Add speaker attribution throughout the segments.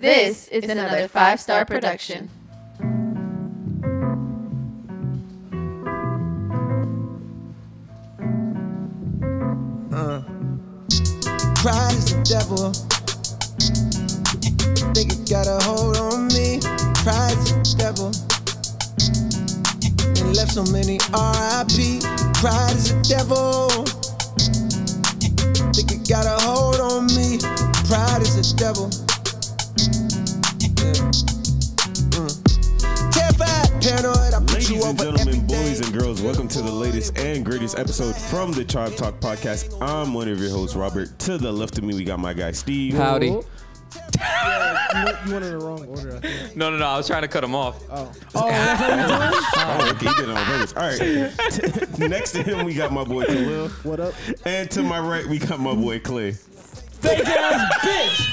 Speaker 1: This is another five star production.
Speaker 2: Uh. Pride is the devil. Think it got a hold on me. Pride is the devil. And left so many RIP. Pride is the devil. Think it got a hold on me. Pride is the devil. Yeah. Mm. Terrified, paranoid. I put you
Speaker 3: Ladies and
Speaker 2: over
Speaker 3: gentlemen,
Speaker 2: everything.
Speaker 3: boys and girls, welcome to the latest and greatest episode from the Tribe Talk Podcast. I'm one of your hosts, Robert. To the left of me, we got my guy Steve.
Speaker 4: Howdy.
Speaker 5: You went in the wrong order, I think.
Speaker 4: No, no, no. I was trying to cut him off.
Speaker 3: Oh, okay, he did it on purpose. All right. Next to him, we got my boy Khalil,
Speaker 5: What up?
Speaker 3: and to my right, we got my boy Clay.
Speaker 5: Fake ass bitch!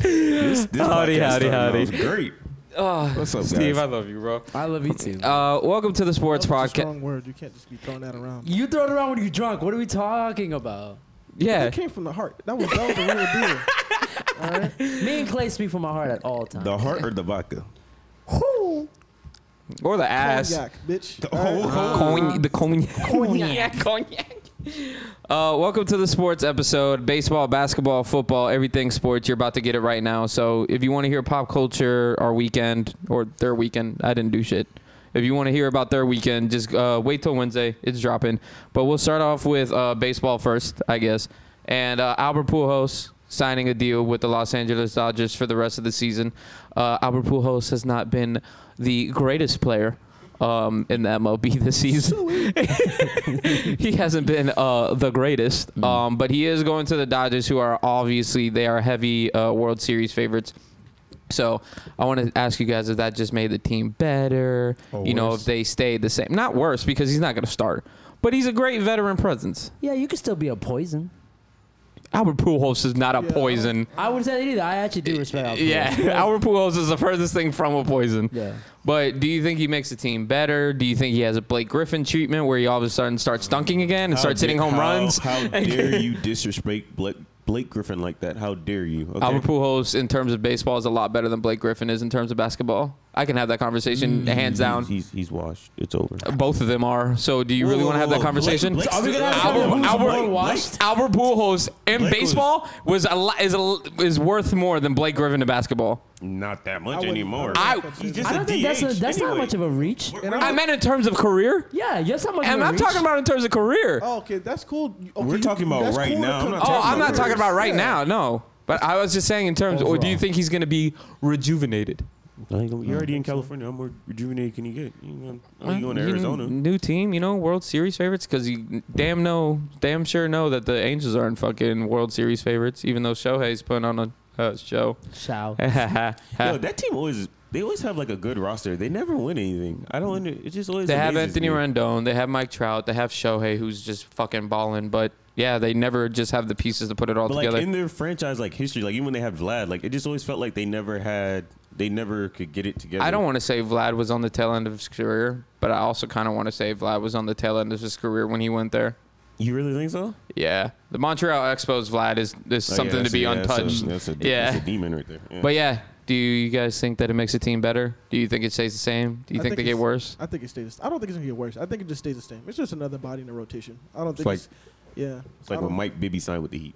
Speaker 3: This, this
Speaker 4: Howdy,
Speaker 3: podcast
Speaker 4: howdy,
Speaker 3: starting out
Speaker 4: howdy.
Speaker 3: was
Speaker 4: Oh,
Speaker 3: Great. What's up,
Speaker 4: Steve, I
Speaker 3: guys?
Speaker 4: love you, bro.
Speaker 6: I love you too.
Speaker 4: Uh, welcome to the sports podcast.
Speaker 5: Strong word. You can't just be throwing that around.
Speaker 6: you throw it around when you're drunk. What are we talking about?
Speaker 4: Yeah.
Speaker 5: It came from the heart. That was that was the real deal.
Speaker 6: Me and Clay speak from my heart at all times.
Speaker 3: The heart or the vodka?
Speaker 4: Or the ass.
Speaker 5: Cognac, bitch.
Speaker 3: The-
Speaker 5: All right?
Speaker 3: oh,
Speaker 4: Cogn- the cognac. Cognac. Cognac. Uh, welcome to the sports episode. Baseball, basketball, football, everything sports. You're about to get it right now. So if you want to hear pop culture, our weekend, or their weekend, I didn't do shit. If you want to hear about their weekend, just uh, wait till Wednesday. It's dropping. But we'll start off with uh, baseball first, I guess. And uh, Albert Pujols signing a deal with the Los Angeles Dodgers for the rest of the season. Uh, Albert Pujols has not been the greatest player um, in the MLB this season. he hasn't been uh, the greatest,
Speaker 3: Hmm.
Speaker 4: um, but he is going to the Dodgers, who are obviously they are heavy uh, World Series favorites. So I want to ask you guys if that just made the team better.
Speaker 3: Or
Speaker 4: you know,
Speaker 3: worse.
Speaker 4: if they stayed the same, not worse because he's not going to start, but he's a great veteran presence.
Speaker 6: Yeah, you could still be a poison.
Speaker 4: Albert Pujols is not a poison.
Speaker 6: I wouldn't say that either. I actually do respect Albert.
Speaker 4: Yeah, Albert Pujols is the furthest thing from a poison.
Speaker 6: Yeah.
Speaker 4: But do you think he makes the team better? Do you think he has a Blake Griffin treatment where he all of a sudden starts dunking again and
Speaker 3: How
Speaker 4: starts
Speaker 3: dare-
Speaker 4: hitting home
Speaker 3: how-
Speaker 4: runs?
Speaker 3: How dare you disrespect Blake, Blake Griffin like that? How dare you? Okay.
Speaker 4: Albert Pujols, in terms of baseball, is a lot better than Blake Griffin is in terms of basketball. I can have that conversation
Speaker 3: Mm.
Speaker 4: hands
Speaker 3: He's,
Speaker 4: down. Uh,
Speaker 3: he's, he's washed. It's over.
Speaker 4: Both of them are. So, do you really
Speaker 3: Whoa,
Speaker 4: want to have
Speaker 3: whoa,
Speaker 4: that
Speaker 3: whoa.
Speaker 4: conversation?
Speaker 3: Blake- Blake's
Speaker 6: Are we gonna have
Speaker 3: still-
Speaker 4: Albert,
Speaker 6: Albert-
Speaker 4: Albert,
Speaker 6: Albert-
Speaker 3: washed?
Speaker 4: Albert Pujols in
Speaker 3: Blake was-
Speaker 4: baseball was a lot, is a, is worth more than Blake Griffin in basketball.
Speaker 3: Not that much
Speaker 5: wouldn't-
Speaker 3: anymore.
Speaker 4: I-
Speaker 3: He's just
Speaker 6: I don't
Speaker 3: a
Speaker 6: think that's a,
Speaker 3: DH
Speaker 6: that's not
Speaker 3: anyway.
Speaker 6: much of a reach.
Speaker 3: We're-
Speaker 4: I meant in terms of career.
Speaker 6: Yeah, that's not much
Speaker 4: And
Speaker 6: of a
Speaker 4: I'm
Speaker 6: reach.
Speaker 4: talking about in terms of career.
Speaker 5: Oh, okay, that's cool. You- okay,
Speaker 3: We're
Speaker 5: you-
Speaker 3: talking about
Speaker 5: that's
Speaker 3: right
Speaker 5: cool to
Speaker 3: now. I'm
Speaker 5: come-
Speaker 3: not
Speaker 4: Oh, I'm not
Speaker 3: about
Speaker 4: talking about right
Speaker 5: Yeah.
Speaker 4: now. No. But I was just saying in terms, or do you
Speaker 6: Overall.
Speaker 4: think he's going to be rejuvenated?
Speaker 3: Like, You're already in California. How more rejuvenated can you get? You going, you going to
Speaker 4: You know,
Speaker 3: Arizona?
Speaker 4: New team, you know, World Series favorites, because you damn know, damn sure know that the Angels aren't fucking World Series favorites, even though Shohei's putting on a uh, show.
Speaker 6: Shao.
Speaker 3: Yo, that team always they always have like a good roster. They never win anything. I don't. Under, it just always
Speaker 4: They have
Speaker 3: amazes
Speaker 4: Anthony
Speaker 3: me.
Speaker 4: Rendon. They have Mike Trout. They have Shohei, who's just fucking balling. But yeah, they never just have the pieces to put it all
Speaker 3: But like
Speaker 4: together.
Speaker 3: in their franchise like history, like even when they had Vlad, like it just always felt like they never had. They never could get it together.
Speaker 4: I don't want to say Vlad was on the tail end of his career, but I also kind of want to say Vlad was on the tail end of his career when he went there.
Speaker 3: You really think so?
Speaker 4: Yeah, the Montreal Expos Vlad is is
Speaker 3: Oh, yeah,
Speaker 4: something to
Speaker 3: that's a-
Speaker 4: be
Speaker 3: yeah, that's a-
Speaker 4: untouched.
Speaker 3: That's a,
Speaker 4: yeah,
Speaker 3: that's a demon right there. Yeah.
Speaker 4: but yeah, do you guys think that it makes a team better? Do you think it stays the same? Do you
Speaker 5: I
Speaker 4: think,
Speaker 5: think
Speaker 4: they get
Speaker 5: it's-
Speaker 4: worse?
Speaker 5: I think it stays. I don't think it's gonna get worse. I think it just stays the same. It's just another body in the rotation. I don't think
Speaker 3: like-
Speaker 5: it's, yeah.
Speaker 3: it's like
Speaker 5: I don't-
Speaker 3: when Mike Bibby signed with the Heat.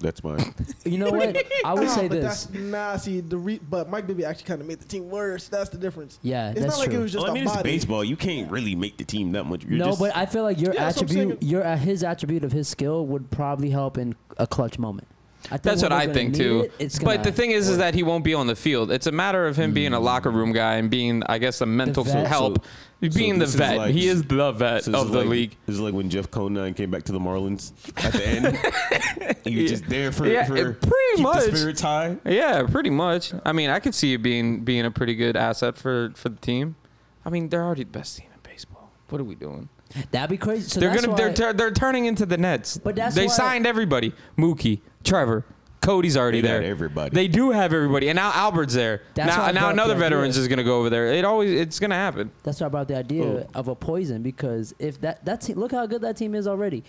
Speaker 3: That's mine.
Speaker 6: You know what? I would
Speaker 5: Nah,
Speaker 6: say
Speaker 5: Ah, but
Speaker 6: this.
Speaker 5: That's, nah, see the re- but Mike Bibby actually kind of made the team worse. That's the difference.
Speaker 6: Yeah,
Speaker 5: it's
Speaker 6: that's
Speaker 5: not like
Speaker 6: true.
Speaker 5: it was just
Speaker 3: well, I mean,
Speaker 5: a
Speaker 3: it's
Speaker 5: body.
Speaker 3: baseball. You can't really make the team that much. You're
Speaker 6: no,
Speaker 3: just,
Speaker 6: but I feel like your
Speaker 5: Yeah, that's what I'm
Speaker 6: attribute,
Speaker 5: saying.
Speaker 6: your uh, his attribute of his skill would probably help in a clutch moment. I think
Speaker 4: That's
Speaker 6: when
Speaker 4: what
Speaker 6: they're
Speaker 4: I
Speaker 6: gonna
Speaker 4: think
Speaker 6: need
Speaker 4: too.
Speaker 6: it, it's
Speaker 4: but
Speaker 6: gonna
Speaker 4: the thing is, is
Speaker 6: work.
Speaker 4: that he won't be on the field. It's a matter of him
Speaker 3: Mm.
Speaker 4: being a locker room guy and being, I guess, a mental
Speaker 6: vet.
Speaker 4: help. being the
Speaker 3: this is
Speaker 4: vet,
Speaker 3: like-
Speaker 4: he is the vet
Speaker 3: So this
Speaker 4: of
Speaker 3: is
Speaker 4: the
Speaker 3: like-
Speaker 4: league.
Speaker 3: This is like when Jeff Conine came back to the Marlins at the end. he was just there for,
Speaker 4: Yeah,
Speaker 3: for
Speaker 4: it- pretty
Speaker 3: keep
Speaker 4: much.
Speaker 3: the spirits high.
Speaker 4: Yeah, pretty much. I mean, I could see it being being a pretty good asset for for the team. I mean, they're already the best team in baseball. What are we doing?
Speaker 6: that'd be crazy. So
Speaker 4: they're
Speaker 6: that's
Speaker 4: gonna
Speaker 6: why,
Speaker 4: they're tur- they're turning into the Nets.
Speaker 6: But that's
Speaker 4: they
Speaker 6: why-
Speaker 4: signed everybody. Mookie, Trevor, Cody's already
Speaker 3: They got
Speaker 4: there.
Speaker 3: everybody.
Speaker 4: They do have everybody, and now Albert's there.
Speaker 6: That's why
Speaker 4: now
Speaker 6: I
Speaker 4: now
Speaker 6: brought up
Speaker 4: another
Speaker 6: the
Speaker 4: veteran's
Speaker 6: idea.
Speaker 4: just gonna go over there. It always it's gonna happen.
Speaker 6: That's why I brought the idea of a poison because if that that team, look how good that team is already.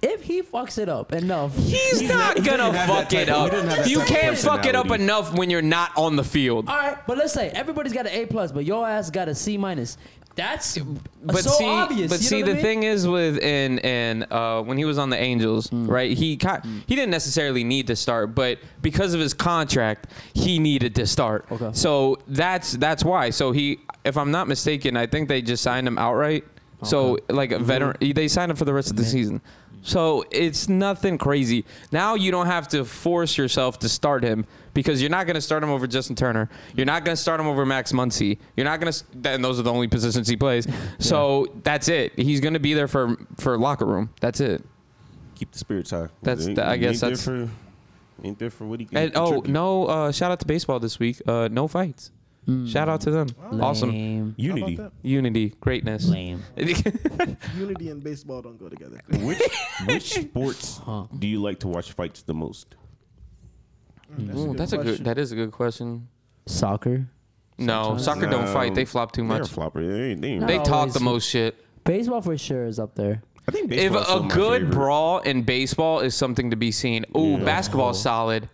Speaker 6: if he fucks it up enough,
Speaker 4: He's not gonna
Speaker 3: have
Speaker 4: fuck
Speaker 3: that type-
Speaker 4: it
Speaker 3: he
Speaker 4: up.
Speaker 3: didn't have that
Speaker 4: You
Speaker 3: type of
Speaker 4: can't fuck it up
Speaker 3: personality.
Speaker 4: enough when you're not on the field.
Speaker 6: all right. But let's say everybody's got an A plus, but your ass got a C minus. That's
Speaker 4: But
Speaker 6: so
Speaker 4: see,
Speaker 6: obvious.
Speaker 4: but
Speaker 6: you know
Speaker 4: see,
Speaker 6: what
Speaker 4: the
Speaker 6: I mean?
Speaker 4: thing is with and and uh, when he was on the Angels,
Speaker 6: Mm.
Speaker 4: right? He ki- he didn't necessarily need to start, but because of his contract, he needed to start.
Speaker 6: Okay.
Speaker 4: So that's that's why. So he, if I'm not mistaken, I think they just signed him outright. So like a veteran, they signed him for the rest of the season. So it's nothing crazy. Now you don't have to force yourself to start him because you're not going to start him over Justin Turner. You're not going to start him over Max Muncy. You're not going to, and those are the only positions he plays. So that's it. He's going to be there for for locker room. That's it.
Speaker 3: Keep the spirits high.
Speaker 4: That's-
Speaker 3: Ain't-
Speaker 4: I guess
Speaker 3: ain't
Speaker 4: that's-
Speaker 3: there for- ain't there for what he can.
Speaker 4: And oh
Speaker 3: contribute.
Speaker 4: no, uh, shout out to baseball this week. Uh, no fights. Shout out to them. Awesome
Speaker 6: Lame.
Speaker 5: How
Speaker 3: unity.
Speaker 5: about
Speaker 4: unity, greatness.
Speaker 6: Lame.
Speaker 5: that? Unity and baseball don't go together.
Speaker 3: Which which sports do you like to watch fights the most?
Speaker 4: Ooh, that's a good. That is a good question.
Speaker 6: Soccer.
Speaker 4: No, soccer don't
Speaker 3: No.
Speaker 4: fight. They flop too
Speaker 3: They're a
Speaker 4: much.
Speaker 3: flopper. They ain't, they ain't
Speaker 4: They
Speaker 6: No.
Speaker 4: talk
Speaker 6: always-
Speaker 4: the most shit.
Speaker 6: Baseball for sure is up there.
Speaker 3: I think
Speaker 4: If
Speaker 3: baseball's still
Speaker 4: a
Speaker 3: my
Speaker 4: good
Speaker 3: favorite.
Speaker 4: brawl in baseball is something to be seen, ooh, basketball's solid.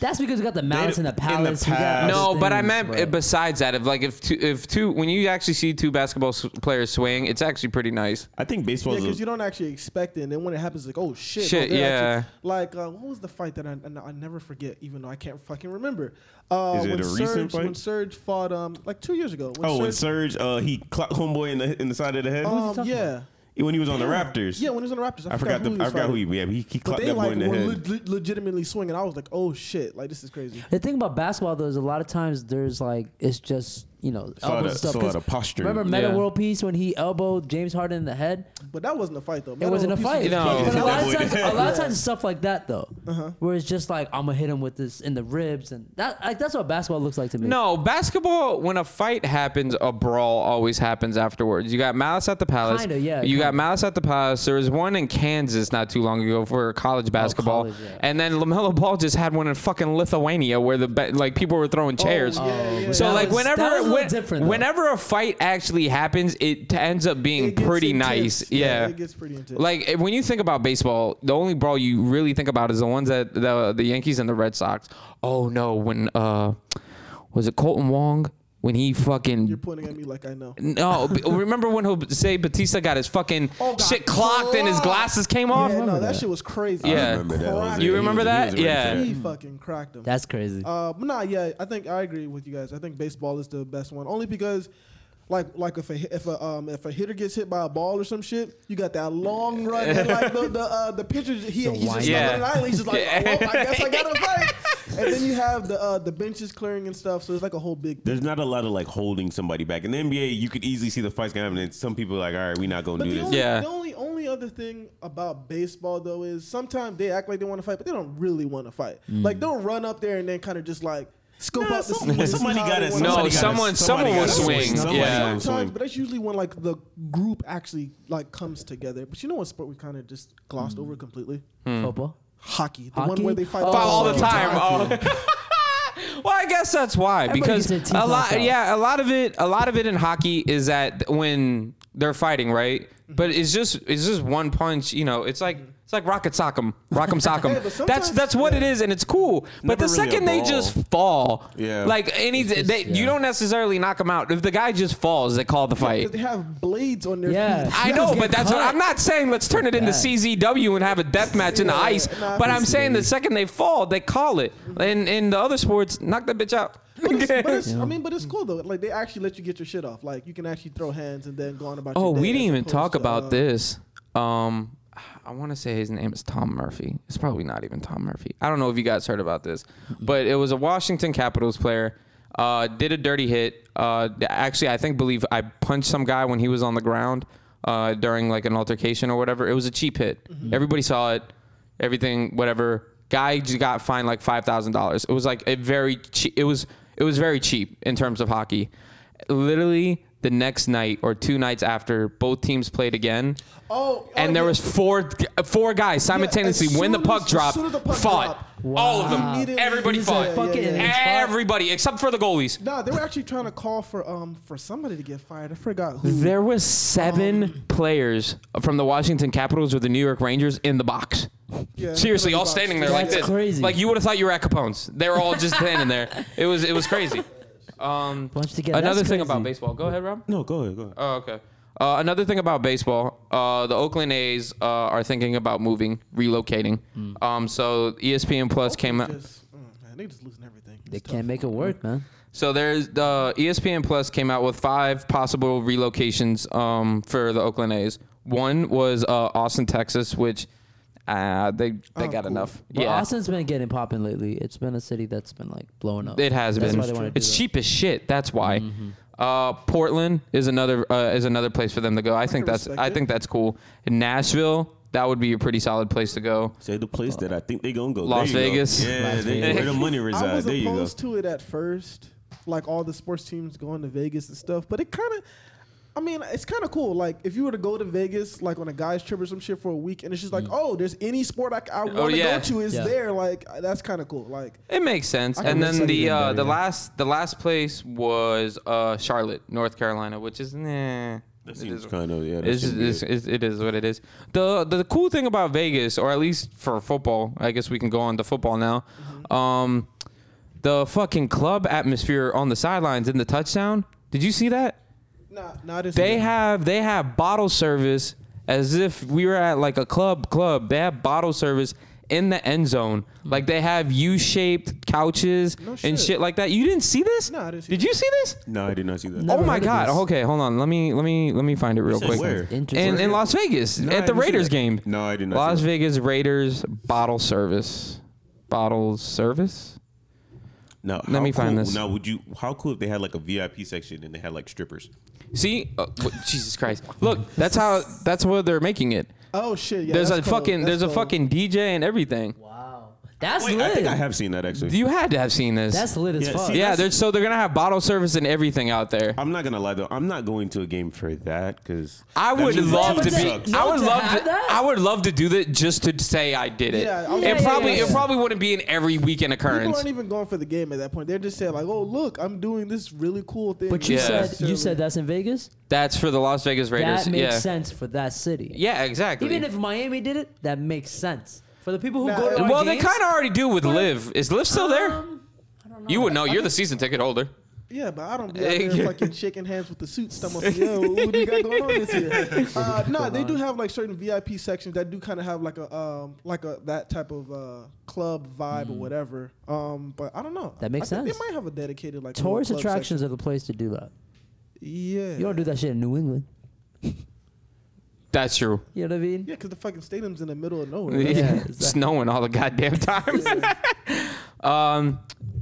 Speaker 6: That's because we got the mountains and the
Speaker 3: in the
Speaker 6: palace. we got
Speaker 3: past.
Speaker 6: other
Speaker 4: No, but I
Speaker 6: things,
Speaker 4: meant
Speaker 6: but-
Speaker 4: besides that, if like if two, if two, when you actually see two basketball s- players swing, it's actually pretty nice.
Speaker 3: I think
Speaker 5: Yeah,
Speaker 3: baseball's
Speaker 5: because
Speaker 3: a,
Speaker 5: you don't actually expect it, and then when it happens, it's like, oh shit! oh,
Speaker 4: Shit,
Speaker 5: they're
Speaker 4: yeah.
Speaker 5: actually- like, uh, what was the fight that I, I, I never forget, even though I can't fucking remember? Uh,
Speaker 3: Is it
Speaker 5: when
Speaker 3: a
Speaker 5: Surge,
Speaker 3: recent fight?
Speaker 5: When Surge fought, um, like two years ago. When
Speaker 3: oh when
Speaker 5: Surge,
Speaker 3: Serge uh, he clocked homeboy in the in the side of the head
Speaker 5: um, yeah,
Speaker 3: when he was on the Raptors.
Speaker 5: yeah, when he was on the Raptors, I,
Speaker 3: I forgot
Speaker 5: who
Speaker 3: the
Speaker 5: he
Speaker 3: I
Speaker 5: was
Speaker 3: forgot who
Speaker 5: fighting.
Speaker 3: he yeah he, he
Speaker 5: But
Speaker 3: clocked
Speaker 5: they
Speaker 3: that boy
Speaker 5: like
Speaker 3: in
Speaker 5: were
Speaker 3: the head.
Speaker 5: le- legitimately swinging. I was like, oh shit! Like this is crazy.
Speaker 6: The thing about basketball though is a lot of times there's like it's just you know
Speaker 3: a lot
Speaker 6: elbows
Speaker 3: of-
Speaker 6: and stuff.
Speaker 3: it's a lot
Speaker 6: 'Cause
Speaker 3: of posturing.
Speaker 6: Remember Meta
Speaker 4: Yeah.
Speaker 6: World Peace when he elbowed James Harden in the head?
Speaker 5: But that wasn't a fight though.
Speaker 6: It
Speaker 5: Metal
Speaker 6: wasn't a
Speaker 5: Piece was
Speaker 6: fight.
Speaker 5: just
Speaker 4: No.
Speaker 5: fucking-
Speaker 6: But a lot, of
Speaker 3: That
Speaker 6: times,
Speaker 3: boy-
Speaker 6: a lot of times stuff like that though,
Speaker 3: Uh-huh.
Speaker 6: where it's just like I'm gonna hit him with this in the ribs, and that like that's what basketball looks like to me.
Speaker 4: No, basketball. When a fight happens, a brawl always happens afterwards. You got Malice at the Palace.
Speaker 6: Kinda, yeah,
Speaker 4: You got
Speaker 6: kinda.
Speaker 4: Malice at the Palace. There was one in Kansas not too long ago for college basketball,
Speaker 6: Oh, college, yeah.
Speaker 4: and then Lamelo Ball just had one in fucking Lithuania where the ba- like people were throwing chairs.
Speaker 5: Oh, yeah, yeah.
Speaker 4: So
Speaker 6: Oh, That
Speaker 4: like
Speaker 6: was-
Speaker 4: whenever
Speaker 6: that was a little
Speaker 4: when-
Speaker 6: different, though.
Speaker 4: whenever a fight actually happens, it t- ends up being
Speaker 5: It gets
Speaker 4: pretty
Speaker 5: intense.
Speaker 4: nice. Yeah.
Speaker 5: it gets pretty intense.
Speaker 4: Like eh, when you think about baseball, the only brawl you really think about is the ones that the the Yankees and the Red Sox. Oh no, when uh, was it Colton Wong when he
Speaker 5: You're
Speaker 4: fucking.
Speaker 5: pointing at me like I know.
Speaker 4: No, b- remember when Jose Batista got his fucking
Speaker 5: Oh, got
Speaker 4: shit clocked and his
Speaker 5: clocked.
Speaker 4: glasses came off?
Speaker 5: Yeah, no, that, shit was crazy.
Speaker 4: Yeah.
Speaker 3: remember that.
Speaker 5: Cracked
Speaker 3: Jose.
Speaker 4: You
Speaker 3: He
Speaker 4: remember
Speaker 3: was- he
Speaker 4: that?
Speaker 3: was ready
Speaker 4: Yeah.
Speaker 3: for
Speaker 5: He fucking cracked him.
Speaker 6: that's crazy.
Speaker 5: Uh, but nah, yeah, I think I agree with you guys. I think baseball is the best one, only because, like, like if a if a um, if a hitter gets hit by a ball or some shit, you got that long run. and, like the the, uh, the pitcher, he, he's
Speaker 6: wind.
Speaker 5: just
Speaker 4: Yeah.
Speaker 5: yeah. on an island. He's just like,
Speaker 4: Yeah.
Speaker 5: well, I guess I gotta fight. and then you have the uh, the benches clearing and stuff, so it's like a whole big.
Speaker 3: There's not a lot of like holding somebody back in the NBA. You could easily see the fights gonna happen, and some people are like, all right, we not gonna
Speaker 5: But
Speaker 3: do
Speaker 5: the
Speaker 3: this.
Speaker 5: only,
Speaker 4: Yeah.
Speaker 5: the only only other thing about baseball though is sometimes they act like they want to fight, but they don't really want to fight.
Speaker 4: Mm.
Speaker 5: Like they'll run up there and then kind of just like scope
Speaker 3: Nah,
Speaker 5: up. the
Speaker 3: some-
Speaker 5: scene and see
Speaker 3: somebody
Speaker 5: how
Speaker 3: got
Speaker 5: they
Speaker 3: it.
Speaker 5: wanna
Speaker 4: No,
Speaker 3: somebody
Speaker 5: fight.
Speaker 3: got it,
Speaker 4: someone- someone
Speaker 3: got
Speaker 4: will
Speaker 3: it,
Speaker 4: swing,
Speaker 3: Somebody
Speaker 4: yeah.
Speaker 3: got it,
Speaker 5: Sometimes,
Speaker 3: swing.
Speaker 5: but that's usually when like the group actually like comes together. But you know what sport we kind of just glossed over completely?
Speaker 6: Football.
Speaker 5: Hockey, the
Speaker 6: Hockey?
Speaker 5: one where they fight
Speaker 4: Mm.
Speaker 6: Oh,
Speaker 4: Hmm. Foul all the
Speaker 5: fucking
Speaker 4: time. Oh. Well, I guess that's why
Speaker 6: Everybody
Speaker 4: because
Speaker 6: gets their
Speaker 4: a
Speaker 6: teeth knocked
Speaker 4: lot,
Speaker 6: out.
Speaker 4: yeah, a lot of it, a lot of it in hockey is that when they're fighting, right? But it's just, it's just one punch. You know, it's like, it's like rocket sock'em, rock'em sock'em.
Speaker 5: but
Speaker 4: that's
Speaker 5: sometimes-
Speaker 4: that's what it is, and it's cool. But
Speaker 3: Never really
Speaker 4: the
Speaker 3: a
Speaker 4: second they
Speaker 3: brawl.
Speaker 4: just fall,
Speaker 3: Yeah.
Speaker 4: like any,
Speaker 6: just-
Speaker 4: they, you
Speaker 6: yeah.
Speaker 4: don't necessarily knock them out. If the guy just falls, they call the fight.
Speaker 5: Because they have blades on their
Speaker 6: Yeah.
Speaker 5: feet.
Speaker 4: I
Speaker 6: Yeah,
Speaker 4: know,
Speaker 6: just
Speaker 4: but
Speaker 6: get
Speaker 4: that's what
Speaker 6: cut.
Speaker 4: I'm not saying. Let's turn it into
Speaker 6: Yeah.
Speaker 4: CZW and have a death match in the
Speaker 5: Yeah,
Speaker 4: ice.
Speaker 5: nah,
Speaker 4: But I'm
Speaker 5: please,
Speaker 4: saying the second they fall, they call it. And in the other sports, knock that bitch out.
Speaker 5: But it's, but it's, I mean, but it's cool though. Like they actually let you get your shit off. Like you can actually throw hands and then go on about.
Speaker 4: oh,
Speaker 5: your day
Speaker 4: we didn't
Speaker 5: as
Speaker 4: even
Speaker 5: opposed
Speaker 4: talk
Speaker 5: to,
Speaker 4: about
Speaker 5: uh,
Speaker 4: this. Um, I want to say his name is Tom Murphy. It's probably not even Tom Murphy. I don't know if you guys heard about this, but it was a Washington Capitals player. Uh, did a dirty hit. Uh, actually, I think believe I punched some guy when he was on the ground uh, during like an altercation or whatever. It was a cheap hit.
Speaker 5: Mm-hmm.
Speaker 4: Everybody saw it. Everything, whatever. Guy just got fined like five thousand dollars. It was like a very cheap. It was it was very cheap in terms of hockey. Literally, the the next night or two nights after both teams played again.
Speaker 5: Oh,
Speaker 4: and
Speaker 5: oh,
Speaker 4: there
Speaker 5: yeah.
Speaker 4: was four four guys simultaneously when the
Speaker 5: soon
Speaker 4: puck
Speaker 5: as- as
Speaker 4: dropped,
Speaker 5: soon as the puck
Speaker 4: fought.
Speaker 5: dropped.
Speaker 4: All of
Speaker 6: Wow.
Speaker 4: them.
Speaker 5: Immediately.
Speaker 4: Everybody
Speaker 5: Yeah,
Speaker 4: fought.
Speaker 5: yeah,
Speaker 6: Fucking
Speaker 5: yeah, yeah.
Speaker 4: Everybody except for the goalies.
Speaker 5: Nah, they were actually trying to call for um for somebody to get fired. I forgot who.
Speaker 4: There was seven
Speaker 5: Um,
Speaker 4: players from the Washington Capitals or the New York Rangers in the box.
Speaker 5: Yeah,
Speaker 4: Seriously, all
Speaker 5: somebody
Speaker 4: standing there
Speaker 5: boxed.
Speaker 4: like
Speaker 6: That's
Speaker 4: this.
Speaker 6: crazy.
Speaker 4: Like you would have thought you were at Capone's. They were all just standing there. It was it was crazy. Um,
Speaker 6: Bunch together.
Speaker 4: another
Speaker 6: That's
Speaker 4: thing
Speaker 6: crazy.
Speaker 4: about baseball. Go ahead, Rob.
Speaker 3: No, go ahead. Go ahead.
Speaker 4: Oh, okay. Uh, another thing about baseball, uh, the Oakland A's uh, are thinking about moving, relocating.
Speaker 6: Hmm.
Speaker 4: Um, so ESPN Plus came out.
Speaker 5: Just, mm, man, they just losing everything.
Speaker 6: They
Speaker 5: It's tough.
Speaker 6: can't make it work, man.
Speaker 4: So there's the E ESPN Plus came out with five possible relocations um, for the Oakland A's. One was uh, Austin, Texas, which uh, they they
Speaker 5: Oh,
Speaker 4: got
Speaker 5: cool.
Speaker 4: enough.
Speaker 6: But
Speaker 4: yeah,
Speaker 6: Austin's been getting popping lately. It's been a city that's been like blowing up.
Speaker 4: it has
Speaker 6: That's
Speaker 4: been.
Speaker 6: why they wanna do
Speaker 4: it's
Speaker 6: that.
Speaker 4: cheap as shit. That's why.
Speaker 3: Mm-hmm.
Speaker 4: Uh, Portland is another uh, is another place for them to go. I, think
Speaker 5: can
Speaker 4: that's
Speaker 5: respect
Speaker 4: I
Speaker 5: it.
Speaker 4: think that's cool. Nashville, that would be a pretty solid place to go.
Speaker 3: Say the place that I think they gonna go.
Speaker 4: Las
Speaker 3: There you go.
Speaker 4: Vegas.
Speaker 3: Yeah,
Speaker 6: Las
Speaker 3: there you go.
Speaker 4: Vegas.
Speaker 3: where the money
Speaker 5: I
Speaker 3: resides.
Speaker 5: was
Speaker 3: There you go.
Speaker 5: opposed to it at first, like all the sports teams going to Vegas and stuff. But it kind of, I mean, it's kind of cool. Like if you were to go to Vegas, like on a guys trip or some shit for a week, and it's just like, oh, there's any sport I, want to
Speaker 4: Oh, yeah.
Speaker 5: go to is
Speaker 6: Yeah.
Speaker 5: there. Like uh, that's kind of cool. Like
Speaker 4: It makes sense.
Speaker 5: I
Speaker 4: And
Speaker 5: can
Speaker 4: then
Speaker 5: see
Speaker 4: the
Speaker 5: them
Speaker 4: uh,
Speaker 5: better,
Speaker 4: the
Speaker 5: yeah.
Speaker 4: last the last place was uh, Charlotte, North Carolina, which is nah.
Speaker 3: That
Speaker 4: It
Speaker 3: seems
Speaker 4: is-
Speaker 3: kind of yeah. that
Speaker 4: It's,
Speaker 3: seems
Speaker 4: just,
Speaker 3: weird.
Speaker 4: it's, it's, it is what it is. The, the cool thing about Vegas, or at least for football, I guess we can go on to football now. Um, the fucking club atmosphere on the sidelines in the touchdown. Did you see that?
Speaker 5: nah, not as
Speaker 4: They have they have bottle service as if we were at like a club club. They have bottle service in the end zone. Like they have U-shaped couches
Speaker 5: No
Speaker 4: and
Speaker 5: shit.
Speaker 4: shit like that. You didn't see this?
Speaker 5: No, I didn't see
Speaker 4: Did
Speaker 5: that.
Speaker 4: you see this?
Speaker 3: No, I did not see that.
Speaker 6: Never
Speaker 4: oh my
Speaker 6: heard of
Speaker 4: god.
Speaker 6: this.
Speaker 4: Okay, hold on. Let me let me let me find it real
Speaker 3: said
Speaker 4: quick.
Speaker 3: where?
Speaker 6: Interesting.
Speaker 4: In, in Las Vegas
Speaker 3: No, I
Speaker 4: at the
Speaker 3: didn't see
Speaker 4: Raiders
Speaker 3: that.
Speaker 4: game.
Speaker 3: No, I did not.
Speaker 4: Las
Speaker 3: see that.
Speaker 4: Vegas Raiders bottle service. Bottle service?
Speaker 3: Now,
Speaker 4: Let
Speaker 3: how
Speaker 4: me find
Speaker 3: cool-
Speaker 4: this.
Speaker 3: Now, would you? How cool if they had like a VIP section and they had like strippers?
Speaker 4: See? Uh, what- Jesus Christ. Look, that's how that's what they're making it.
Speaker 5: Oh shit! Yeah,
Speaker 4: there's a
Speaker 5: that's cold.
Speaker 4: fucking
Speaker 5: That's
Speaker 4: there's a
Speaker 5: cold.
Speaker 4: fucking DJ and everything.
Speaker 6: Wow. That's
Speaker 3: Wait, I
Speaker 6: lit.
Speaker 3: think I have seen that actually.
Speaker 4: You had to have seen this.
Speaker 6: That's lit as
Speaker 3: Yeah,
Speaker 6: fuck.
Speaker 3: see-
Speaker 4: yeah,
Speaker 3: that's-
Speaker 4: they're, so they're gonna have bottle service and everything out there.
Speaker 3: I'm not gonna lie though. I'm not going to a game for that because
Speaker 4: I would love to
Speaker 6: team
Speaker 4: be.
Speaker 6: sucks.
Speaker 4: I would
Speaker 6: No, to
Speaker 4: love
Speaker 6: have
Speaker 4: to.
Speaker 6: that?
Speaker 4: I would love to do that just to say I did it.
Speaker 5: Yeah, I was
Speaker 4: it
Speaker 5: like-
Speaker 4: probably
Speaker 5: Yeah, yeah,
Speaker 4: it
Speaker 5: yeah.
Speaker 4: probably wouldn't be an every weekend
Speaker 5: People
Speaker 4: occurrence.
Speaker 5: aren't even going for the game at that point. They're just saying like, "Oh, look, I'm doing this really cool thing."
Speaker 6: But you
Speaker 4: Yeah.
Speaker 6: said you said that's in Vegas.
Speaker 4: That's for the Las Vegas Raiders.
Speaker 6: That makes
Speaker 4: yeah,
Speaker 6: sense for that city.
Speaker 4: yeah, exactly.
Speaker 6: Even if Miami did it, that makes sense for the people who
Speaker 5: Nah,
Speaker 6: go to. our
Speaker 4: well, they
Speaker 6: games,
Speaker 4: kind of already do with
Speaker 6: but-
Speaker 4: Liv. Is Liv still there?
Speaker 6: um, I don't know.
Speaker 4: You would know.
Speaker 6: I
Speaker 4: You're the
Speaker 6: think-
Speaker 4: season ticket holder.
Speaker 5: Yeah, but I don't be out there fucking shaking hands with the suit stomach. Yo, what do you got going on this year? Uh, no, they do have like certain VIP sections that do kind of have like a um like a that type of uh, club vibe or whatever. Um, but I don't know.
Speaker 6: Mm. That makes
Speaker 5: I think
Speaker 6: sense.
Speaker 5: They might have a dedicated like little
Speaker 6: Tourist
Speaker 5: club
Speaker 6: attractions
Speaker 5: section.
Speaker 6: are the place to do that.
Speaker 5: Yeah.
Speaker 6: You don't do that shit in New England.
Speaker 4: That's true.
Speaker 6: You know what I mean?
Speaker 5: Yeah, because the fucking stadium's in the middle of nowhere.
Speaker 4: Yeah,
Speaker 5: right?
Speaker 6: exactly.
Speaker 4: snowing all the goddamn time. um,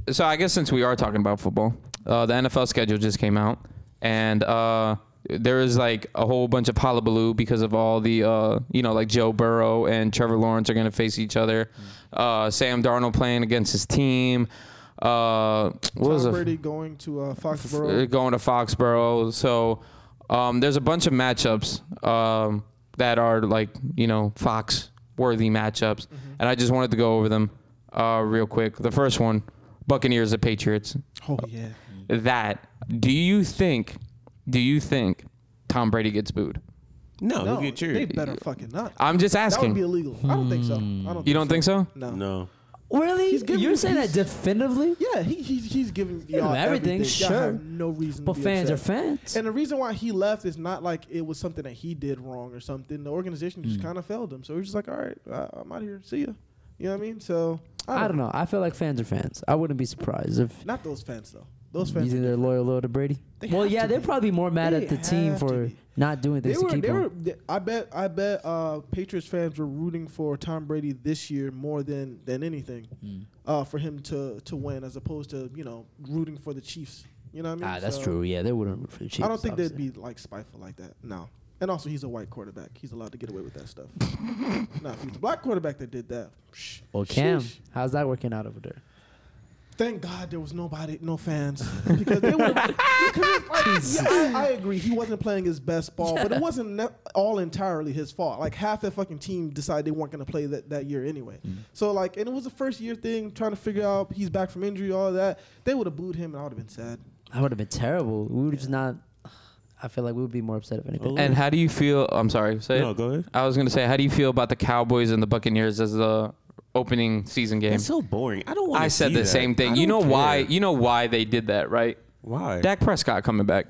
Speaker 4: so I guess since we are talking about football, uh, the NFL schedule just came out, and uh, there is like a whole bunch of hullabaloo because of all the uh, you know like Joe Burrow and Trevor Lawrence are going to face each other.
Speaker 6: Mm.
Speaker 4: Uh, Sam Darnold playing against his team. Uh, what was the-
Speaker 5: Tom Brady going to uh,
Speaker 4: uh,
Speaker 5: Foxborough.
Speaker 4: going to Foxborough. So um, there's a bunch of matchups um, that are like you know Fox worthy matchups, and I just wanted to go over them uh, real quick. The first one, Buccaneers at Patriots.
Speaker 5: Oh yeah.
Speaker 4: That do you think? Do you think Tom Brady gets booed?
Speaker 3: no,
Speaker 5: No,
Speaker 3: he'll get
Speaker 5: they
Speaker 3: cheered.
Speaker 5: better fucking not.
Speaker 4: I'm just
Speaker 5: That would
Speaker 4: asking. Hmm.
Speaker 5: be illegal. I don't think so. I don't.
Speaker 4: you don't think so?
Speaker 5: No.
Speaker 3: No,
Speaker 6: Really?
Speaker 5: He's giving
Speaker 6: You're
Speaker 5: you-
Speaker 6: saying that
Speaker 5: he's-
Speaker 6: definitively?
Speaker 5: Yeah, he, he's, he's giving
Speaker 6: him
Speaker 5: y'all
Speaker 6: everything,
Speaker 5: everything. Y'all
Speaker 6: sure.
Speaker 5: have no reason.
Speaker 6: But
Speaker 5: to be
Speaker 6: fans are
Speaker 5: upset.
Speaker 6: fans.
Speaker 5: And the reason why he left is not like it was something that he did wrong or something. The organization just
Speaker 4: Hmm.
Speaker 5: kind of failed him. So he's just like, all right, uh, I'm out of here. See ya. You know what I mean? So
Speaker 6: I don't know. I feel like fans are fans. I wouldn't be surprised if
Speaker 5: Not those uh, fans though. Those
Speaker 6: you
Speaker 5: fans.
Speaker 6: think they're loyal, loyal to Brady.
Speaker 5: They
Speaker 6: well,
Speaker 5: have
Speaker 6: yeah,
Speaker 5: to
Speaker 6: they're
Speaker 5: be.
Speaker 6: probably more mad
Speaker 5: They
Speaker 6: at the
Speaker 5: have
Speaker 6: team
Speaker 5: to
Speaker 6: for
Speaker 5: be.
Speaker 6: not doing
Speaker 5: They
Speaker 6: things
Speaker 5: were,
Speaker 6: to keep
Speaker 5: they were,
Speaker 6: him.
Speaker 5: they- I bet, I bet, uh, Patriots fans were rooting for Tom Brady this year more than than anything,
Speaker 6: Mm.
Speaker 5: uh, for him to to win as opposed to you know rooting for the Chiefs. You know what I mean?
Speaker 6: Ah, that's
Speaker 5: So,
Speaker 6: true. Yeah, they wouldn't root for the Chiefs.
Speaker 5: I don't think
Speaker 6: obviously.
Speaker 5: they'd be like spiteful like that. No. And also, he's a white quarterback. He's allowed to get away with that stuff. no, if he was a black quarterback that did that. Psh,
Speaker 6: Well, Cam,
Speaker 5: sheesh.
Speaker 6: how's that working out over there?
Speaker 5: Thank God there was nobody, no fans, because they would. like, yeah, I, I agree, he wasn't playing his best ball, but it wasn't ne- all entirely his fault. Like half the fucking team decided they weren't going to play that, that year anyway.
Speaker 4: Mm-hmm.
Speaker 5: So like, and it was a first year thing, trying to figure out he's back from injury, all that. They would have booed him, and I would have been sad.
Speaker 6: That would have been terrible. We would have just not. I feel like we would be more upset if anything.
Speaker 4: And how do you feel? I'm sorry. Say
Speaker 3: No,
Speaker 4: it.
Speaker 3: go ahead.
Speaker 4: I was gonna say, how do you feel about the Cowboys and the Buccaneers as the opening season game?
Speaker 3: It's so boring. I don't want.
Speaker 4: I said the same thing. You know why? You know why they did that, right?
Speaker 3: Why?
Speaker 4: Dak Prescott coming back.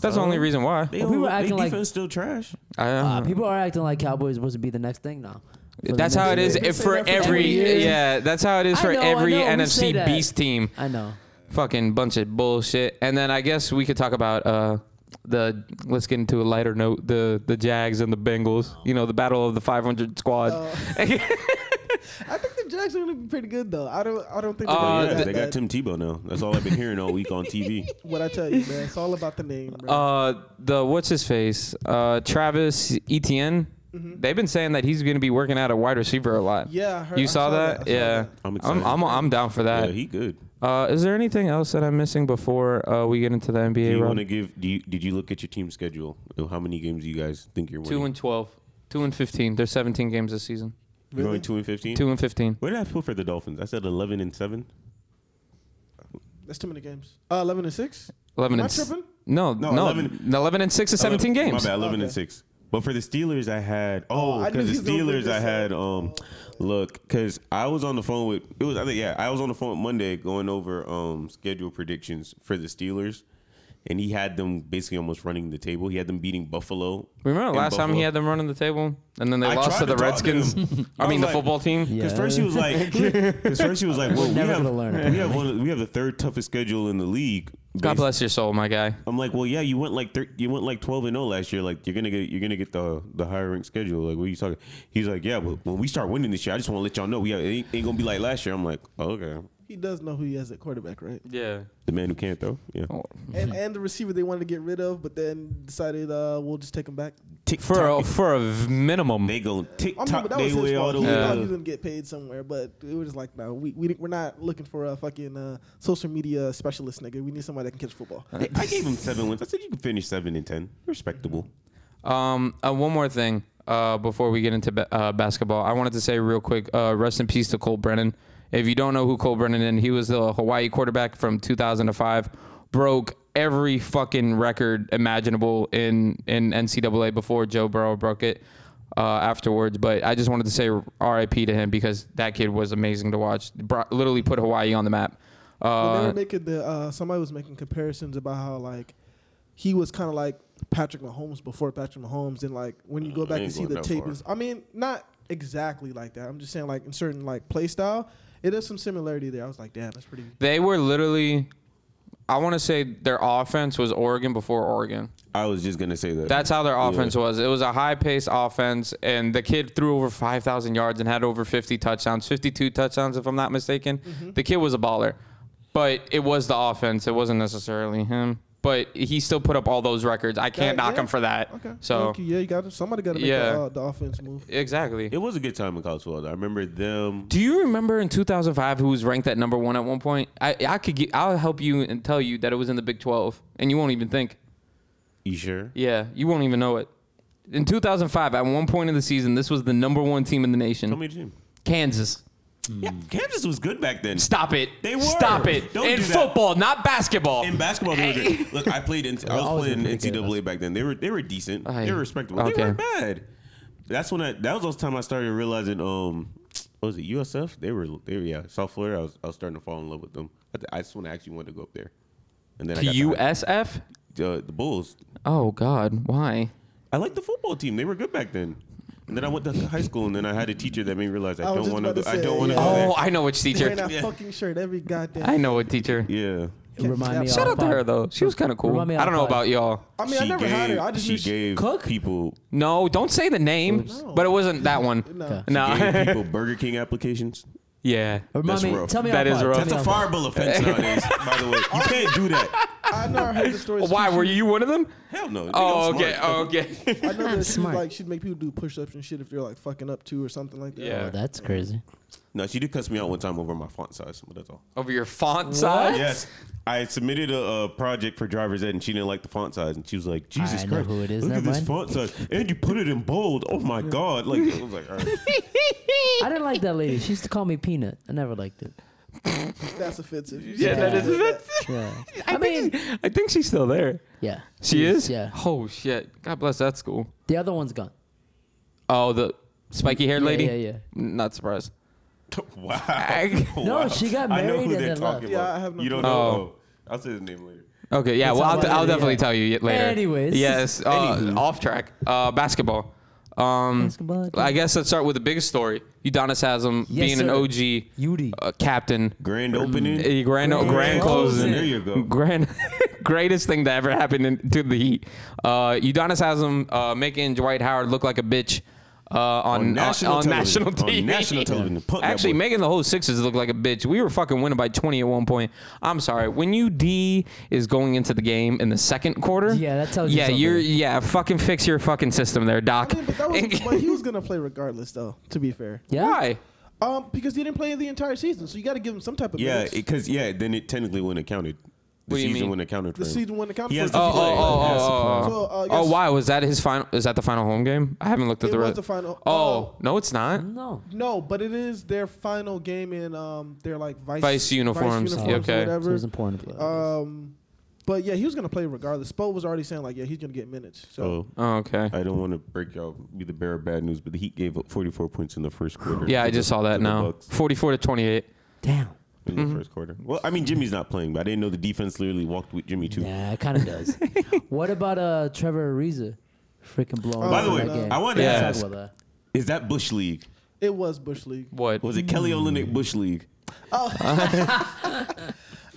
Speaker 4: That's the only reason why.
Speaker 3: they
Speaker 6: Well,
Speaker 3: don't-
Speaker 6: people
Speaker 3: they
Speaker 6: acting like-
Speaker 3: defense still trash.
Speaker 4: I, don't
Speaker 6: Uh,
Speaker 5: uh-huh.
Speaker 4: know.
Speaker 6: people are acting like Cowboys supposed to be the next thing now. For the
Speaker 4: that's
Speaker 6: next
Speaker 4: how it
Speaker 6: year.
Speaker 4: is
Speaker 5: They've been
Speaker 4: for
Speaker 5: saying that for
Speaker 4: every
Speaker 5: 20 years.
Speaker 4: yeah. That's how it is
Speaker 6: I
Speaker 4: for
Speaker 6: know, I
Speaker 4: every
Speaker 6: know, we say
Speaker 4: NFC
Speaker 6: that.
Speaker 4: beast team.
Speaker 6: I know.
Speaker 4: Fucking bunch of bullshit. And then I guess we could talk about uh the let's get into a lighter note the the Jags and the Bengals. You know the battle of the 500 squad.
Speaker 5: I think the Jags are going to be pretty good though. I don't, I don't think. They're
Speaker 4: Uh,
Speaker 5: gonna be
Speaker 3: yeah,
Speaker 5: that
Speaker 3: they got
Speaker 5: bad.
Speaker 3: Tim Tebow now. That's all I've been hearing all week on TV.
Speaker 5: What I tell you, man, it's all about the name. Bro.
Speaker 4: Uh, the what's his face? Uh, Travis Etienne. They've been saying that he's going to be working out a wide receiver a lot.
Speaker 5: Mm-hmm. Yeah, I heard-
Speaker 4: you
Speaker 5: I
Speaker 4: saw,
Speaker 5: saw
Speaker 4: that?
Speaker 5: that, I saw
Speaker 4: yeah,
Speaker 5: that.
Speaker 3: I'm
Speaker 4: I'm,
Speaker 3: excited.
Speaker 4: I'm I'm down for
Speaker 3: Yeah,
Speaker 4: that.
Speaker 3: he good.
Speaker 4: uh, is there anything else that I'm missing before uh, we get into the
Speaker 3: Do
Speaker 4: NBA?
Speaker 3: you
Speaker 4: Rob?
Speaker 3: want to give? Do you, did you look at your team schedule? How many games do you guys think you're winning?
Speaker 4: Two and twelve. Two and fifteen. There's 17 games this season.
Speaker 3: You're going two and fifteen.
Speaker 4: Two and fifteen.
Speaker 3: Where did I put for the Dolphins? I said eleven and seven.
Speaker 5: That's too many games. Uh, Eleven and six.
Speaker 4: Eleven
Speaker 5: Am I
Speaker 4: and s-
Speaker 5: tripping?
Speaker 4: no,
Speaker 3: No,
Speaker 4: no, no,
Speaker 3: 11
Speaker 4: 11, and six is 17
Speaker 3: Eleven-
Speaker 4: games.
Speaker 3: My bad, eleven and
Speaker 5: Okay.
Speaker 3: six. But for the Steelers, I had oh,
Speaker 5: I knew
Speaker 3: because the
Speaker 5: you was gonna bring
Speaker 3: Steelers, I
Speaker 5: this
Speaker 3: had um, look, because I was on the phone with it was I think yeah, I was on the phone Monday going over um schedule predictions for the Steelers, and he had them basically almost running the table. He had them beating Buffalo.
Speaker 4: Remember
Speaker 3: in
Speaker 4: last time he
Speaker 3: Buffalo.
Speaker 4: had them running the table, and then they
Speaker 3: I
Speaker 4: lost
Speaker 3: tried
Speaker 4: to the
Speaker 3: talk to
Speaker 4: Redskins.
Speaker 3: him.
Speaker 4: I
Speaker 3: was
Speaker 4: mean, the
Speaker 3: like-
Speaker 4: football team.
Speaker 3: Because first he was like, because first he was like, well, we
Speaker 6: never
Speaker 3: have,
Speaker 6: gonna learn,
Speaker 3: we have one, of- we have the third toughest schedule in the league.
Speaker 4: God
Speaker 3: based-
Speaker 4: bless your soul, my guy.
Speaker 3: I'm like, well, yeah, you went like thir- you went like 12 and 0 last year. Like you're gonna get you're gonna get the the higher rank schedule. Like what are you talking? He's like, yeah, but when we start winning this year, I just want to let y'all know we have, it ain't, ain't gonna be like last year. I'm like, oh, okay,
Speaker 5: He does know who he has at quarterback, right?
Speaker 4: Yeah.
Speaker 3: the man who can't throw. Yeah,
Speaker 4: Oh,
Speaker 3: Mm-hmm.
Speaker 5: And and the receiver they wanted to get rid of, but then decided uh, we'll just take him back.
Speaker 3: tick
Speaker 4: for a
Speaker 3: tock.
Speaker 4: for a v- minimum.
Speaker 3: They go tick
Speaker 5: I mean,
Speaker 3: tock
Speaker 5: but that
Speaker 3: they
Speaker 5: was his
Speaker 3: way all
Speaker 5: fault.
Speaker 3: the
Speaker 5: He
Speaker 3: way.
Speaker 5: thought he was
Speaker 3: up.
Speaker 5: gonna get paid somewhere, but it was just like, no, we, we we're not looking for a fucking uh, social media specialist, nigga. We need somebody that can catch football.
Speaker 3: I gave him seven wins. I said you can finish seven and ten, respectable.
Speaker 4: Um, uh, one more thing uh, before we get into ba- uh, basketball, I wanted to say real quick. Uh, rest in peace to Cole Brennan. If you don't know who Cole Brennan is, he was the Hawaii quarterback from 2005. Broke every fucking record imaginable in in NCAA before Joe Burrow broke it. Uh, afterwards, but I just wanted to say R.I.P. to him because that kid was amazing to watch. Brought, literally put Hawaii on the map.
Speaker 5: When they
Speaker 4: Uh,
Speaker 5: were making the uh, somebody was making comparisons about how like he was kind of like Patrick Mahomes before Patrick Mahomes, and like when you go back
Speaker 3: I Uh,
Speaker 5: and
Speaker 3: ain't
Speaker 5: see
Speaker 3: going
Speaker 5: the
Speaker 3: that
Speaker 5: tape,
Speaker 3: far.
Speaker 5: is I mean not exactly like that. I'm just saying like in certain like play style, it is some similarity there. I was like, damn, that's pretty.
Speaker 4: They were literally, I want to say their offense was Oregon before Oregon.
Speaker 3: I was just gonna say that.
Speaker 4: That's how their
Speaker 3: Yeah.
Speaker 4: offense was. It was a high paced offense, and the kid threw over 5,000 yards and had over 50 touchdowns, 52 touchdowns, if I'm not mistaken.
Speaker 5: Mm-hmm.
Speaker 4: The kid was a baller, but it was the offense. It wasn't necessarily him, but he still put up all those records. I can't
Speaker 5: Yeah,
Speaker 4: knock
Speaker 5: yeah.
Speaker 4: him for that.
Speaker 5: Okay.
Speaker 4: So,
Speaker 5: Thank you. yeah, you got somebody got to make
Speaker 4: Yeah.
Speaker 5: the, uh, the offense move.
Speaker 4: exactly.
Speaker 3: It was a good time in college football. though. I remember them.
Speaker 4: Do you remember in 2005 who was ranked at number one at one point? I, I could get, I'll help you and tell you that it was in the Big 12, and you won't even think.
Speaker 3: You sure?
Speaker 4: Yeah, you won't even know it. In 2005, at one point in the season, this was the number one team in the
Speaker 3: Tell
Speaker 4: nation.
Speaker 3: me, Jim.
Speaker 4: Kansas.
Speaker 3: Yeah, Kansas was good back then.
Speaker 4: Stop it.
Speaker 3: They were.
Speaker 4: Stop it.
Speaker 3: Don't
Speaker 4: in
Speaker 3: do that.
Speaker 4: football, not basketball.
Speaker 3: In basketball, they were good. look, I played. In, I was
Speaker 6: always
Speaker 3: playing
Speaker 6: been pretty good.
Speaker 3: NCAA back then. They were they were decent.
Speaker 4: Aye.
Speaker 3: They were respectable. They
Speaker 4: Okay.
Speaker 3: weren't bad. That's when I. That was the time I started realizing. Um, what was it USF? They were. They were yeah. South Florida. I was. I was starting to fall in love with them. I, th- I just when I actually wanted to go up there. And then I got the-
Speaker 4: USF?
Speaker 3: the, the Bulls.
Speaker 4: Oh, God. Why?
Speaker 3: I liked the football team. They were good back then. And then I went to high school, and then I had a teacher that made me realize I,
Speaker 5: I was
Speaker 3: don't
Speaker 5: just
Speaker 3: want to.
Speaker 5: about
Speaker 3: Go,
Speaker 5: to
Speaker 3: I
Speaker 5: say,
Speaker 3: don't want to
Speaker 5: yeah.
Speaker 3: go
Speaker 4: Oh,
Speaker 3: there.
Speaker 4: I know which
Speaker 5: Wearing
Speaker 4: teacher.
Speaker 5: that fucking shirt every goddamn.
Speaker 4: Oh, I know what teacher.
Speaker 3: Yeah.
Speaker 6: It remind me.
Speaker 4: Shout
Speaker 6: of
Speaker 4: out to her, though. She was kind of cool.
Speaker 6: Remind me
Speaker 4: I don't know
Speaker 6: of-
Speaker 4: about y'all.
Speaker 5: I mean, I
Speaker 3: She
Speaker 5: never had
Speaker 3: gave-
Speaker 5: her. I just
Speaker 3: she
Speaker 5: knew she-
Speaker 3: gave
Speaker 6: Cook?
Speaker 3: people
Speaker 4: No, don't say the name, but it wasn't that one.
Speaker 5: No.
Speaker 4: No.
Speaker 3: gave people Burger King applications.
Speaker 4: Yeah.
Speaker 6: Remind
Speaker 3: That's
Speaker 6: me.
Speaker 3: rough.
Speaker 6: Tell me
Speaker 4: That
Speaker 6: how
Speaker 4: is
Speaker 6: far.
Speaker 4: rough.
Speaker 6: Tell me
Speaker 3: That's a
Speaker 6: how far.
Speaker 3: fireable offense nowadays, by the way. You can't do that.
Speaker 5: I know I heard the story.
Speaker 4: Why were you one of them?
Speaker 3: Hell no. Nigga, I'm
Speaker 4: Oh, okay.
Speaker 3: smart.
Speaker 4: Oh, okay.
Speaker 5: I know that she was
Speaker 6: smart.
Speaker 5: like she'd make people do push-ups and shit if they're like fucking up too or something like that.
Speaker 4: Yeah.
Speaker 6: Oh, that's crazy.
Speaker 3: No, she did cuss me out one time over my font size, but that's all.
Speaker 4: Over your font size?
Speaker 3: Yes. I submitted a, uh project for driver's ed and she didn't like the font size and she was like, Jesus
Speaker 6: I know
Speaker 3: Christ,
Speaker 6: who it is,
Speaker 3: look at
Speaker 6: never
Speaker 3: this
Speaker 6: mind.
Speaker 3: font size and you put it in bold. Oh my God! Like, I was like, all right.
Speaker 6: I didn't like that lady. She used to call me Peanut. I never liked it.
Speaker 5: That's offensive. You
Speaker 4: Yeah,
Speaker 5: should
Speaker 4: that
Speaker 5: not
Speaker 4: is.
Speaker 5: do
Speaker 4: That's,
Speaker 6: Yeah.
Speaker 4: I, think she- I think she's still there.
Speaker 6: Yeah.
Speaker 4: She is?
Speaker 6: Yeah.
Speaker 4: Oh, shit. God bless that school.
Speaker 6: The other one's gone.
Speaker 4: Oh, the spiky haired
Speaker 6: Yeah,
Speaker 4: lady?
Speaker 6: yeah, yeah.
Speaker 4: Not surprised.
Speaker 3: Wow.
Speaker 6: No,
Speaker 3: Wow.
Speaker 6: she got
Speaker 3: I know
Speaker 6: married
Speaker 3: who they're
Speaker 6: and then
Speaker 3: talking
Speaker 5: left.
Speaker 3: about.
Speaker 5: Yeah, I have no
Speaker 3: you don't
Speaker 4: clue.
Speaker 3: know. Oh, I'll say his name later.
Speaker 4: Okay, yeah.
Speaker 6: That's
Speaker 4: well,
Speaker 6: how
Speaker 4: I'll,
Speaker 6: I
Speaker 4: I'll
Speaker 6: did it,
Speaker 4: definitely
Speaker 6: yeah.
Speaker 4: tell you yet- later.
Speaker 6: Anyways.
Speaker 4: Yes. Uh, off track. Uh, basketball. Um,
Speaker 6: Basketball, okay.
Speaker 4: I guess let's start with the big story. Udonis Haslam
Speaker 6: Yes,
Speaker 4: being
Speaker 6: sir.
Speaker 4: an
Speaker 6: Udi.
Speaker 4: OG uh, captain.
Speaker 3: Grand opening.
Speaker 4: A grand, grand,
Speaker 6: Mm, eh, Grand
Speaker 4: closing.
Speaker 6: closing.
Speaker 3: There you go.
Speaker 4: Grand, greatest thing that ever happened in, to the Heat. Uh, Udonis Haslam uh, making Dwight Howard look like a bitch uh, on, on
Speaker 3: national
Speaker 4: national, on,
Speaker 3: television.
Speaker 4: national
Speaker 3: On
Speaker 4: TV.
Speaker 3: national television. Punk that
Speaker 4: Actually,
Speaker 3: boy.
Speaker 4: making the whole Sixers look like a bitch. We were fucking winning by 20 at one point. I'm sorry. When you D is going into the game in the second quarter,
Speaker 6: Yeah, that tells you
Speaker 4: Yeah,
Speaker 6: something.
Speaker 4: you're yeah. Fucking fix your fucking system there, Doc.
Speaker 5: I mean, but, that was, but he was gonna play regardless, though. To be fair,
Speaker 6: Yeah.
Speaker 4: Why?
Speaker 5: um, because he didn't play the entire season, so you got to give him some type of
Speaker 3: Yeah,
Speaker 5: minutes.
Speaker 3: because yeah, then it technically wouldn't have counted. The
Speaker 4: What do you
Speaker 3: season
Speaker 4: mean?
Speaker 3: wouldn't have counted for
Speaker 5: the
Speaker 3: him.
Speaker 5: season when it counts
Speaker 3: He has
Speaker 5: for
Speaker 3: to
Speaker 4: Oh, oh,
Speaker 3: play.
Speaker 4: oh, oh, oh.
Speaker 5: So, uh, I
Speaker 4: oh,
Speaker 5: guess-
Speaker 4: why was that his final? Is that the final home game? I haven't looked at
Speaker 5: It
Speaker 4: the.
Speaker 5: was
Speaker 4: re-
Speaker 5: the final- Mm-hmm.
Speaker 4: Oh no, it's not.
Speaker 6: No.
Speaker 5: No, but it is their final game in um their like vice
Speaker 4: Vice uniforms,
Speaker 5: vice
Speaker 4: yeah,
Speaker 5: uniforms or
Speaker 4: okay.
Speaker 6: So it
Speaker 5: whatever.
Speaker 6: was important to play.
Speaker 5: Um, but yeah, he was gonna play regardless. Spo was already saying like, yeah, he's gonna get minutes. So
Speaker 3: Oh,
Speaker 4: Oh, okay.
Speaker 3: I don't want to break y'all, be the bearer of bad news, but the Heat gave up 44 points in the first quarter.
Speaker 4: Yeah, I
Speaker 3: to
Speaker 4: just
Speaker 3: the-
Speaker 4: saw
Speaker 3: to
Speaker 4: that
Speaker 3: the
Speaker 4: now.
Speaker 3: Bucks
Speaker 4: Forty-four to twenty-eight.
Speaker 6: Damn.
Speaker 3: in the first quarter. Well, I mean, Jimmy's not playing, but I didn't know the defense literally walked with Jimmy too.
Speaker 6: Yeah, it kind of does. what about uh Trevor Ariza? Freaking blowing.
Speaker 5: Oh,
Speaker 3: By the
Speaker 6: up
Speaker 3: way,
Speaker 6: in that game.
Speaker 3: I wanted to
Speaker 4: Yeah.
Speaker 6: Let's
Speaker 3: ask:
Speaker 6: talk about
Speaker 3: Is that Bush League?
Speaker 5: it was Bush League. Oh.
Speaker 4: What?
Speaker 3: Was it Kelly Olynyk Bush League?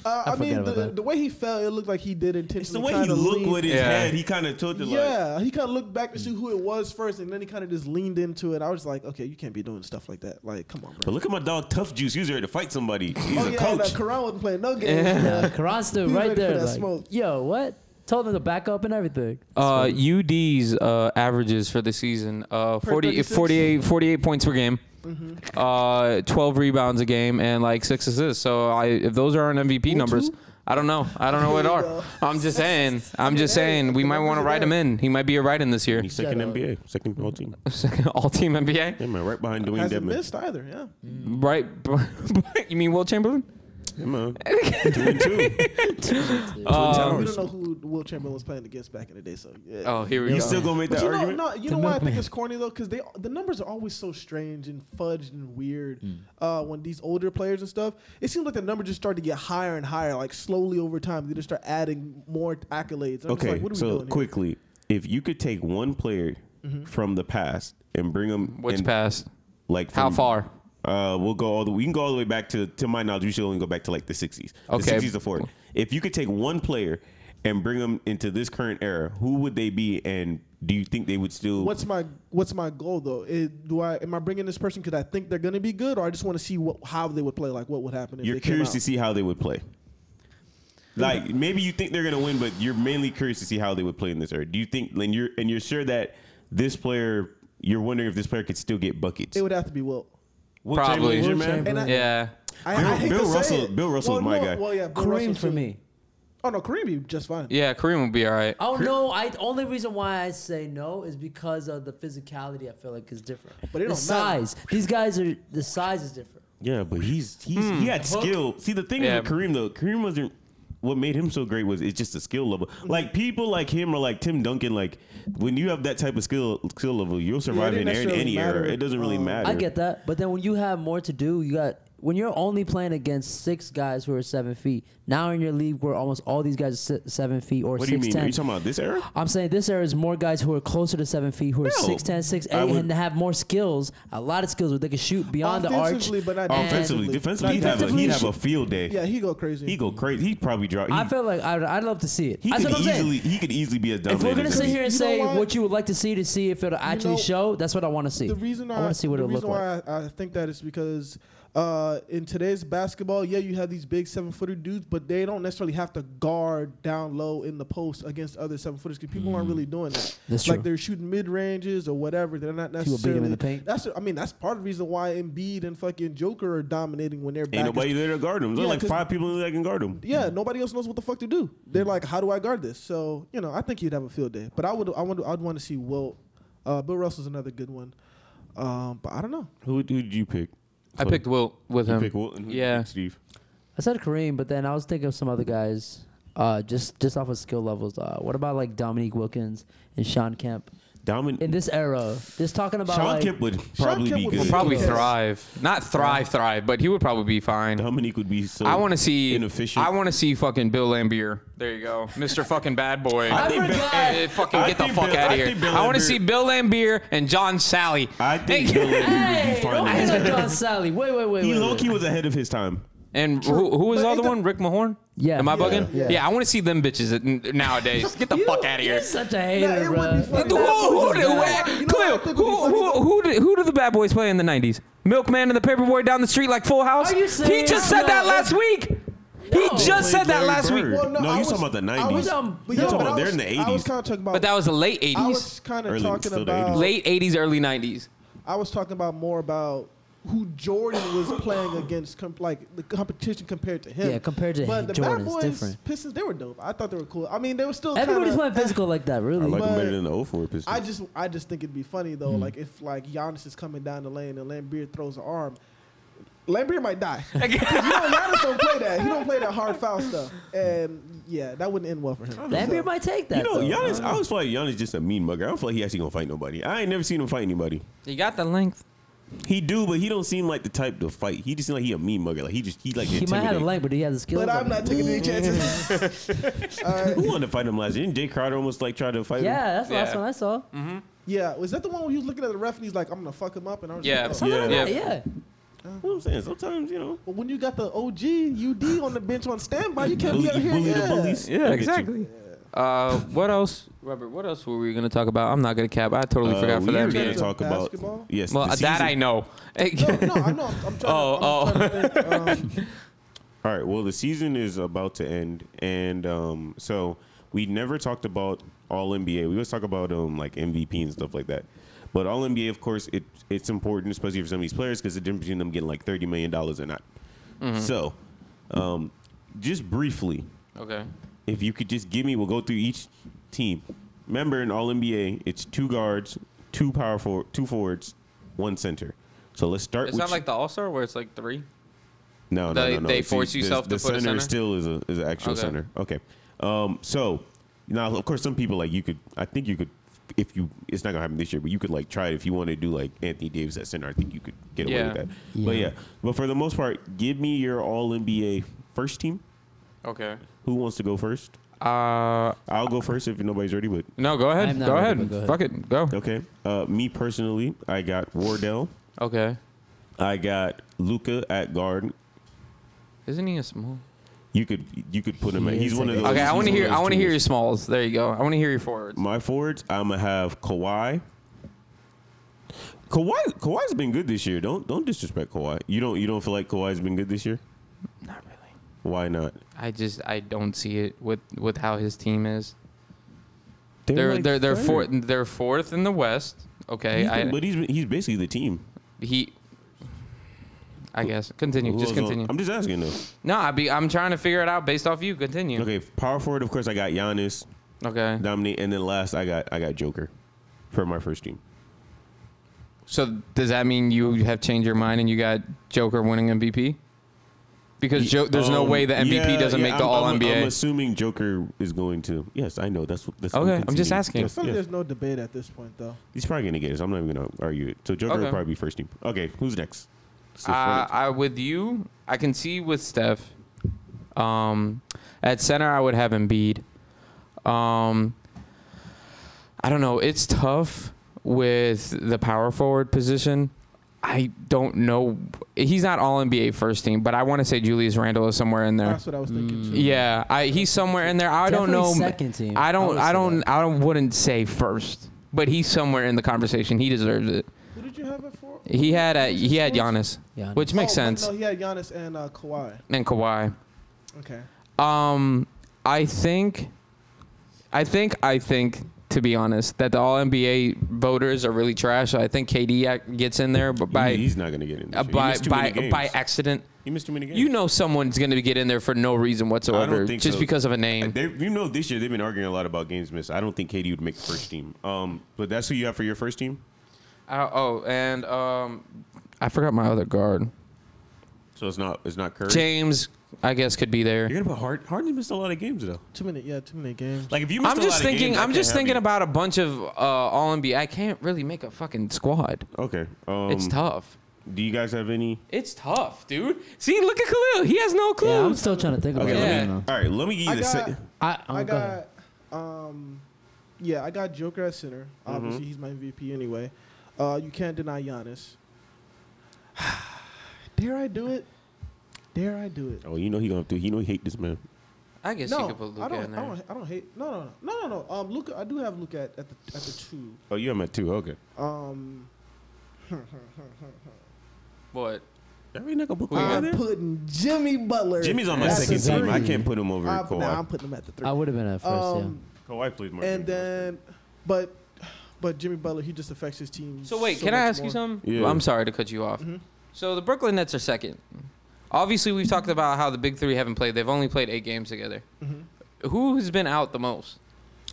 Speaker 5: Uh, I,
Speaker 6: forgot
Speaker 5: mean,
Speaker 6: about
Speaker 5: the,
Speaker 6: that.
Speaker 5: the way he fell, it looked like he did intentionally.
Speaker 3: It's the way he
Speaker 5: kinda
Speaker 3: looked
Speaker 5: lean-
Speaker 3: with his
Speaker 4: Yeah.
Speaker 3: head. He kind of tilted like.
Speaker 5: Yeah, he kind of looked back to see who it was first, and then he kind of just leaned into it. I was like, okay, you can't be doing stuff like that. Like, come on,
Speaker 3: But
Speaker 5: bro.
Speaker 3: look at my dog, Tough Juice. He was ready to fight somebody. He's
Speaker 5: Oh
Speaker 3: a
Speaker 5: yeah,
Speaker 3: coach.
Speaker 5: no, Karan wasn't playing no games.
Speaker 6: that.
Speaker 5: bro.
Speaker 6: Yeah, Karan stood
Speaker 5: He
Speaker 6: Uh, right
Speaker 5: ready for
Speaker 6: there.
Speaker 5: that
Speaker 6: like,
Speaker 5: smoke.
Speaker 6: Yo, what? Told him to back up and everything.
Speaker 4: Uh, UD's uh, averages for the season uh, 40,
Speaker 5: 36?
Speaker 4: 48, 48 points per game,
Speaker 5: Mm-hmm.
Speaker 4: uh, 12 rebounds a game, and like six assists. So I, if those aren't MVP numbers, I don't know. I don't know what
Speaker 5: There you
Speaker 4: are.
Speaker 5: go.
Speaker 4: I'm just saying. I'm just saying. We
Speaker 5: The
Speaker 4: might want to
Speaker 5: numbers are
Speaker 4: write him
Speaker 5: there.
Speaker 4: in. He might be a write in this year.
Speaker 3: He's second
Speaker 6: Shut up.
Speaker 3: NBA, second all team.
Speaker 4: All team NBA.
Speaker 3: Yeah, man, right behind Dwayne
Speaker 5: Hasn't
Speaker 3: Dedman.
Speaker 5: missed either.
Speaker 3: Um,
Speaker 5: Yeah.
Speaker 4: Right. you mean Will Chamberlain?
Speaker 3: Yeah, man. two and two.
Speaker 5: we don't know who Will Chamberlain was playing against back in the day, so yeah.
Speaker 4: Oh, here we
Speaker 3: You
Speaker 4: go.
Speaker 3: still gonna make
Speaker 5: But
Speaker 3: that
Speaker 5: you know,
Speaker 3: argument?
Speaker 5: no, you know why I think it's corny though, because they the numbers are always so strange and fudged and weird.
Speaker 3: Mm.
Speaker 5: Uh, when these older players and stuff, it seems like the number just started to get higher and higher, like slowly over time. They just start adding more accolades. I'm just
Speaker 3: Okay,
Speaker 5: like, what are we
Speaker 3: so
Speaker 5: doing here? Mm-hmm.
Speaker 3: quickly, if you could take one player from the past and bring him,
Speaker 4: What's
Speaker 3: and,
Speaker 4: past?
Speaker 3: Like
Speaker 4: How
Speaker 3: from-
Speaker 4: far?
Speaker 3: Uh, we'll go all the. We can go all the way back to, to my knowledge. We should only go back to like the sixties.
Speaker 4: Okay.
Speaker 3: the sixties to forward. If you could take one player and bring them into this current era, who would they be? And do you think they would still?
Speaker 5: What's my what's my goal though? It, do I am I bringing this person because I think they're gonna be good, or I just want to see what how they would play, like what would happen if
Speaker 3: you're
Speaker 5: they came
Speaker 3: curious to
Speaker 5: out?
Speaker 3: see how they would play. Like maybe you think they're gonna win, but you're mainly curious to see how they would play in this era. Do you think? And you're and you're sure that this player. You're wondering if this player could still get buckets.
Speaker 5: It would have to be Will.
Speaker 3: Will
Speaker 4: Probably.
Speaker 3: Chamberlain's your
Speaker 6: Will
Speaker 3: man?
Speaker 6: Chamberlain.
Speaker 5: And I,
Speaker 4: Yeah.
Speaker 5: I,
Speaker 3: Bill-
Speaker 5: I hate
Speaker 3: Bill
Speaker 5: to say
Speaker 3: Russell-
Speaker 5: it.
Speaker 3: Bill Russell's
Speaker 5: well,
Speaker 3: my
Speaker 5: no,
Speaker 3: guy.
Speaker 5: Well, yeah, Bill Russell
Speaker 6: Kareem for
Speaker 5: too.
Speaker 6: me.
Speaker 5: Oh no, Kareem be just fine.
Speaker 4: Yeah, Kareem will be all right.
Speaker 6: Oh no! I only reason why I say no is because of the physicality. I feel like is different.
Speaker 5: But it
Speaker 6: the
Speaker 5: don't matter.
Speaker 6: size. These guys are the size is different.
Speaker 3: Yeah, but he's he's he had skill. See, the thing
Speaker 4: Yeah.
Speaker 3: with Kareem though, Kareem wasn't. What made him so great was it's just the skill level.
Speaker 5: Mm-hmm.
Speaker 3: Like people like him or like Tim Duncan, like when you have that type of skill skill level, you'll survive in
Speaker 5: didn't
Speaker 3: any, any
Speaker 5: necessarily
Speaker 3: era.
Speaker 5: matter.
Speaker 3: It doesn't really
Speaker 5: Um,
Speaker 3: matter.
Speaker 6: I get that, but then when you have more to do, you got when you're only playing against six guys who are seven feet. Now in your league, where almost all these guys are si- seven feet or
Speaker 3: What
Speaker 6: six
Speaker 3: do you mean? Are you talking about this era?
Speaker 6: I'm saying this era is more guys who are closer to seven feet, who are
Speaker 3: No,
Speaker 6: six ten, six
Speaker 3: I
Speaker 6: eight,
Speaker 3: would-
Speaker 6: and have more skills. A lot of skills where they can shoot beyond the arch.
Speaker 5: Offensively, but not
Speaker 6: And-
Speaker 3: Offensively, defensively, he'd have a he'd have a field day.
Speaker 5: Yeah, he go crazy.
Speaker 3: He go crazy. He'd probably drop. He,
Speaker 6: I feel like I'd, I'd love to see it.
Speaker 3: he
Speaker 6: That's
Speaker 3: could
Speaker 6: what I'm saying.
Speaker 3: easily he could easily be a dominant.
Speaker 6: If we're gonna sit here and
Speaker 5: You know
Speaker 6: say
Speaker 5: what?
Speaker 6: what you would like to see to see if it'll actually
Speaker 5: know,
Speaker 6: show, that's what I want to see.
Speaker 5: the reason
Speaker 6: I
Speaker 5: I
Speaker 6: want to see what
Speaker 5: the
Speaker 6: it'll look
Speaker 5: reason
Speaker 6: like.
Speaker 5: why I, I think that is because uh, in today's basketball, yeah, you have these big seven footer dudes, but they don't necessarily have to guard down low in the post against other seven footers because people
Speaker 3: Mm.
Speaker 5: aren't really doing that.
Speaker 6: That's
Speaker 5: like
Speaker 6: true.
Speaker 5: they're shooting mid ranges or whatever. They're not
Speaker 6: beat 'em in
Speaker 5: necessarily
Speaker 6: the paint.
Speaker 5: That's I mean that's part of the reason why Embiid and fucking Joker are dominating when they're back.
Speaker 3: Ain't
Speaker 5: is-
Speaker 3: nobody there to guard him. There's
Speaker 5: Yeah,
Speaker 3: like
Speaker 5: 'cause-
Speaker 3: five people that can guard him.
Speaker 5: yeah, nobody else knows what the fuck to do.
Speaker 3: Mm.
Speaker 5: They're like, how do I guard this? So you know, I think he'd have a field day. But I would, I would, I'd want to see Wilt. Uh, Bill Russell's another good one. Um, but I don't know.
Speaker 3: Who, who did you pick?
Speaker 4: I picked Wilt with
Speaker 3: You
Speaker 4: him.
Speaker 3: picked Wilton.
Speaker 4: Yeah.
Speaker 3: Steve.
Speaker 6: I said Kareem, but then I was thinking of some other guys. Uh, just just off of skill levels. Uh, what about like Dominique Wilkins and Sean Kemp in
Speaker 3: Domin-
Speaker 6: this era? Just talking about
Speaker 3: Sean
Speaker 6: like,
Speaker 3: Kemp would probably
Speaker 5: Kemp
Speaker 3: be
Speaker 5: would
Speaker 3: good.
Speaker 5: be-
Speaker 4: He'll probably
Speaker 5: Yes.
Speaker 4: thrive. Not thrive, thrive, but he would probably be fine.
Speaker 3: Dominique would be so.
Speaker 4: I want to see.
Speaker 3: inefficient.
Speaker 4: I want to see fucking Bill Lambier. There you go, Mr. fucking bad boy.
Speaker 3: I think Bill-
Speaker 4: Hey, fucking
Speaker 3: I
Speaker 4: get the
Speaker 3: think
Speaker 4: fuck
Speaker 3: Bill-
Speaker 4: out
Speaker 3: I
Speaker 4: of here.
Speaker 3: think Bill
Speaker 4: I want to
Speaker 3: Lambier-
Speaker 4: see Bill Lambier and John Sally.
Speaker 3: I think
Speaker 4: Hey,
Speaker 3: Bill Lambier would
Speaker 6: Hey,
Speaker 3: be
Speaker 6: don't hate on
Speaker 3: fine.
Speaker 6: Oh, John Sally. Wait, wait, wait.
Speaker 3: He
Speaker 6: wait,
Speaker 3: low key
Speaker 6: wait.
Speaker 3: was ahead of his time.
Speaker 4: And who, who was the
Speaker 5: But
Speaker 4: other
Speaker 5: ain't that-
Speaker 4: one? Rick Mahorn.
Speaker 6: Yeah.
Speaker 4: Am I
Speaker 6: Yeah.
Speaker 4: bugging? Yeah.
Speaker 5: Yeah.
Speaker 4: I want to see them bitches n- nowadays. Get the fuck out of here.
Speaker 6: You're such a
Speaker 5: Nah,
Speaker 6: hater,
Speaker 5: it would
Speaker 6: bro.
Speaker 5: be funny.
Speaker 4: Who, who, did-
Speaker 5: You
Speaker 4: who,
Speaker 5: know what I think
Speaker 4: Cleo,
Speaker 5: would be
Speaker 4: who,
Speaker 5: funny?
Speaker 4: who, who, did, who did the bad boys play in the 90s? Milkman and the Paperboy down the street like Full House?
Speaker 6: Are
Speaker 4: he
Speaker 6: you
Speaker 4: just
Speaker 6: serious?
Speaker 4: said that
Speaker 6: No.
Speaker 4: last week. He just said that
Speaker 3: Larry
Speaker 4: last
Speaker 3: Bird.
Speaker 4: week.
Speaker 5: Well,
Speaker 3: no,
Speaker 5: no, I
Speaker 3: you
Speaker 5: was-
Speaker 3: talking about the
Speaker 5: I was-
Speaker 3: nineties?
Speaker 6: um,
Speaker 5: But
Speaker 3: You
Speaker 5: yeah,
Speaker 3: talking
Speaker 5: but
Speaker 3: about
Speaker 5: I
Speaker 3: they're
Speaker 5: was-
Speaker 3: in the
Speaker 5: I was
Speaker 3: 80s.
Speaker 5: kind of talking about.
Speaker 4: But that was the late
Speaker 5: I
Speaker 4: 80s.
Speaker 5: was kind of
Speaker 3: Early-
Speaker 5: talking
Speaker 3: still the
Speaker 5: about
Speaker 3: 80s.
Speaker 4: Late 80s, early 90s.
Speaker 5: I was talking about more about who Jordan was playing against, com- like the competition compared to him.
Speaker 6: Yeah, compared to
Speaker 5: but the
Speaker 6: Jordan,
Speaker 5: bad
Speaker 6: it's
Speaker 5: boys,
Speaker 6: different.
Speaker 5: Pistons, they were dope. I thought they were cool. I mean, they were still
Speaker 6: Everybody's
Speaker 5: kinda-
Speaker 6: playing physical like that,
Speaker 3: I
Speaker 6: really.
Speaker 3: like him
Speaker 5: But-
Speaker 3: better than the 04 Pistons.
Speaker 5: I just, I just think it'd be funny
Speaker 3: Hmm.
Speaker 5: though, like if like Giannis is coming down the lane and Lambeer throws an arm. Lambeer might die. 'Cause you know Giannis don't play that. He don't play that hard foul stuff. And yeah, that wouldn't end well for him.
Speaker 6: Lambier might take that.
Speaker 3: you know,
Speaker 6: though.
Speaker 3: Giannis. I always feel like Giannis just a mean mugger. I don't feel like he actually gonna fight nobody. I ain't never seen him fight anybody.
Speaker 4: You got the length.
Speaker 3: He do, but he don't seem like the type to fight. He just seem like he a mean mugger. Like he just he like
Speaker 6: He might have the
Speaker 3: intimidate.
Speaker 6: length, but he has the skill.
Speaker 5: But I'm not taking any chances.
Speaker 3: Who wanted to fight him last year? Didn't Jay Crowder almost like try to fight him?
Speaker 6: Yeah, that's the last
Speaker 4: Yeah.
Speaker 6: one I saw.
Speaker 3: Mm.
Speaker 5: Yeah, was that the one where he was looking at the ref and he's like, "I'm gonna fuck him up"? And I was
Speaker 4: Yeah.
Speaker 5: like,
Speaker 3: Yeah.
Speaker 6: Yeah. yeah.
Speaker 3: That's what I'm saying. Sometimes you know,
Speaker 5: But when you got the OG UD on the bench on standby, you can't
Speaker 3: bully,
Speaker 5: be out
Speaker 3: you
Speaker 5: here.
Speaker 3: bully
Speaker 5: yeah.
Speaker 3: the bullies. I
Speaker 4: Yeah,
Speaker 3: get you.
Speaker 4: exactly. Uh, what else, Robert? What else were we gonna talk about? I'm not gonna cap. I totally
Speaker 3: Uh,
Speaker 4: forgot for
Speaker 3: we
Speaker 4: that.
Speaker 3: were gonna
Speaker 5: NBA.
Speaker 3: talk about
Speaker 5: Basketball?
Speaker 3: yes.
Speaker 4: Well,
Speaker 3: the
Speaker 4: that
Speaker 3: season-
Speaker 4: I know.
Speaker 5: No, no, I know. I'm, I'm trying. to-
Speaker 4: Oh,
Speaker 5: I'm trying to think, um,
Speaker 3: All right. Well, the season is about to end, and um, so we never talked about All NBA. We always talk about um, like MVP and stuff like that. But All NBA, of course, it it's important, especially for some of these players, because the difference between them getting like thirty million dollars or not. So, um, just briefly,
Speaker 4: okay.
Speaker 3: if you could just give me, we'll go through each team. Remember, in All NBA, it's two guards, two power forward, two forwards, one center. So let's start.
Speaker 4: It's
Speaker 3: with
Speaker 4: not like the All Star where it's like three.
Speaker 3: no, no,
Speaker 4: They-
Speaker 3: no, no.
Speaker 4: they
Speaker 3: It's-
Speaker 4: force
Speaker 3: it's-
Speaker 4: yourself
Speaker 3: the
Speaker 4: to put a center?
Speaker 3: still is a is an actual
Speaker 4: Okay.
Speaker 3: center. Okay. Um. So now, of course, some people like you could. I think you could. If you, it's not gonna happen this year, but you could like try it if you want to do like Anthony Davis at center. I think you could get away
Speaker 4: Yeah.
Speaker 3: with that. But yeah, but for the most part, give me your All NBA first team.
Speaker 4: Okay.
Speaker 3: Who wants to go first?
Speaker 4: Uh,
Speaker 3: I'll go first if nobody's ready. But
Speaker 4: no. Go ahead.
Speaker 6: I'm not
Speaker 4: Go
Speaker 6: ready,
Speaker 4: ahead.
Speaker 6: but go ahead.
Speaker 4: Fuck it. Go.
Speaker 3: okay, uh, me personally, I got Wardell.
Speaker 4: Okay.
Speaker 3: I got Luca at guard.
Speaker 4: Isn't he a small?
Speaker 3: You could you could put him.
Speaker 6: He
Speaker 3: at, he's
Speaker 6: is
Speaker 3: one
Speaker 6: a
Speaker 3: of those.
Speaker 6: guard.
Speaker 4: Okay, I
Speaker 3: he's
Speaker 4: want to
Speaker 3: one of
Speaker 4: hear. I
Speaker 3: those
Speaker 4: want to hear
Speaker 3: juniors.
Speaker 4: your smalls. There you go. I want to hear your forwards.
Speaker 3: My forwards, I'm gonna have Kawhi. Kawhi, Kawhi's been good this year. Don't don't disrespect Kawhi. You don't you don't feel like Kawhi's been good this year?
Speaker 4: Not really.
Speaker 3: Why not?
Speaker 4: I just I don't see it with with how his team is. They're they're they're fourth they're fourth in the West. Okay,
Speaker 3: He's
Speaker 4: I,
Speaker 3: been- but he's been- he's basically the team.
Speaker 4: he. I guess
Speaker 3: Who
Speaker 4: continue.
Speaker 3: else
Speaker 4: Just
Speaker 3: on-
Speaker 4: continue.
Speaker 3: I'm just asking though.
Speaker 4: No, I be I'm trying to figure it out based off you. Continue. Okay.
Speaker 3: Okay, power forward. Of course, I got Giannis, Dominique, and then last I got I got Joker for my first team.
Speaker 4: So does that mean you have changed your mind and you got Joker winning MVP? Because jo- there's no
Speaker 3: Um,
Speaker 4: way the MVP
Speaker 3: yeah,
Speaker 4: doesn't
Speaker 3: yeah,
Speaker 4: make the
Speaker 3: I'm-
Speaker 4: All
Speaker 3: I'm-
Speaker 4: NBA.
Speaker 3: I'm assuming Joker is going to. Yes, I know. That's what. That's
Speaker 4: Okay, I'm just
Speaker 3: conceding.
Speaker 4: asking.
Speaker 5: I
Speaker 3: Yes,
Speaker 5: feel like
Speaker 3: yes.
Speaker 5: there's no debate at this point, though.
Speaker 3: He's probably gonna get it. So I'm not even gonna argue it. So Joker
Speaker 4: Okay.
Speaker 3: will probably be first team. Okay, who's next? So
Speaker 4: Uh,
Speaker 3: Frank.
Speaker 4: I with you, I can see with Steph. Um, at center, I would have Embiid. Um, I don't know. It's tough with the power forward position. I don't know. He's not all NBA first team, but I want to say Julius Randle is somewhere in there.
Speaker 5: That's what I was thinking. Too.
Speaker 4: Mm, Yeah, I, he's somewhere in there. I don't
Speaker 6: Definitely
Speaker 4: know.
Speaker 6: second team.
Speaker 4: I
Speaker 6: I
Speaker 4: don't.
Speaker 6: would
Speaker 4: I,
Speaker 6: say
Speaker 4: don't.
Speaker 6: that.
Speaker 4: I don't. Wouldn't say first, but he's somewhere in the conversation. He deserves it.
Speaker 5: Who did you have it for?
Speaker 4: He had uh he had Giannis,
Speaker 6: Giannis.
Speaker 4: which makes
Speaker 5: Oh, but
Speaker 4: sense,
Speaker 5: No, he had Giannis and uh, Kawhi.
Speaker 4: and Kawhi.
Speaker 5: Okay.
Speaker 4: Um, I think, I think, I think. To be honest, that the All NBA voters are really trash. So I think KD ac- gets in there, but by
Speaker 3: he's not gonna get in. This
Speaker 4: uh,
Speaker 3: year. He
Speaker 4: by
Speaker 3: missed too
Speaker 4: by
Speaker 3: many games.
Speaker 4: by accident.
Speaker 3: He missed too many games.
Speaker 4: You know someone's going to get in there for no reason
Speaker 3: I
Speaker 4: whatsoever,
Speaker 3: don't think
Speaker 4: just
Speaker 3: so.
Speaker 4: because of a name.
Speaker 3: They, you know, this year they've been arguing a lot about games missed. I don't think KD would make the first team. Um, but that's who you have for your first team.
Speaker 4: Uh, oh, and um, I forgot my other guard.
Speaker 3: So it's not it's not Curry.
Speaker 4: James, I guess, could be there.
Speaker 3: You're gonna put Hard. Harden's missed a lot of games though.
Speaker 5: Too many. Yeah, too many games.
Speaker 3: Like if you, missed
Speaker 4: I'm
Speaker 3: a
Speaker 4: just
Speaker 3: lot of
Speaker 4: thinking.
Speaker 3: games, I
Speaker 4: I'm
Speaker 3: can't
Speaker 4: just
Speaker 3: have
Speaker 4: thinking
Speaker 3: you.
Speaker 4: about a bunch of uh, All NBA. I can't really make a fucking squad.
Speaker 3: Okay. Um,
Speaker 4: it's tough.
Speaker 3: Do you guys have any?
Speaker 4: It's tough, dude. See, look at Khalil. He has no clues.
Speaker 6: Yeah, I'm still trying to think about
Speaker 3: Okay.
Speaker 6: it.
Speaker 4: Yeah.
Speaker 6: I don't know.
Speaker 3: All right. Let me give you
Speaker 5: I
Speaker 3: the.
Speaker 5: got,
Speaker 3: se-
Speaker 6: I, I'm
Speaker 5: I
Speaker 6: go ahead.
Speaker 5: got, um, yeah, I got Joker at center. Obviously, he's my MVP anyway. Uh, you can't deny Giannis. Dare I do it? Dare I do it?
Speaker 3: oh, you know he gonna do. He know he hate this man.
Speaker 4: I guess you
Speaker 5: No,
Speaker 4: could put
Speaker 5: I
Speaker 4: Luca in
Speaker 5: don't. I
Speaker 4: there.
Speaker 5: don't. I don't hate. No, no, no, no, no, no. Um, Luca, I do have Luca at, at the at the two.
Speaker 3: Oh, you have him at two. Okay.
Speaker 5: Um,
Speaker 4: What?
Speaker 3: That really not gonna put
Speaker 4: Who you
Speaker 3: Kawhi
Speaker 4: got?
Speaker 5: I'm
Speaker 3: there?
Speaker 5: putting Jimmy Butler.
Speaker 3: Jimmy's on my
Speaker 5: at the
Speaker 3: second team. I
Speaker 5: three.
Speaker 3: can't put him over
Speaker 5: I'm,
Speaker 3: Kawhi.
Speaker 5: nah, I'm putting him at the three.
Speaker 6: I would have been at first,
Speaker 5: um,
Speaker 3: Kawhi plays more.
Speaker 5: and
Speaker 3: games.
Speaker 5: then, but, but Jimmy Butler, he just affects his team.
Speaker 4: So wait, can I
Speaker 5: much
Speaker 4: ask you
Speaker 5: more.
Speaker 4: something?
Speaker 3: Yeah.
Speaker 4: I'm sorry to cut you off. So the Brooklyn Nets are second. Obviously, we've talked about how the big three haven't played. They've only played eight games together. Who has been out the most?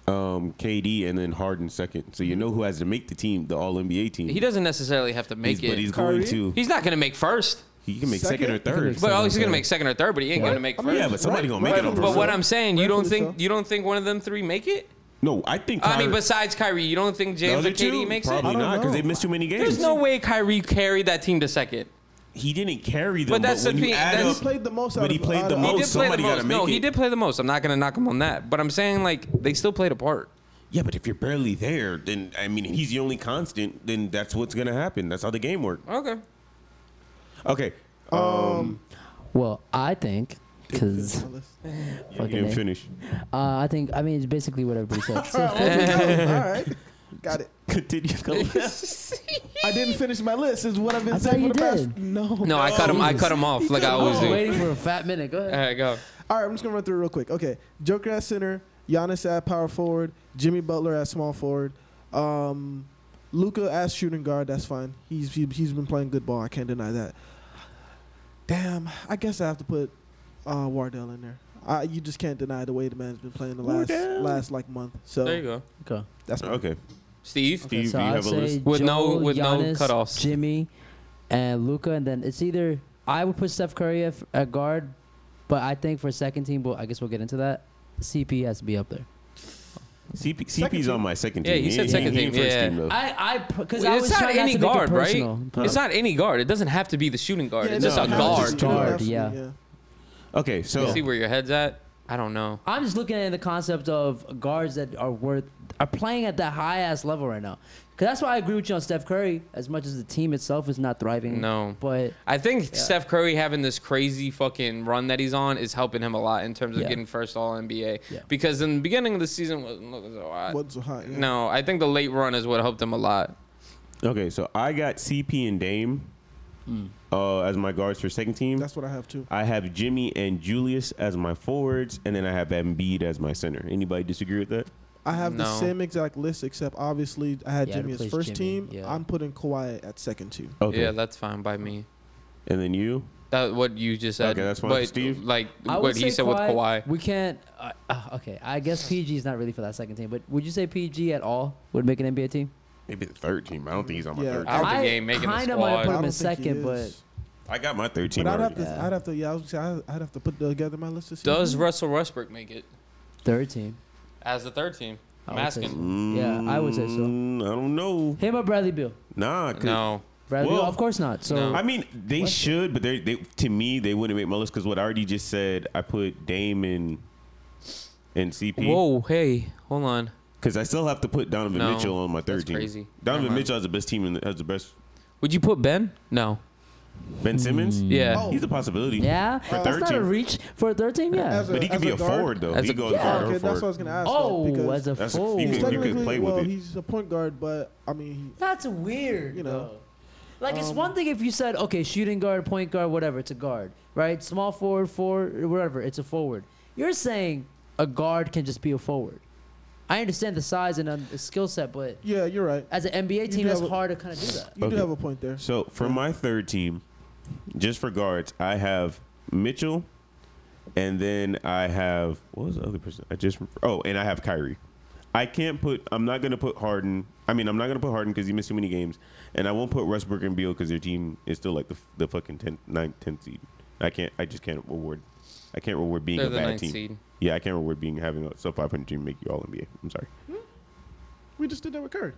Speaker 3: um, KD and then Harden second. So you know who has to make the team, the All NBA team.
Speaker 4: He doesn't necessarily have to make
Speaker 3: He's-
Speaker 4: it.
Speaker 3: but he's
Speaker 4: He's,
Speaker 3: going to.
Speaker 5: Kyrie?
Speaker 4: not going to make first.
Speaker 3: He can make second,
Speaker 5: Second?
Speaker 3: or
Speaker 5: He can
Speaker 3: third.
Speaker 6: make
Speaker 4: But oh, he's
Speaker 6: Second,
Speaker 4: going to
Speaker 6: third.
Speaker 4: make second or third, but he ain't going to make
Speaker 5: I
Speaker 4: first.
Speaker 5: mean,
Speaker 3: Yeah, but somebody gonna make it
Speaker 5: rightfully
Speaker 3: on
Speaker 5: so.
Speaker 4: but what I'm saying, you don't
Speaker 5: Rightfully
Speaker 4: think
Speaker 5: so.
Speaker 4: you don't think one of them three make it?
Speaker 3: No, I think.
Speaker 4: I mean,
Speaker 3: Kyrie-
Speaker 4: besides Kyrie, you don't think
Speaker 3: the
Speaker 4: James
Speaker 3: other
Speaker 4: and KD
Speaker 3: two,
Speaker 4: makes
Speaker 3: probably
Speaker 4: it?
Speaker 5: don't
Speaker 3: not because
Speaker 5: know.
Speaker 3: they missed too many games.
Speaker 4: There's no way Kyrie carried that team to second.
Speaker 3: he didn't carry them.
Speaker 4: But that's
Speaker 3: when
Speaker 4: the
Speaker 3: you
Speaker 4: thing,
Speaker 3: add
Speaker 4: that's-
Speaker 3: up,
Speaker 5: He played the most.
Speaker 3: But
Speaker 5: out
Speaker 3: he
Speaker 5: of-
Speaker 3: played
Speaker 5: out
Speaker 3: the
Speaker 5: of-
Speaker 3: most.
Speaker 4: He did play the
Speaker 3: Oh, somebody gotta
Speaker 4: most. No,
Speaker 3: make
Speaker 4: he
Speaker 3: it.
Speaker 4: did play the most. I'm not gonna knock him on that. But I'm saying like they still played apart.
Speaker 3: yeah, but if you're barely there, then I mean, he's the only constant. Then that's what's gonna happen. That's how the game works.
Speaker 4: Okay.
Speaker 3: Okay,
Speaker 6: Well, I think because
Speaker 3: you
Speaker 6: fucking
Speaker 3: didn't
Speaker 6: A.
Speaker 3: finish.
Speaker 6: uh, I think I mean it's basically what everybody said. So
Speaker 5: All right, got it.
Speaker 3: Continue. Khalil.
Speaker 5: I didn't finish my list. Is what I've been
Speaker 6: I thought
Speaker 5: saying for
Speaker 6: you
Speaker 5: the past.
Speaker 6: did.
Speaker 5: No.
Speaker 4: No, I cut him. I cut him off like I
Speaker 6: I
Speaker 4: always
Speaker 6: was
Speaker 4: do.
Speaker 6: waiting for a fat minute. Go
Speaker 4: All
Speaker 6: ahead.
Speaker 4: right, go.
Speaker 5: All right, I'm just gonna run through real quick. Okay, Joker at center, Giannis at power forward, Jimmy Butler at small forward, um, Luca at shooting guard. That's fine. He's he, he's been playing good ball. I can't deny that. Damn, I guess I have to put uh, Wardell in there. I, you just can't deny the way the man's been playing the last
Speaker 3: Wardell.
Speaker 5: last like month. So
Speaker 4: There you go.
Speaker 6: Okay.
Speaker 5: that's fine.
Speaker 3: okay,
Speaker 4: Steve.
Speaker 3: Steve,
Speaker 6: so
Speaker 3: do you
Speaker 6: I'd
Speaker 3: have a
Speaker 6: say
Speaker 3: list?
Speaker 4: With no-
Speaker 6: Joe,
Speaker 4: with no
Speaker 6: Giannis,
Speaker 4: cutoffs.
Speaker 6: Jimmy and Luca, and then it's either I would put Steph Curry at, at guard, but I think for second team, but I guess we'll get into that. CP has to be up there.
Speaker 3: CP, CP's on my second
Speaker 4: Yeah,
Speaker 3: team.
Speaker 4: he said
Speaker 3: ain't-
Speaker 4: second
Speaker 3: he ain't
Speaker 4: team,
Speaker 3: first
Speaker 4: yeah.
Speaker 3: team, though.
Speaker 6: I I because I was
Speaker 4: It's not
Speaker 6: trying
Speaker 4: any
Speaker 6: not to make it
Speaker 4: guard, right?
Speaker 6: personal.
Speaker 4: It's not any guard. It doesn't have to be the shooting guard.
Speaker 5: Yeah,
Speaker 4: it's
Speaker 5: no,
Speaker 4: just a
Speaker 5: no,
Speaker 4: guard.
Speaker 5: just a
Speaker 6: Guard, yeah.
Speaker 3: Okay, so
Speaker 4: See where your head's at? I don't know.
Speaker 6: I'm just looking at the concept of guards that are worth are playing at that high ass level right now. Cause that's why I agree with you on Steph Curry. As much as the team itself is not thriving,
Speaker 4: No.
Speaker 6: but
Speaker 4: I think Steph Curry having this crazy fucking run that he's on is helping him a lot in terms of
Speaker 6: Yeah.
Speaker 4: getting first All NBA.
Speaker 6: Yeah.
Speaker 4: Because in the beginning of the season wasn't looking so hot.
Speaker 5: What's so hot? Yeah.
Speaker 4: No, I think the late run is what helped him a lot.
Speaker 3: okay, so I got CP and Dame
Speaker 4: Hmm.
Speaker 3: uh, as my guards for second team.
Speaker 5: That's what I have too.
Speaker 3: I have Jimmy and Julius as my forwards, and then I have Embiid as my center. Anybody disagree with that?
Speaker 5: I have the
Speaker 4: No.
Speaker 5: same exact list except obviously I had
Speaker 6: Yeah,
Speaker 5: Jimmy
Speaker 6: to
Speaker 5: as
Speaker 6: place
Speaker 5: first
Speaker 6: Jimmy,
Speaker 5: team.
Speaker 6: yeah.
Speaker 5: I'm putting Kawhi at second team.
Speaker 3: Okay.
Speaker 4: Yeah, that's fine by me.
Speaker 3: And then you?
Speaker 4: That what you just said.
Speaker 3: Okay, that's fine.
Speaker 4: But
Speaker 3: Steve?
Speaker 4: like
Speaker 6: I would
Speaker 4: what he
Speaker 6: say
Speaker 4: said with Kawhi.
Speaker 6: We can't. Uh, uh, okay, I guess PG is not really for that second team. But would you say PG at all would make an NBA team?
Speaker 3: Maybe the third team. I don't think he's on
Speaker 5: my Yeah. third
Speaker 4: I
Speaker 5: team.
Speaker 4: don't think
Speaker 6: I
Speaker 4: he ain't making the
Speaker 6: kinda might
Speaker 4: squad.
Speaker 6: put him
Speaker 5: I
Speaker 6: in
Speaker 5: don't think he
Speaker 6: second,
Speaker 5: is.
Speaker 3: I got my third team.
Speaker 5: But I'd have
Speaker 3: already.
Speaker 5: to, I'd have to, yeah, I was gonna say, I'd, I'd have to put together my list. This
Speaker 4: Does
Speaker 5: evening.
Speaker 4: Russell Westbrook make it
Speaker 6: Third team.
Speaker 4: as the third team?
Speaker 6: I
Speaker 4: I'm
Speaker 6: would say
Speaker 4: asking.
Speaker 6: so. Yeah, I would say so.
Speaker 3: Mm, I don't know.
Speaker 6: Him or Bradley Beal?
Speaker 3: Nah, 'cause-
Speaker 4: No.
Speaker 6: Bradley
Speaker 3: Well,
Speaker 6: Beal? Of course not. So
Speaker 4: no.
Speaker 3: I mean, they should, but they, they to me they wouldn't make my list because what I already just said. I put Dame and and CP.
Speaker 4: Whoa, hey, hold on.
Speaker 3: Because I still have to put Donovan
Speaker 4: No,
Speaker 3: Mitchell on my third
Speaker 4: that's
Speaker 3: team.
Speaker 4: crazy. Never
Speaker 3: Donovan
Speaker 4: mind.
Speaker 3: Mitchell has the best team and has the best.
Speaker 4: Would you put Ben? No.
Speaker 3: Ben Simmons.
Speaker 4: Yeah.
Speaker 5: Oh.
Speaker 3: he's a possibility.
Speaker 6: yeah,
Speaker 3: For
Speaker 6: that's
Speaker 3: third
Speaker 6: not a
Speaker 3: team.
Speaker 6: reach for a third team. Yeah.
Speaker 5: As
Speaker 3: but he could
Speaker 5: as
Speaker 3: be a,
Speaker 5: guard?
Speaker 3: forward though.
Speaker 4: As
Speaker 3: he
Speaker 4: a-
Speaker 3: goes
Speaker 4: yeah,
Speaker 5: Yeah,
Speaker 3: guard
Speaker 5: okay,
Speaker 3: or
Speaker 5: that's what I
Speaker 3: forward.
Speaker 5: was gonna ask. though,
Speaker 6: oh,
Speaker 5: because
Speaker 6: as a
Speaker 3: That's-
Speaker 6: full.
Speaker 3: you
Speaker 5: he's
Speaker 3: could- you could
Speaker 5: technically-
Speaker 3: play with
Speaker 5: well,
Speaker 3: it.
Speaker 5: he's a point guard, but I mean,
Speaker 6: That's weird.
Speaker 5: You know. Um,
Speaker 6: though. Like it's one thing if you said, okay, shooting guard, point guard, whatever, it's a guard, right? Small forward, forward, whatever, it's a forward. You're saying a guard can just be a forward. I understand the size and um, the skill set, but
Speaker 5: Yeah, you're right.
Speaker 6: as an NBA team,
Speaker 5: do
Speaker 6: that's
Speaker 5: have a-
Speaker 6: hard to kind of do that.
Speaker 5: You
Speaker 3: Okay.
Speaker 5: do have a point there.
Speaker 3: So for my third team, just for guards, I have Mitchell, and then I have what was the other person? I just oh, and I have Kyrie. I can't put. I'm not gonna put Harden. I mean, I'm not gonna put Harden because he missed too many games, and I won't put Westbrook and Beal because their team is still like the, the fucking 10th, 9th, 10th seed. I can't. I just can't reward. I can't reward being
Speaker 4: They're
Speaker 3: a
Speaker 4: the
Speaker 3: bad
Speaker 4: ninth
Speaker 3: team.
Speaker 4: seed.
Speaker 3: Yeah, I can't reward being having a sub 500 team make you all NBA. I'm sorry.
Speaker 5: We just did that with Curry.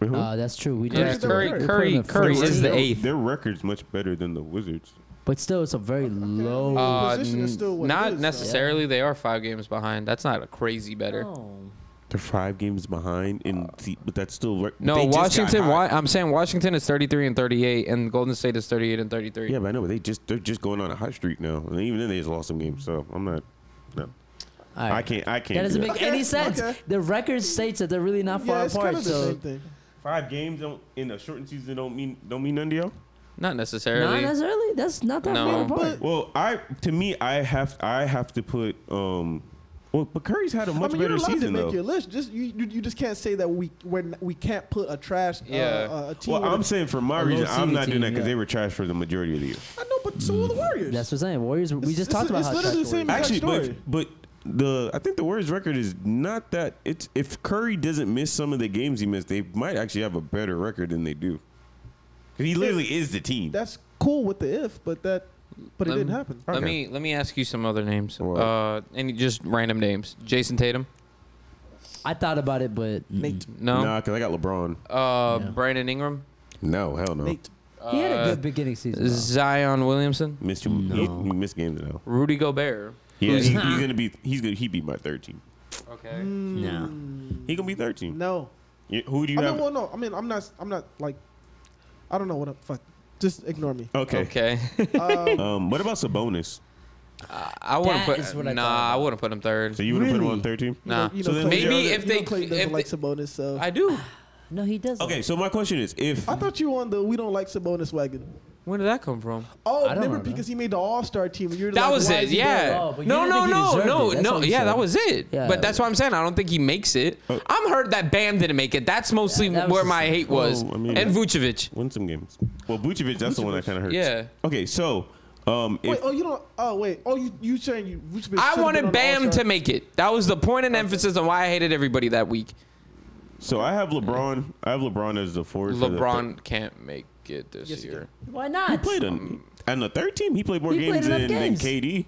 Speaker 3: Wait, who?
Speaker 6: Uh, that's true. We did.
Speaker 4: Yeah,
Speaker 5: Curry's the
Speaker 4: Curry,
Speaker 5: third.
Speaker 4: Curry,
Speaker 6: We're
Speaker 4: Curry
Speaker 6: putting the
Speaker 4: is the
Speaker 6: first.
Speaker 4: eighth.
Speaker 3: Their record's much better than the Wizards.
Speaker 6: But still, it's a very low.
Speaker 4: Uh,
Speaker 5: Position is still what it
Speaker 4: not
Speaker 5: is, so-
Speaker 4: necessarily. They are five games behind. That's not a crazy better.
Speaker 6: No.
Speaker 3: They're five games behind, and see, but that's still rec-
Speaker 4: No,
Speaker 3: they just got
Speaker 4: Washington.
Speaker 3: hot.
Speaker 4: Wa- I'm saying Washington is 33 and 38, and Golden State is 38 and 33.
Speaker 3: Yeah, but I know, but they just they're just going on a hot streak now, and even then they just lost some games. So I'm not. No,
Speaker 6: All right.
Speaker 3: I can't. I can't.
Speaker 6: That doesn't
Speaker 3: do
Speaker 6: make
Speaker 5: Okay,
Speaker 6: any sense.
Speaker 5: okay.
Speaker 6: The record states that they're really not far
Speaker 5: Yeah, it's
Speaker 6: apart.
Speaker 5: kind of the
Speaker 6: so
Speaker 5: same thing.
Speaker 3: five games don't, in a shortened season don't mean don't mean none to y'all.
Speaker 4: Not
Speaker 6: not
Speaker 4: necessarily.
Speaker 6: necessarily. That's not that
Speaker 4: No.
Speaker 6: far apart.
Speaker 3: Well, I to me I have I have to put um. Well, but Curry's had a
Speaker 5: I
Speaker 3: much
Speaker 5: mean, you're
Speaker 3: better
Speaker 5: allowed
Speaker 3: season
Speaker 5: to make
Speaker 3: though.
Speaker 5: your list. Just you, you, you just can't say that we when we can't put a trash. uh,
Speaker 4: Yeah.
Speaker 5: Uh, a team
Speaker 3: well,
Speaker 5: with a-
Speaker 3: I'm saying for my
Speaker 6: A low
Speaker 3: reason, I'm
Speaker 6: seeded
Speaker 3: not doing that
Speaker 6: team,
Speaker 3: because
Speaker 6: yeah.
Speaker 3: they were trash for the majority of the year.
Speaker 5: I know, but so are the Warriors.
Speaker 6: That's what I'm saying. Warriors. We
Speaker 5: It's-
Speaker 6: just talked about
Speaker 5: it's- it's
Speaker 6: how
Speaker 5: literally
Speaker 6: trash
Speaker 5: the
Speaker 6: Warriors
Speaker 5: same-
Speaker 3: Actually,
Speaker 5: story.
Speaker 3: but but the I think the Warriors' record is not that. It's if Curry doesn't miss some of the games he missed, they might actually have a better record than they do. 'Cause He literally is the team.
Speaker 5: that's cool with the if, but that, but it
Speaker 4: Lem-
Speaker 5: didn't happen.
Speaker 4: Let
Speaker 3: Okay.
Speaker 4: me let me ask you some other names.
Speaker 3: What?
Speaker 4: Uh, any just random names. Jason Tatum.
Speaker 6: I thought about it, but mm.
Speaker 4: No.
Speaker 3: Nah, because I got LeBron.
Speaker 4: Uh,
Speaker 6: No.
Speaker 4: Brandon Ingram.
Speaker 3: No, hell no.
Speaker 5: Nate.
Speaker 6: he had a
Speaker 4: Uh,
Speaker 6: good beginning season. though.
Speaker 4: Zion Williamson.
Speaker 3: Missed you.
Speaker 6: No.
Speaker 3: He, he missed games now.
Speaker 4: Rudy Gobert.
Speaker 3: Yeah,
Speaker 4: Who's-
Speaker 3: he, he's gonna be. He's gonna. He be my thirteen.
Speaker 4: Okay.
Speaker 3: Mm.
Speaker 6: No.
Speaker 3: He gonna be thirteen.
Speaker 5: Mm. No.
Speaker 3: You- Who do you
Speaker 5: I
Speaker 3: have?
Speaker 5: mean, well, no. I mean, I'm not. I'm not like. I don't know what. I'm, fuck. Just ignore me.
Speaker 3: okay.
Speaker 4: Okay.
Speaker 5: Um,
Speaker 3: Um, what about Sabonis?
Speaker 4: I wouldn't
Speaker 6: That
Speaker 4: put.
Speaker 6: is what I
Speaker 4: nah,
Speaker 6: thought
Speaker 4: I
Speaker 6: about.
Speaker 4: wouldn't put him third.
Speaker 3: So you would have put him
Speaker 6: Really?
Speaker 3: on thirteen?
Speaker 4: nah.
Speaker 5: you know,
Speaker 3: So then
Speaker 5: Clay
Speaker 3: maybe
Speaker 5: Jordan-
Speaker 4: if
Speaker 5: you
Speaker 4: they-
Speaker 5: know Clay doesn't
Speaker 4: if
Speaker 5: like
Speaker 4: they-
Speaker 5: Sabonis, so
Speaker 4: I do.
Speaker 6: No, he doesn't.
Speaker 3: Okay. So my question is, if
Speaker 5: I thought you were on the we don't like Sabonis wagon.
Speaker 4: When did that come from?
Speaker 5: Oh,
Speaker 6: don't
Speaker 5: remember
Speaker 6: know.
Speaker 5: because he made the All Star team. and You're
Speaker 4: That
Speaker 5: like,
Speaker 4: was
Speaker 5: why
Speaker 4: it.
Speaker 5: is he
Speaker 4: Yeah.
Speaker 5: there?
Speaker 6: Oh, but you
Speaker 4: no,
Speaker 6: didn't
Speaker 4: no,
Speaker 6: think he
Speaker 4: no,
Speaker 6: deserved
Speaker 4: no,
Speaker 6: it. That's
Speaker 4: no.
Speaker 6: what you
Speaker 4: Yeah,
Speaker 6: said.
Speaker 4: that was it.
Speaker 6: Yeah.
Speaker 4: But that's what I'm saying. I don't think he makes it.
Speaker 3: Oh.
Speaker 4: I'm hurt that Bam didn't make it. That's mostly
Speaker 6: that was
Speaker 4: where
Speaker 6: just-
Speaker 4: my hate was.
Speaker 3: Well, Oh, I mean-
Speaker 4: and Vucevic.
Speaker 3: win some games. Well, Vucevic, that's the one that kind of hurts.
Speaker 4: Yeah.
Speaker 3: Okay. So, um, if
Speaker 5: Wait, oh, you don't. Oh, wait. Oh, you you saying you? Which
Speaker 4: I wanted Bam to make it. That was the point and emphasis on why I hated everybody that week.
Speaker 3: So I have LeBron. I have LeBron as the forward. for the
Speaker 4: LeBron can't make it this
Speaker 5: Yes, he
Speaker 4: year.
Speaker 6: Why not?
Speaker 3: thir- played on and the third team. He played more
Speaker 6: He played
Speaker 3: games
Speaker 6: enough
Speaker 3: than, than
Speaker 6: games.
Speaker 3: KD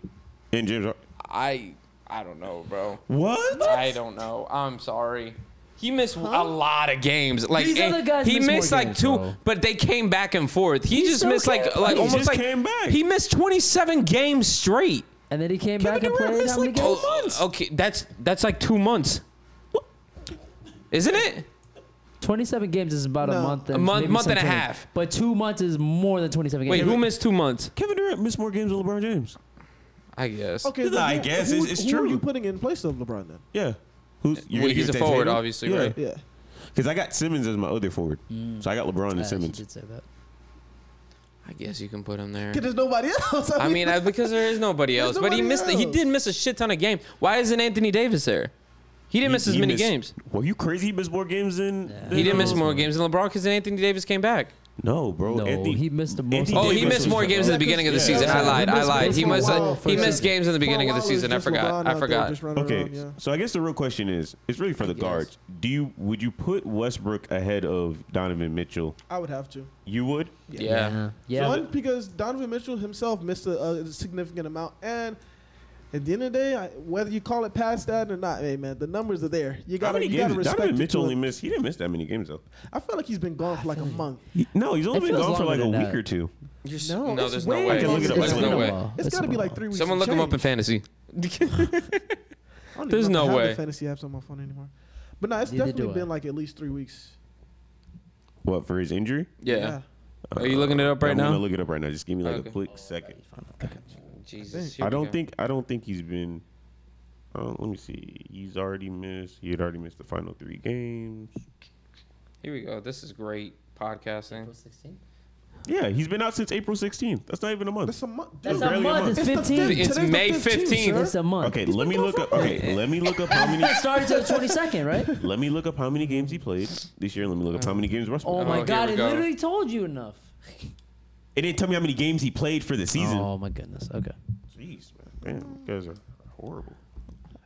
Speaker 3: and James. Har-
Speaker 4: I I don't know, bro.
Speaker 3: What?
Speaker 4: I don't know. I'm sorry. He missed a lot of games. Like
Speaker 6: These
Speaker 4: and
Speaker 6: other guys
Speaker 4: he
Speaker 6: miss more
Speaker 4: missed like
Speaker 6: games,
Speaker 4: two,
Speaker 6: bro.
Speaker 4: but they came back and forth. He, just
Speaker 6: still
Speaker 4: missed like
Speaker 6: came
Speaker 4: like
Speaker 6: back. He
Speaker 4: almost
Speaker 3: just
Speaker 4: like
Speaker 3: came back.
Speaker 4: he missed 27 games straight.
Speaker 6: And then he came
Speaker 3: Kevin
Speaker 6: back and
Speaker 3: Durant
Speaker 6: played.
Speaker 3: missed
Speaker 6: how many
Speaker 3: like
Speaker 6: games?
Speaker 3: Two all- months.
Speaker 4: Okay, that's that's like two months, isn't it?
Speaker 6: 27 games is about
Speaker 5: No.
Speaker 6: a month.
Speaker 4: A
Speaker 6: And
Speaker 4: month-
Speaker 6: maybe
Speaker 4: month and a
Speaker 6: some change.
Speaker 4: half.
Speaker 6: But two months is more than 27
Speaker 4: Wait,
Speaker 6: games.
Speaker 4: who missed two months?
Speaker 3: Kevin Durant missed more games than LeBron James.
Speaker 4: I guess.
Speaker 5: Okay,
Speaker 3: Nah,
Speaker 5: then
Speaker 3: I
Speaker 5: who-
Speaker 3: guess
Speaker 5: who,
Speaker 3: it's- it's
Speaker 5: who
Speaker 3: true.
Speaker 5: Are you putting in place of LeBron then?
Speaker 3: Yeah. Who's you're
Speaker 4: Well,
Speaker 3: gonna
Speaker 4: he's
Speaker 3: give
Speaker 4: a
Speaker 3: it to
Speaker 4: forward,
Speaker 3: Tatum?
Speaker 4: obviously,
Speaker 3: yeah.
Speaker 4: right? Mm.
Speaker 5: Yeah.
Speaker 3: Because I got Simmons as my other forward, so I got LeBron and
Speaker 6: Ah, she
Speaker 3: Simmons.
Speaker 6: did say that.
Speaker 4: I guess you can put him there.
Speaker 5: Cause there's nobody else.
Speaker 4: I mean, I, because there is nobody
Speaker 5: There's
Speaker 4: else. but he
Speaker 5: nobody
Speaker 4: missed. He
Speaker 5: else.
Speaker 4: did miss a shit ton of games. Why isn't Anthony Davis there? He didn't miss as
Speaker 3: He- he
Speaker 4: many
Speaker 3: missed-
Speaker 4: games.
Speaker 3: Well, you crazy? He missed more games than.
Speaker 6: Yeah.
Speaker 3: than,
Speaker 4: He didn't miss
Speaker 3: um,
Speaker 4: more games than LeBron because Anthony Davis came back.
Speaker 3: No, bro.
Speaker 6: No,
Speaker 3: Anthony,
Speaker 6: he missed the most
Speaker 3: Anthony
Speaker 6: games.
Speaker 4: Oh, he
Speaker 3: Davis
Speaker 4: missed
Speaker 3: was-
Speaker 4: more games at the beginning of the
Speaker 3: Yeah.
Speaker 4: season. I lied. I lied. He
Speaker 5: For a
Speaker 4: missed.
Speaker 5: while, for a
Speaker 4: he missed
Speaker 5: second.
Speaker 4: games in the
Speaker 5: For a
Speaker 4: beginning of the
Speaker 5: while, it was
Speaker 4: season. I
Speaker 5: just LeBron
Speaker 4: forgot.
Speaker 5: out
Speaker 4: I
Speaker 5: there
Speaker 4: forgot.
Speaker 5: just running
Speaker 3: Okay,
Speaker 5: around, yeah.
Speaker 3: so I guess the real question is, it's really for the guards. Do you would you put Westbrook ahead of Donovan Mitchell?
Speaker 5: I would have to.
Speaker 3: You would.
Speaker 4: Yeah.
Speaker 6: Yeah.
Speaker 5: One, because Donovan Mitchell himself missed a, a significant amount. And at the end of the day, I, whether you call it past that or not, hey, man, the numbers are there. You
Speaker 3: How
Speaker 5: got to
Speaker 3: many
Speaker 5: respect
Speaker 3: games?
Speaker 5: it
Speaker 3: Donovan
Speaker 5: to
Speaker 3: Mitchell
Speaker 5: it.
Speaker 3: only missed. He didn't miss that many games though.
Speaker 5: I feel like he's been gone for like a month.
Speaker 3: No, he's only
Speaker 6: It
Speaker 3: been
Speaker 6: feels
Speaker 3: gone for like
Speaker 6: longer
Speaker 3: a
Speaker 6: than
Speaker 3: week
Speaker 6: that.
Speaker 3: or two.
Speaker 5: No,
Speaker 4: No,
Speaker 5: it's
Speaker 4: there's no
Speaker 5: way
Speaker 4: way.
Speaker 5: gone.
Speaker 3: look it up.
Speaker 5: It's
Speaker 3: There's
Speaker 5: been
Speaker 3: no
Speaker 5: a
Speaker 4: way.
Speaker 6: Oh,
Speaker 5: while. It's got to be like three weeks.
Speaker 4: Someone
Speaker 5: and
Speaker 4: look him up in
Speaker 5: change.
Speaker 4: fantasy.
Speaker 5: I don't even
Speaker 4: There's
Speaker 5: know if
Speaker 4: no
Speaker 5: I have the
Speaker 4: way.
Speaker 5: fantasy apps on my phone anymore. But no, it's
Speaker 6: Neither do
Speaker 5: definitely
Speaker 6: I.
Speaker 5: been like at least three weeks.
Speaker 3: What for his injury?
Speaker 4: Yeah. Are you looking it up right
Speaker 3: I'm
Speaker 4: now?
Speaker 3: gonna look it up right now. Just give me like
Speaker 4: Okay.
Speaker 3: a quick second.
Speaker 4: Jesus. here
Speaker 3: I
Speaker 4: we
Speaker 3: don't
Speaker 4: go.
Speaker 3: think I don't think he's been. Uh, let me see. He's already missed. He had already missed the final three games.
Speaker 4: Here we go. This is great podcasting.
Speaker 3: Yeah, he's been out since April 16th. That's not even a month.
Speaker 5: That's a month.
Speaker 6: That's
Speaker 5: dude.
Speaker 3: barely
Speaker 6: a
Speaker 3: a
Speaker 6: month.
Speaker 3: month.
Speaker 6: It's
Speaker 5: the
Speaker 6: 15.
Speaker 5: fifth.
Speaker 4: It's
Speaker 5: Today's the
Speaker 4: May 15th.
Speaker 5: sir.
Speaker 6: It's a month.
Speaker 3: Okay, let me look up. Okay, let me look up how many.
Speaker 6: Started till the 22nd, right?
Speaker 3: Let me look up how many games he played this year. Let me look up how many games Russ.
Speaker 6: Oh
Speaker 3: played.
Speaker 6: my
Speaker 4: here
Speaker 6: God!
Speaker 4: we
Speaker 6: It
Speaker 4: go.
Speaker 6: literally told you enough.
Speaker 3: It didn't tell me how many games he played for the season.
Speaker 6: Oh my goodness. Okay.
Speaker 3: Jeez, man, man, you guys are horrible.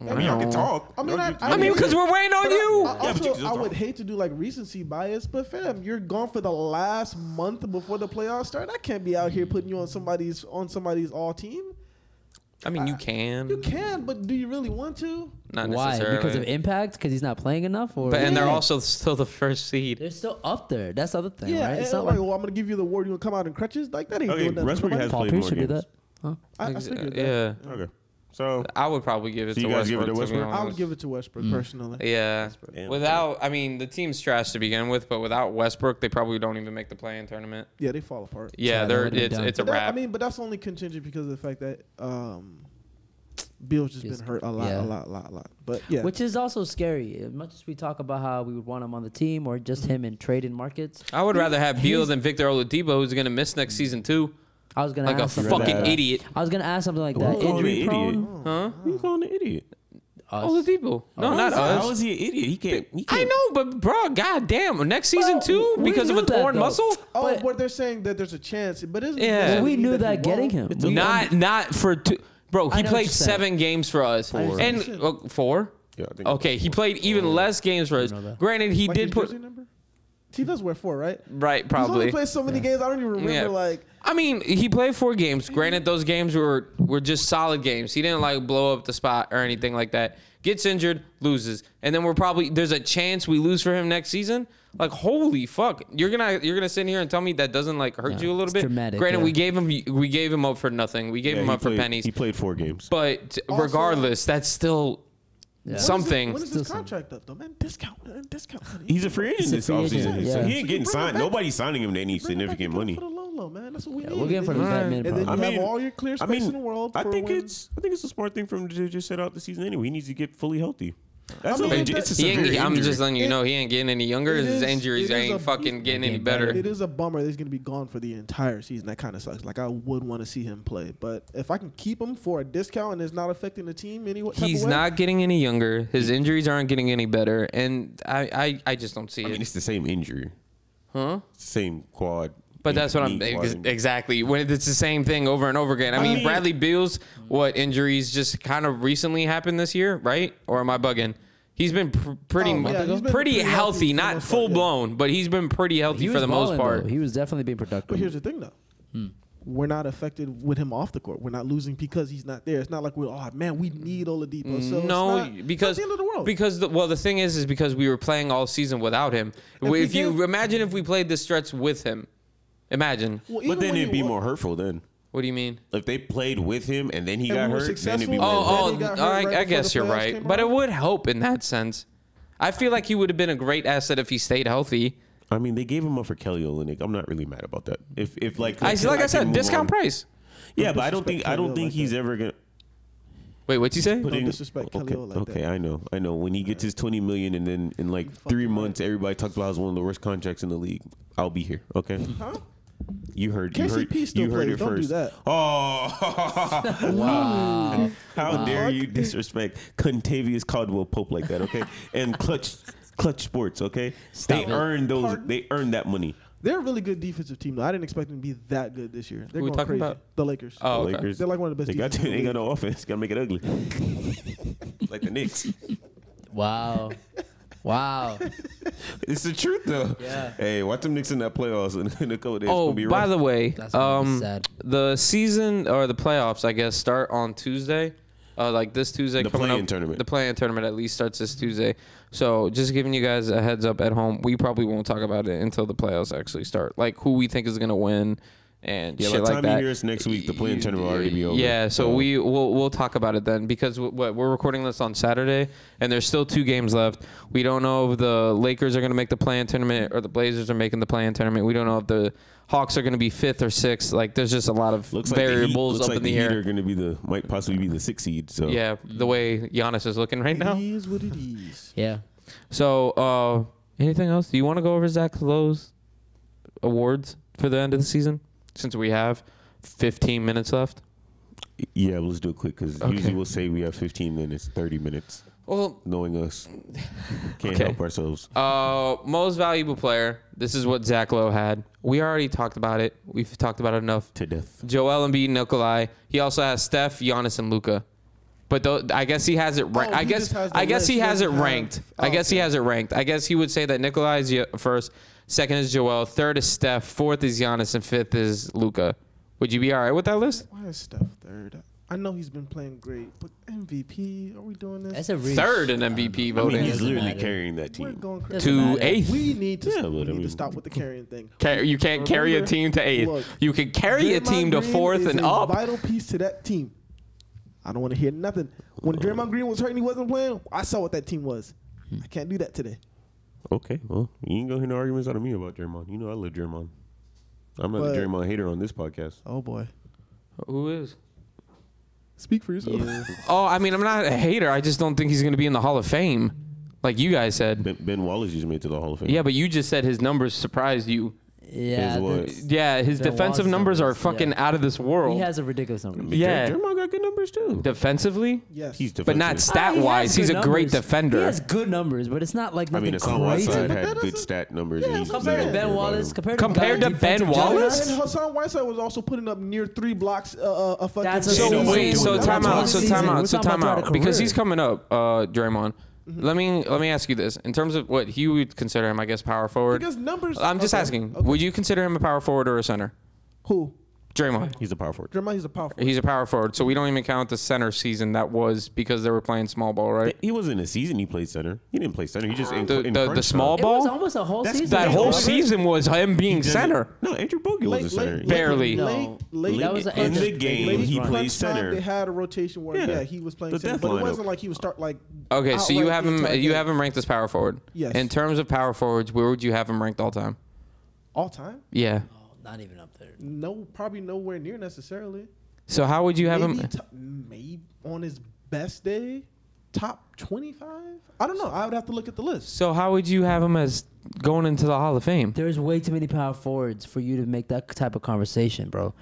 Speaker 3: I mean, y'all can talk.
Speaker 5: I mean,
Speaker 3: Y'all
Speaker 5: I-
Speaker 3: can-
Speaker 5: I
Speaker 4: I mean, because we're waiting on you.
Speaker 5: I
Speaker 3: Yeah, but
Speaker 5: also,
Speaker 3: you-
Speaker 5: I would hate to do like recency bias, but fam, you're gone for the last month before the playoffs start. I can't be out here putting you on somebody's on somebody's all team.
Speaker 4: I mean, you
Speaker 5: You
Speaker 4: can.
Speaker 5: can, but do you really want to?
Speaker 4: Not
Speaker 6: Why?
Speaker 4: necessarily.
Speaker 6: Because of impact? Because he's not playing enough? Or
Speaker 4: But and they're
Speaker 5: Yeah.
Speaker 4: also still the first seed.
Speaker 6: they're still up there. That's the other thing,
Speaker 5: yeah,
Speaker 6: right? It's
Speaker 5: and
Speaker 6: not
Speaker 5: like,
Speaker 6: like
Speaker 5: well, I'm gonna give you the award. You gonna come out in crutches? Like that ain't
Speaker 3: Okay,
Speaker 5: doing nothing. for
Speaker 3: Westbrook
Speaker 5: nobody.
Speaker 3: has-
Speaker 6: Paul
Speaker 3: played
Speaker 6: Pierce
Speaker 3: more
Speaker 6: should do
Speaker 3: games.
Speaker 6: that. Huh?
Speaker 5: I, I
Speaker 6: uh,
Speaker 5: figured that.
Speaker 4: Yeah,
Speaker 3: Okay, so
Speaker 4: I would probably give it
Speaker 3: So
Speaker 4: to
Speaker 3: you guys give
Speaker 4: Westbrook.
Speaker 3: it to
Speaker 4: to be
Speaker 3: Westbrook?
Speaker 5: I would
Speaker 4: honest.
Speaker 5: give it to Westbrook
Speaker 6: Mm.
Speaker 5: personally.
Speaker 4: Yeah.
Speaker 3: Damn.
Speaker 4: Without, I mean, the team's trash to begin with, but without Westbrook, they probably don't even make the play-in tournament.
Speaker 5: Yeah, they fall apart.
Speaker 4: Yeah,
Speaker 6: Yeah,
Speaker 4: they're
Speaker 6: that would've been
Speaker 4: it's
Speaker 6: dumb.
Speaker 4: it's a
Speaker 5: But that-
Speaker 4: wrap.
Speaker 5: I mean, but that's only contingent because of the fact that um, Bill's just
Speaker 6: Just-
Speaker 5: been hurt a lot,
Speaker 6: yeah.
Speaker 5: a lot, a lot, a lot. But yeah,
Speaker 6: Which is also scary. As much as we talk about how we would want him on the team or just him in trade in markets,
Speaker 4: I would rather have Beal than Victor Oladipo, who's gonna miss next season too,
Speaker 6: I was gonna
Speaker 4: like a
Speaker 6: ask something like
Speaker 4: fucking
Speaker 6: that.
Speaker 4: idiot.
Speaker 6: I was gonna ask something like
Speaker 3: Who
Speaker 6: that.
Speaker 3: you calling an
Speaker 6: Injury
Speaker 3: idiot?
Speaker 6: prone.
Speaker 4: Huh?
Speaker 3: Who you calling an idiot?
Speaker 6: Us. Oh,
Speaker 4: Oladipo? No, not
Speaker 3: How
Speaker 4: us.
Speaker 3: is he an idiot? He can't. He
Speaker 4: I
Speaker 3: can't.
Speaker 4: know, but bro, goddamn, next season too
Speaker 6: we
Speaker 4: because of a
Speaker 6: knew that,
Speaker 4: torn
Speaker 6: though.
Speaker 4: muscle.
Speaker 5: oh,
Speaker 6: but-
Speaker 5: but they're saying that there's a chance, but isn't
Speaker 4: Yeah.
Speaker 5: doesn't
Speaker 4: Well,
Speaker 6: we
Speaker 5: mean
Speaker 6: knew
Speaker 5: he
Speaker 6: that
Speaker 5: won't.
Speaker 6: getting him. We-
Speaker 4: Not not for two. Bro,
Speaker 6: I
Speaker 4: he
Speaker 6: know what
Speaker 4: played
Speaker 6: you're saying.
Speaker 4: seven games for us,
Speaker 3: Four.
Speaker 4: and oh, four.
Speaker 3: Yeah, I think
Speaker 4: Okay, he played even less games for us.
Speaker 6: know that.
Speaker 4: Granted, he
Speaker 5: Like
Speaker 4: did
Speaker 5: his
Speaker 4: put
Speaker 5: jersey number? He does wear four, right?
Speaker 4: right
Speaker 5: He's only
Speaker 4: probably.
Speaker 5: played so many games. I don't even remember.
Speaker 4: Yeah.
Speaker 5: Like
Speaker 4: I mean, he played four games. Granted, those games were were just solid games. He didn't like blow up the spot or anything like that. Gets injured, loses, and then we're probably there's a chance we lose for him next season. Like holy fuck, you're gonna you're gonna sit here and tell me that doesn't like hurt
Speaker 6: Yeah,
Speaker 4: you a little
Speaker 6: it's
Speaker 4: bit?
Speaker 6: dramatic,
Speaker 4: Granted,
Speaker 6: yeah.
Speaker 4: we gave him we gave him up for nothing. We gave
Speaker 3: Yeah,
Speaker 4: him
Speaker 3: he
Speaker 4: up
Speaker 3: played-
Speaker 4: for pennies.
Speaker 3: He played four games.
Speaker 4: But
Speaker 5: Also-
Speaker 4: regardless, that's still
Speaker 6: Yeah.
Speaker 4: something.
Speaker 5: When is
Speaker 6: Still
Speaker 5: his
Speaker 6: something.
Speaker 5: contract up though, man? Discount, man, discount. man.
Speaker 3: He's a free agent
Speaker 6: a
Speaker 3: this
Speaker 6: free agent,
Speaker 3: offseason.
Speaker 6: yeah.
Speaker 3: So he ain't
Speaker 5: Should we
Speaker 3: getting
Speaker 5: bring him
Speaker 3: signed.
Speaker 5: back?
Speaker 3: Nobody's signing him to any
Speaker 5: Bring him back
Speaker 3: significant
Speaker 5: and get him
Speaker 3: money.
Speaker 5: For the low, low, man. That's what we
Speaker 6: Yeah,
Speaker 5: need.
Speaker 6: we'll get him for the
Speaker 5: And
Speaker 6: vet minute,
Speaker 5: then you
Speaker 6: probably.
Speaker 3: I
Speaker 5: have
Speaker 3: mean-
Speaker 5: all your clear
Speaker 3: I
Speaker 5: space
Speaker 3: mean,
Speaker 5: in the world.
Speaker 3: I
Speaker 5: for
Speaker 3: think
Speaker 5: when-
Speaker 3: it's I think it's a smart thing for him to just sit out the season anyway. He needs to get fully healthy. That's
Speaker 5: I
Speaker 3: a
Speaker 5: mean,
Speaker 3: major-
Speaker 5: that-
Speaker 3: it's a
Speaker 4: he ain't,
Speaker 3: severe
Speaker 4: I'm
Speaker 3: injury.
Speaker 4: just letting you
Speaker 5: It-
Speaker 4: know he ain't getting any younger.
Speaker 5: it
Speaker 4: His
Speaker 5: is-
Speaker 4: injuries
Speaker 5: it is
Speaker 4: ain't
Speaker 5: a-
Speaker 4: fucking getting any
Speaker 6: Getting
Speaker 4: better.
Speaker 6: better.
Speaker 5: It is a bummer that he's going to be gone for the entire season. That kind of sucks. Like I would want to see him play, but if I can keep him for a discount and it's not affecting the team anyway,
Speaker 4: He's not getting any younger. His injuries aren't getting any better, and I, I, I just don't see
Speaker 3: I mean,
Speaker 4: it.
Speaker 3: it's the same injury. Huh? It's the same quad.
Speaker 4: But that's what I'm
Speaker 3: knee quad
Speaker 4: ex-
Speaker 3: injury.
Speaker 4: exactly when it's the same thing over and over again. I
Speaker 3: I
Speaker 4: mean,
Speaker 3: mean-
Speaker 4: Bradley Beal's what injuries just kind of recently happened this year, right? Or am I bugging? He's been pr- pretty,
Speaker 5: Oh, yeah, he's been
Speaker 4: pretty,
Speaker 5: pretty
Speaker 4: healthy,
Speaker 5: healthy for the
Speaker 4: not
Speaker 5: most part,
Speaker 4: full
Speaker 5: yeah.
Speaker 4: blown, but he's been pretty healthy
Speaker 6: He
Speaker 4: for
Speaker 6: was
Speaker 4: the most
Speaker 6: balling,
Speaker 4: part.
Speaker 6: though. He was definitely being
Speaker 5: But here's
Speaker 6: productive.
Speaker 5: the thing, though.
Speaker 4: Hmm.
Speaker 5: We're not affected with him off the court. We're not losing because he's not there. It's not like we're oh man, we need Oladipo. So it's
Speaker 4: no,
Speaker 5: not- it's not
Speaker 4: because
Speaker 5: the end of the world.
Speaker 4: because the, well, the thing is, is because we were playing all season without him. If,
Speaker 5: we
Speaker 4: you
Speaker 5: did-
Speaker 4: imagine if we played the stretch with him, imagine.
Speaker 5: Well, even
Speaker 3: But then
Speaker 5: when
Speaker 3: it'd
Speaker 5: he
Speaker 3: be
Speaker 5: wa-
Speaker 3: more hurtful then.
Speaker 4: What do you mean?
Speaker 3: If they played with him and then he
Speaker 5: And
Speaker 3: got
Speaker 5: we were
Speaker 3: hurt, then it'd be more
Speaker 5: successful. Oh,
Speaker 3: bad.
Speaker 4: Oh, oh,
Speaker 5: Brady got hurt
Speaker 4: I,
Speaker 5: right
Speaker 4: I
Speaker 5: before
Speaker 4: guess
Speaker 5: the
Speaker 4: you're
Speaker 5: playoffs
Speaker 4: right,
Speaker 5: came
Speaker 4: but it
Speaker 5: around.
Speaker 4: would help in that sense. I feel like he would have been a great asset if he stayed healthy.
Speaker 3: I mean, they gave him up for Kelly Olynyk. I'm not really mad about that. If if like
Speaker 4: I, like I
Speaker 3: can
Speaker 4: said,
Speaker 3: move
Speaker 4: discount
Speaker 3: on.
Speaker 4: price.
Speaker 3: Yeah, but I don't
Speaker 5: disrespect
Speaker 3: think I
Speaker 5: Kelly
Speaker 3: don't think
Speaker 5: Olynyk
Speaker 3: he's
Speaker 5: like
Speaker 3: ever gonna.
Speaker 4: Wait, what'd you say?
Speaker 3: put in-
Speaker 5: disrespect Kelly
Speaker 3: okay,
Speaker 5: Olynyk like that.
Speaker 3: okay, I know, I know. When he gets his twenty million, and then in like three months, everybody talks about it's one of the worst contracts in the league. I'll be here. Okay. You heard. You heard.
Speaker 5: KCP still
Speaker 3: you heard
Speaker 5: plays.
Speaker 3: it
Speaker 5: Don't do
Speaker 3: first.
Speaker 5: that.
Speaker 3: Oh. How dare you disrespect Contavious Caldwell Pope like that? Okay. and clutch, clutch sports. Okay. they
Speaker 6: it.
Speaker 3: earned those.
Speaker 5: Pardon?
Speaker 3: They earned that money.
Speaker 5: They're a really good defensive team, though. I didn't expect them to be that good this year. They're
Speaker 4: Who we
Speaker 5: going
Speaker 4: talking
Speaker 5: crazy.
Speaker 4: about?
Speaker 5: The Lakers.
Speaker 4: Oh, okay.
Speaker 3: Lakers.
Speaker 5: They're like one of the best
Speaker 3: They got.
Speaker 5: defenses in
Speaker 3: They
Speaker 5: the
Speaker 3: got no offense. Got to make it ugly. like the Knicks.
Speaker 6: Wow. Wow.
Speaker 3: It's the truth though.
Speaker 6: Yeah.
Speaker 3: Hey, watch them Knicks in that playoffs in, in a couple days. It's
Speaker 4: Oh,
Speaker 3: gonna be
Speaker 4: by
Speaker 3: rough.
Speaker 4: the way,
Speaker 6: That's gonna be
Speaker 4: um,
Speaker 6: sad.
Speaker 4: the season or the playoffs, I guess, start on Tuesday. Uh, like this Tuesday
Speaker 3: The
Speaker 4: coming
Speaker 3: play-in
Speaker 4: up,
Speaker 3: tournament.
Speaker 4: the play-in tournament at least starts this Tuesday. So just giving you guys a heads up at home, we probably won't talk about it until the playoffs actually start. Like who we think is gonna win and
Speaker 3: Yeah, by
Speaker 4: shit
Speaker 3: the
Speaker 4: like
Speaker 3: time
Speaker 4: that.
Speaker 3: you hear us next week, the play-in tournament will already be over.
Speaker 4: Yeah, so we we'll we'll talk about it then because w- what we're recording this on Saturday and there's still two games left. We don't know if the Lakers are going to make the play-in tournament or the Blazers are making the play-in tournament. We don't know if the Hawks are going to be fifth or sixth. Like there's just a lot of
Speaker 3: looks like
Speaker 4: variables
Speaker 3: the Heat, looks
Speaker 4: up
Speaker 3: like
Speaker 4: in the,
Speaker 3: Heat
Speaker 4: air.
Speaker 3: are going to be the might possibly be the sixth seed. So
Speaker 4: Yeah, the way Giannis is looking right
Speaker 5: It
Speaker 4: now.
Speaker 5: is what it is.
Speaker 6: Yeah.
Speaker 4: So uh, anything else? Do you want to go over Zach Lowe's awards for the end of the season? Since we have 15 minutes left.
Speaker 3: Yeah, let's do it quick because
Speaker 4: Okay.
Speaker 3: usually we'll say we have 15 minutes, 30 minutes.
Speaker 4: Well,
Speaker 3: Knowing us, can't
Speaker 4: Okay.
Speaker 3: help ourselves.
Speaker 4: uh, most valuable player. This is what Zach Lowe had. We already talked about it. We've talked about it enough.
Speaker 3: to death.
Speaker 4: Joel Embiid, Nikolai. He also has Steph, Giannis, and Luca. But tho- I guess he has it. Ra-
Speaker 5: Oh,
Speaker 4: I
Speaker 5: he
Speaker 4: guess
Speaker 5: just has the
Speaker 4: I guess
Speaker 5: list.
Speaker 4: he
Speaker 5: He
Speaker 4: has it
Speaker 5: doesn't have-
Speaker 4: ranked. I
Speaker 5: Oh,
Speaker 4: guess he
Speaker 5: okay.
Speaker 4: has it ranked. I guess he would say that Nikolai is Yo- first, second is Joel, third is Steph, fourth is Giannis, and fifth is Luca. Would you be all right with that list?
Speaker 5: Why is Steph third? I know he's been playing great, but MVP, are we doing this?
Speaker 6: That's a reach.
Speaker 4: Third in MVP
Speaker 3: I
Speaker 4: voting.
Speaker 3: mean, he's
Speaker 6: Doesn't
Speaker 3: literally
Speaker 6: matter.
Speaker 3: carrying that
Speaker 5: We're
Speaker 3: team.
Speaker 5: going crazy.
Speaker 6: Doesn't
Speaker 4: to
Speaker 6: matter.
Speaker 4: eighth.
Speaker 5: We need to
Speaker 3: Yeah, but
Speaker 5: we
Speaker 3: I
Speaker 5: need
Speaker 3: mean-
Speaker 5: to stop with the carrying thing.
Speaker 4: Ca- you can't carry a
Speaker 5: Remember-
Speaker 4: team to eighth.
Speaker 5: Look,
Speaker 4: you can carry a
Speaker 5: Draymond
Speaker 4: team to
Speaker 5: Green
Speaker 4: fourth
Speaker 5: is
Speaker 4: and
Speaker 5: a
Speaker 4: up.
Speaker 5: Vital piece to that team. I don't want to hear nothing. When Draymond Green was hurt and he wasn't playing, I saw what that team was.
Speaker 4: Hmm.
Speaker 5: I can't do that today.
Speaker 3: Okay, well, you ain't gonna hear no arguments out of me about Draymond. You know I love Draymond. I'm not
Speaker 5: But-
Speaker 3: a Draymond hater on this podcast.
Speaker 5: Oh boy,
Speaker 4: Who is?
Speaker 5: speak for yourself.
Speaker 4: Oh, I mean, I'm not a hater. I just don't think he's going to be in the Hall of Fame, like you guys said.
Speaker 3: Ben, ben Wallace just made it to the Hall of Fame.
Speaker 4: Yeah, but you just said his numbers surprised you.
Speaker 6: Yeah.
Speaker 3: Is what?
Speaker 6: that's-
Speaker 4: Yeah, his
Speaker 6: There
Speaker 4: defensive
Speaker 6: was
Speaker 4: numbers are
Speaker 6: numbers, yeah.
Speaker 4: fucking out of this world.
Speaker 6: He has a ridiculous number.
Speaker 3: Dr-
Speaker 4: yeah.
Speaker 3: Draymond got good numbers too.
Speaker 4: defensively,
Speaker 5: Yes,
Speaker 3: He's
Speaker 4: but not
Speaker 3: defensive.
Speaker 4: stat wise.
Speaker 6: He has
Speaker 4: He's a great
Speaker 6: good numbers. He
Speaker 4: defender.
Speaker 6: has good numbers, but it's not like
Speaker 3: I
Speaker 6: nothing
Speaker 3: mean, Hassan
Speaker 6: crazy.
Speaker 3: Whiteside had
Speaker 5: that
Speaker 3: good
Speaker 5: doesn't-
Speaker 3: stat numbers. and he's-
Speaker 6: Compared to
Speaker 3: he's
Speaker 6: Ben
Speaker 3: over
Speaker 6: Wallace,
Speaker 3: him.
Speaker 6: compared to,
Speaker 4: Compared to
Speaker 6: guys-
Speaker 4: Ben
Speaker 6: defensive
Speaker 4: Wallace?
Speaker 5: And
Speaker 6: giants,
Speaker 5: Hassan Whiteside was also putting up near three blocks a uh, uh, fucking.
Speaker 6: That's a
Speaker 5: game.
Speaker 4: So
Speaker 6: He's
Speaker 4: wait, so
Speaker 6: doing
Speaker 4: time
Speaker 6: that.
Speaker 4: out, so
Speaker 6: He's
Speaker 4: time
Speaker 6: doing
Speaker 4: out,
Speaker 6: that.
Speaker 4: so
Speaker 6: We're talking
Speaker 4: time
Speaker 6: about
Speaker 4: out,
Speaker 6: a
Speaker 4: because
Speaker 6: career. Mm-hmm.
Speaker 4: he's coming up, uh, Draymond. Let me let me ask you this in terms of what you would consider him, I guess, power forward.
Speaker 5: Because numbers.
Speaker 4: I'm just
Speaker 5: Okay,
Speaker 4: asking,
Speaker 5: okay.
Speaker 4: would you consider him a power forward or a center?
Speaker 5: Who?
Speaker 4: Draymond.
Speaker 3: He's a power forward.
Speaker 5: Draymond, he's a powerful.
Speaker 4: He's a power forward, so we don't even count the center season that was because they were playing small ball, right?
Speaker 3: He wasn't a season. He played center. He didn't play center. He just in,
Speaker 4: The
Speaker 3: in
Speaker 4: the,
Speaker 3: crunch
Speaker 4: the small
Speaker 3: time.
Speaker 6: It was
Speaker 4: ball.
Speaker 6: almost a whole
Speaker 3: That's-
Speaker 6: season.
Speaker 4: That
Speaker 3: He
Speaker 4: whole
Speaker 3: doesn't-
Speaker 4: season was him being
Speaker 3: He doesn't-
Speaker 4: center.
Speaker 3: No, Andrew Bogut was a center.
Speaker 4: Barely.
Speaker 6: No. That was an
Speaker 3: in the
Speaker 6: extra-
Speaker 3: game.
Speaker 6: late
Speaker 3: he
Speaker 6: run.
Speaker 5: Crunch
Speaker 3: plays
Speaker 5: time,
Speaker 3: center.
Speaker 5: They had a rotation where
Speaker 3: Yeah.
Speaker 5: yeah, he was playing
Speaker 3: The
Speaker 5: center,
Speaker 3: death
Speaker 5: but
Speaker 3: lineup.
Speaker 5: it wasn't like he was start like.
Speaker 4: Okay, so you
Speaker 5: outright
Speaker 4: have
Speaker 5: the
Speaker 4: him
Speaker 5: entire
Speaker 4: you
Speaker 5: game.
Speaker 4: have him ranked as power forward.
Speaker 5: Yes.
Speaker 4: In terms of power forwards, where would you have him ranked all time?
Speaker 5: all time.
Speaker 4: Yeah.
Speaker 6: Not even up there.
Speaker 5: No, probably nowhere near necessarily.
Speaker 4: So how would you have
Speaker 5: maybe,
Speaker 4: him?
Speaker 5: to- maybe on his best day, top 25? I don't know. I would have to look at the list.
Speaker 4: So how would you have him as going into the Hall of Fame?
Speaker 6: There's way too many power forwards for you to make that type of conversation, bro.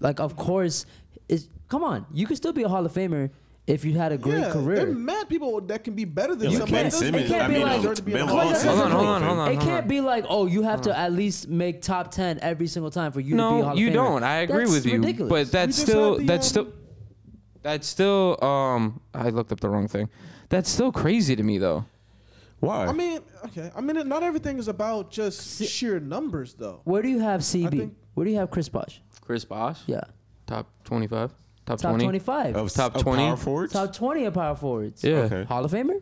Speaker 6: Like, of course, is come on, you could still be a Hall of Famer if you had a great
Speaker 5: yeah,
Speaker 6: career.
Speaker 5: There are mad people that can be better than
Speaker 3: Yeah, like
Speaker 5: somebody.
Speaker 3: Ben
Speaker 5: It doesn't- it
Speaker 3: Simmons.
Speaker 5: can't
Speaker 3: I
Speaker 6: be
Speaker 3: mean,
Speaker 6: like-
Speaker 3: uh,
Speaker 5: deserved to be
Speaker 3: Ben
Speaker 5: in the
Speaker 3: Wallace.
Speaker 5: Hall
Speaker 4: Hold
Speaker 5: of
Speaker 4: on,
Speaker 5: Fame.
Speaker 4: hold on, hold on.
Speaker 6: It can't be like, oh, you have to at least make top ten every single time for you to be a Hall
Speaker 4: No,
Speaker 6: of
Speaker 4: you
Speaker 6: Famer.
Speaker 4: don't. I agree
Speaker 6: That's
Speaker 4: with you,
Speaker 6: ridiculous.
Speaker 4: but that's
Speaker 5: just
Speaker 4: still
Speaker 5: had the,
Speaker 4: that's
Speaker 5: um,
Speaker 4: still that's still um I looked up the wrong thing. That's still crazy to me though.
Speaker 3: Why?
Speaker 5: I mean, okay. I mean, not everything is about just sheer numbers, though.
Speaker 6: where do you have CB?
Speaker 5: think-
Speaker 6: where do you have Chris Bosh?
Speaker 4: Chris Bosh,
Speaker 6: Yeah,
Speaker 4: top 25, top,
Speaker 6: top
Speaker 4: 20.
Speaker 6: twenty-five,
Speaker 3: of
Speaker 4: top
Speaker 3: of
Speaker 4: 20?
Speaker 3: power forwards.
Speaker 6: top twenty of power forwards.
Speaker 4: Yeah.
Speaker 3: Oh, Okay.
Speaker 6: Hall of Famer.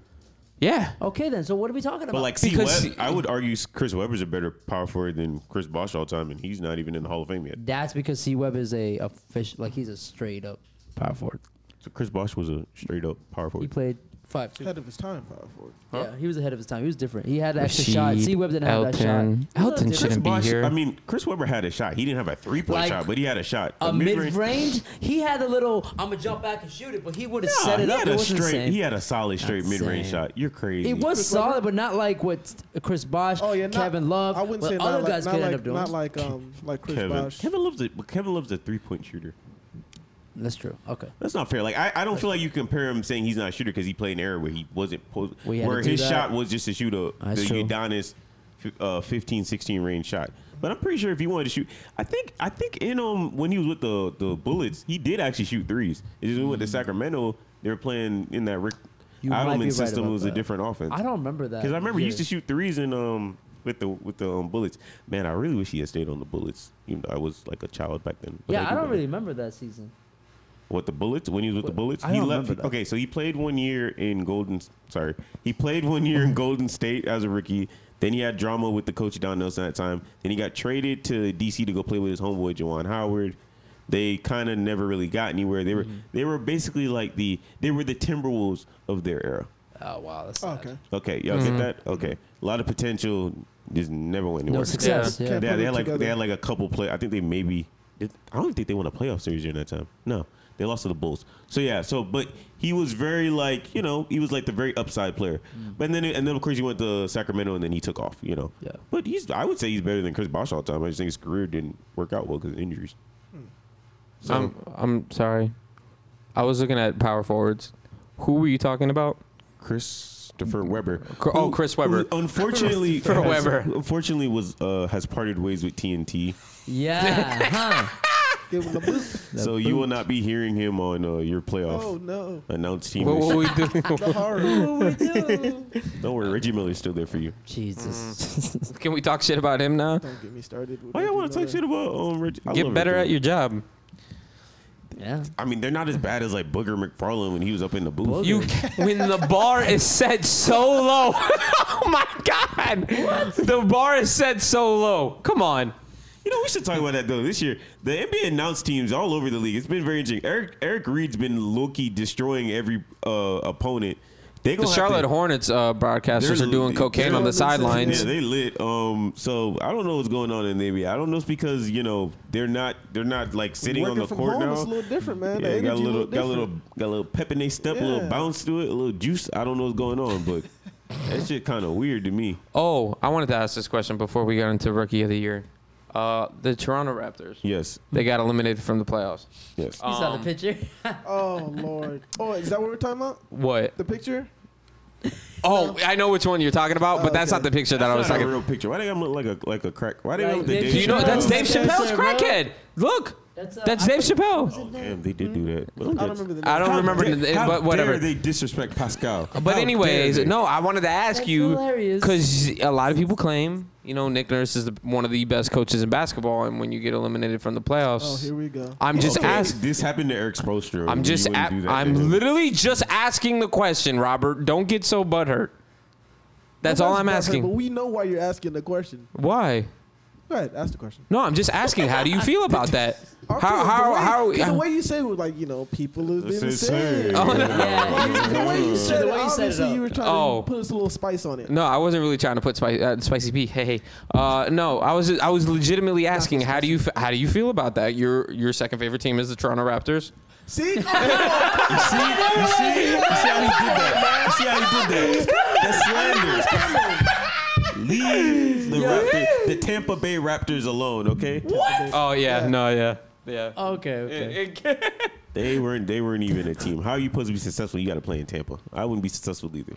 Speaker 4: Yeah.
Speaker 6: Okay, then. So what are we talking about?
Speaker 3: But like, see,
Speaker 4: Because-
Speaker 3: Web, I would argue Chris Webber's a better power forward than Chris Bosh all time, and he's not even in the Hall of Fame yet.
Speaker 6: That's because C Web is a, a fish, like he's a straight up power forward.
Speaker 3: So Chris Bosh was a straight up power
Speaker 6: He
Speaker 3: forward.
Speaker 6: played five two.
Speaker 5: Ahead of his time, power forward.
Speaker 6: Yeah, he was ahead of his time. He was different. He had an extra shot.
Speaker 4: Rashid,
Speaker 6: C Web didn't have that shot.
Speaker 4: Elton.
Speaker 6: He was
Speaker 4: Elton
Speaker 6: different.
Speaker 4: shouldn't be
Speaker 3: Bosh-
Speaker 4: here.
Speaker 3: I mean, Chris Webber had a shot. He didn't have a three point
Speaker 6: Like,
Speaker 3: shot, but he had a shot.
Speaker 6: A mid
Speaker 3: mid-range-
Speaker 6: range, he had a little. I'm gonna jump back and shoot it, but he would have
Speaker 3: Nah,
Speaker 6: set it
Speaker 3: he
Speaker 6: up.
Speaker 3: Had
Speaker 6: It
Speaker 3: a
Speaker 6: wasn't the
Speaker 3: straight,
Speaker 6: same.
Speaker 3: He had a solid straight
Speaker 6: the
Speaker 3: mid range
Speaker 6: same.
Speaker 3: shot. You're crazy.
Speaker 6: It was solid, but not like what Chris Bosh,
Speaker 5: Oh yeah, not,
Speaker 6: Kevin Love,
Speaker 5: I wouldn't
Speaker 6: what
Speaker 5: say
Speaker 6: other
Speaker 5: not
Speaker 6: guys
Speaker 5: like,
Speaker 6: could
Speaker 5: not
Speaker 6: end
Speaker 5: like,
Speaker 6: up doing.
Speaker 5: Not like um, like Chris
Speaker 3: Kevin.
Speaker 5: Bosh.
Speaker 3: Kevin loves it. but Kevin loves a three point shooter.
Speaker 6: That's true. Okay.
Speaker 3: That's not fair. Like I, I don't feel like you compare him saying he's not a shooter because he played an era where he wasn't po-
Speaker 6: We had to
Speaker 3: where
Speaker 6: do
Speaker 3: his
Speaker 6: that.
Speaker 3: shot was just to shoot a
Speaker 6: That's
Speaker 3: the
Speaker 6: true.
Speaker 3: Udonis f- uh, 15, 16 range shot. But I'm pretty sure if he wanted to shoot, I think I think in um when he was with the the Bullets, he did actually shoot threes. It's just when we went to Sacramento, they were playing in that Rick
Speaker 6: Mm. You might be
Speaker 3: Adelman
Speaker 6: right
Speaker 3: system.
Speaker 6: about
Speaker 3: it was a
Speaker 6: that.
Speaker 3: different offense.
Speaker 6: I don't remember that.
Speaker 3: Because I remember he used to
Speaker 6: year.
Speaker 3: shoot threes in um with the with the um, bullets. Man, I really wish he had stayed on the bullets. Even though I was like a child back then. But
Speaker 6: Yeah, I
Speaker 3: do
Speaker 6: don't
Speaker 3: remember.
Speaker 6: really remember that season.
Speaker 3: What the bullets? When he was with the bullets,
Speaker 6: I
Speaker 3: he
Speaker 6: don't
Speaker 3: left.
Speaker 6: remember that.
Speaker 3: Okay, so he played one year in Golden. Sorry, he played one year in Golden State as a rookie. Then he had drama with the coach Don Nelson at the time. Then he got traded to DC to go play with his homeboy Jawan Howard. They kind of never really got anywhere. They were
Speaker 6: Mm-hmm.
Speaker 3: they were basically like the they were the Timberwolves of their era.
Speaker 6: Oh wow, that's
Speaker 5: Oh,
Speaker 6: sad.
Speaker 5: okay.
Speaker 3: Okay, y'all
Speaker 6: Mm-hmm.
Speaker 3: get that? Okay, a lot of potential just never went
Speaker 6: No
Speaker 3: anywhere.
Speaker 6: success.
Speaker 5: Yeah.
Speaker 6: Yeah.
Speaker 5: Can't
Speaker 3: Yeah,
Speaker 5: put
Speaker 3: they
Speaker 5: it
Speaker 3: had like they
Speaker 5: together.
Speaker 3: had like a couple play. I think they maybe. I don't think they won a playoff series during that time. No, They lost to the Bulls. So yeah, so but he was very like you know he was like the very upside player. But then and then of course he went to Sacramento and then he took off. You know.
Speaker 6: Yeah.
Speaker 3: But he's I would say he's better than Chris Bosh all the time. I just think his career didn't work out well because of injuries. So
Speaker 4: I'm I'm sorry. I was looking at power forwards. Who were you talking about?
Speaker 3: Christopher Weber.
Speaker 4: Cr- oh, Chris Webber.
Speaker 3: who unfortunately,
Speaker 4: Christopher
Speaker 3: has-
Speaker 4: Webber.
Speaker 3: Unfortunately, was uh, has parted ways with TNT.
Speaker 6: Yeah, huh?
Speaker 5: Give him the boot.
Speaker 3: so you will not be hearing him on uh, your playoff
Speaker 5: Oh no,
Speaker 3: announced team.
Speaker 4: What
Speaker 3: list.
Speaker 4: will we do?
Speaker 5: the horror.
Speaker 3: Don't worry, Reggie Miller's still there for you.
Speaker 6: Jesus.
Speaker 3: Mm.
Speaker 4: Can we talk shit about him now?
Speaker 5: Don't get me started. With
Speaker 3: Why y'all
Speaker 5: Reggie
Speaker 3: want to talk
Speaker 5: Miller.
Speaker 3: shit about um, Reggie? I
Speaker 4: Get
Speaker 3: love
Speaker 4: better
Speaker 3: Reggie
Speaker 4: at your job.
Speaker 6: Yeah.
Speaker 3: I mean, they're not as bad as like Booger McFarland when he was up in the booth.
Speaker 6: Booger?
Speaker 4: You when the bar is set so low. oh my god. The bar is set so low. Come on.
Speaker 3: You know, we should talk about that though. This year, the NBA announced teams all over the league. It's been very interesting. Eric Eric Reed's been Loki destroying every uh, opponent. They
Speaker 4: The
Speaker 3: gonna have
Speaker 4: Charlotte
Speaker 3: to-
Speaker 4: Hornets uh, broadcasters
Speaker 3: They're-
Speaker 4: are doing cocaine
Speaker 3: they're-
Speaker 4: on the sidelines.
Speaker 3: Yeah, they lit. Um, so I don't know what's going on in the NBA. I don't know if it's because you know they're not they're not like sitting
Speaker 5: Working
Speaker 3: on the
Speaker 5: from
Speaker 3: court
Speaker 5: home
Speaker 3: now.
Speaker 5: is a little different, man. The
Speaker 3: Yeah, got a
Speaker 5: energy
Speaker 3: little, got a
Speaker 5: different.
Speaker 3: little got a little pep in their step, a little
Speaker 5: Yeah.
Speaker 3: bounce to it, a little juice. I don't know what's going on, but that shit kind of weird to me.
Speaker 4: Oh, I wanted to ask this question before we got into rookie of the year. Uh, the Toronto Raptors.
Speaker 3: Yes,
Speaker 4: They got eliminated from the playoffs.
Speaker 3: yes.
Speaker 6: You saw
Speaker 4: Um,
Speaker 6: the picture?
Speaker 5: Oh lord. Oh, is that what we're talking about?
Speaker 4: What?
Speaker 5: The picture?
Speaker 4: Oh, I know which one you're talking about, but
Speaker 5: Oh,
Speaker 4: that's
Speaker 5: okay.
Speaker 4: not the picture that I was
Speaker 3: That's not a
Speaker 4: talking.
Speaker 3: real picture. Why they got look like a like a crack? Why they got
Speaker 6: Right,
Speaker 3: look the
Speaker 6: Dave
Speaker 3: Dave
Speaker 4: Do you know
Speaker 6: Chappelle.
Speaker 4: that's Dave
Speaker 6: That's
Speaker 4: Chappelle's
Speaker 6: it, bro.
Speaker 4: crackhead? Look,
Speaker 6: That's, uh,
Speaker 4: that's Dave Chappelle.
Speaker 3: Damn, they did do that.
Speaker 5: I don't remember the name.
Speaker 4: I don't
Speaker 3: How
Speaker 4: remember,
Speaker 3: dare-
Speaker 4: the name,
Speaker 3: how
Speaker 4: but whatever.
Speaker 3: dare they disrespect Pascal.
Speaker 4: But
Speaker 3: How
Speaker 4: anyways,
Speaker 3: dare they?
Speaker 4: no, I wanted to ask
Speaker 6: That's
Speaker 4: you
Speaker 6: hilarious.
Speaker 4: because a lot of people claim, you know, Nick Nurse is the, one of the best coaches in basketball, and when you get eliminated from the
Speaker 5: Oh,
Speaker 4: playoffs,
Speaker 5: here we go.
Speaker 4: I'm just
Speaker 3: Okay,
Speaker 4: asking.
Speaker 3: This happened to Eric Spoelstra.
Speaker 4: I'm
Speaker 3: You
Speaker 4: just.
Speaker 3: wouldn't
Speaker 4: a-
Speaker 3: do that to
Speaker 4: I'm
Speaker 3: him.
Speaker 4: literally just asking the question, Robert. Don't get so butthurt. That's all I'm
Speaker 5: Nobody's
Speaker 4: asking.
Speaker 5: perfect, But we know why you're asking the question.
Speaker 4: Why?
Speaker 5: Go ahead, ask the question.
Speaker 4: No, I'm just asking. How do you feel about that? How?
Speaker 5: Okay, the
Speaker 4: How?
Speaker 5: way-
Speaker 4: How? uh,
Speaker 5: 'cause the way you said it was like, you know, people have
Speaker 3: This
Speaker 5: been
Speaker 3: is
Speaker 5: saying.
Speaker 3: serious.
Speaker 4: Oh, no.
Speaker 6: Yeah,
Speaker 5: Like, the way you said
Speaker 6: Mm. The
Speaker 5: it,
Speaker 6: way you said it
Speaker 5: obviously
Speaker 6: up.
Speaker 5: you were trying
Speaker 4: Oh.
Speaker 5: to put us a little spice on it.
Speaker 4: No, I wasn't really trying to put spicy, uh, spicy P. Hey, hey. Uh, no, I was I was legitimately asking how do you f- how do you feel about that? Your your second favorite team is the Toronto Raptors.
Speaker 5: See?
Speaker 3: You see? You see? You see how he did that? You see how he did that? That's slanders. Come on. Leave the, Raptor, the Tampa Bay Raptors alone, okay?
Speaker 4: Oh yeah, no yeah yeah.
Speaker 6: okay, okay.
Speaker 3: They weren't. They weren't even a team. How are you supposed to be successful? You got to play in Tampa. I wouldn't be successful either.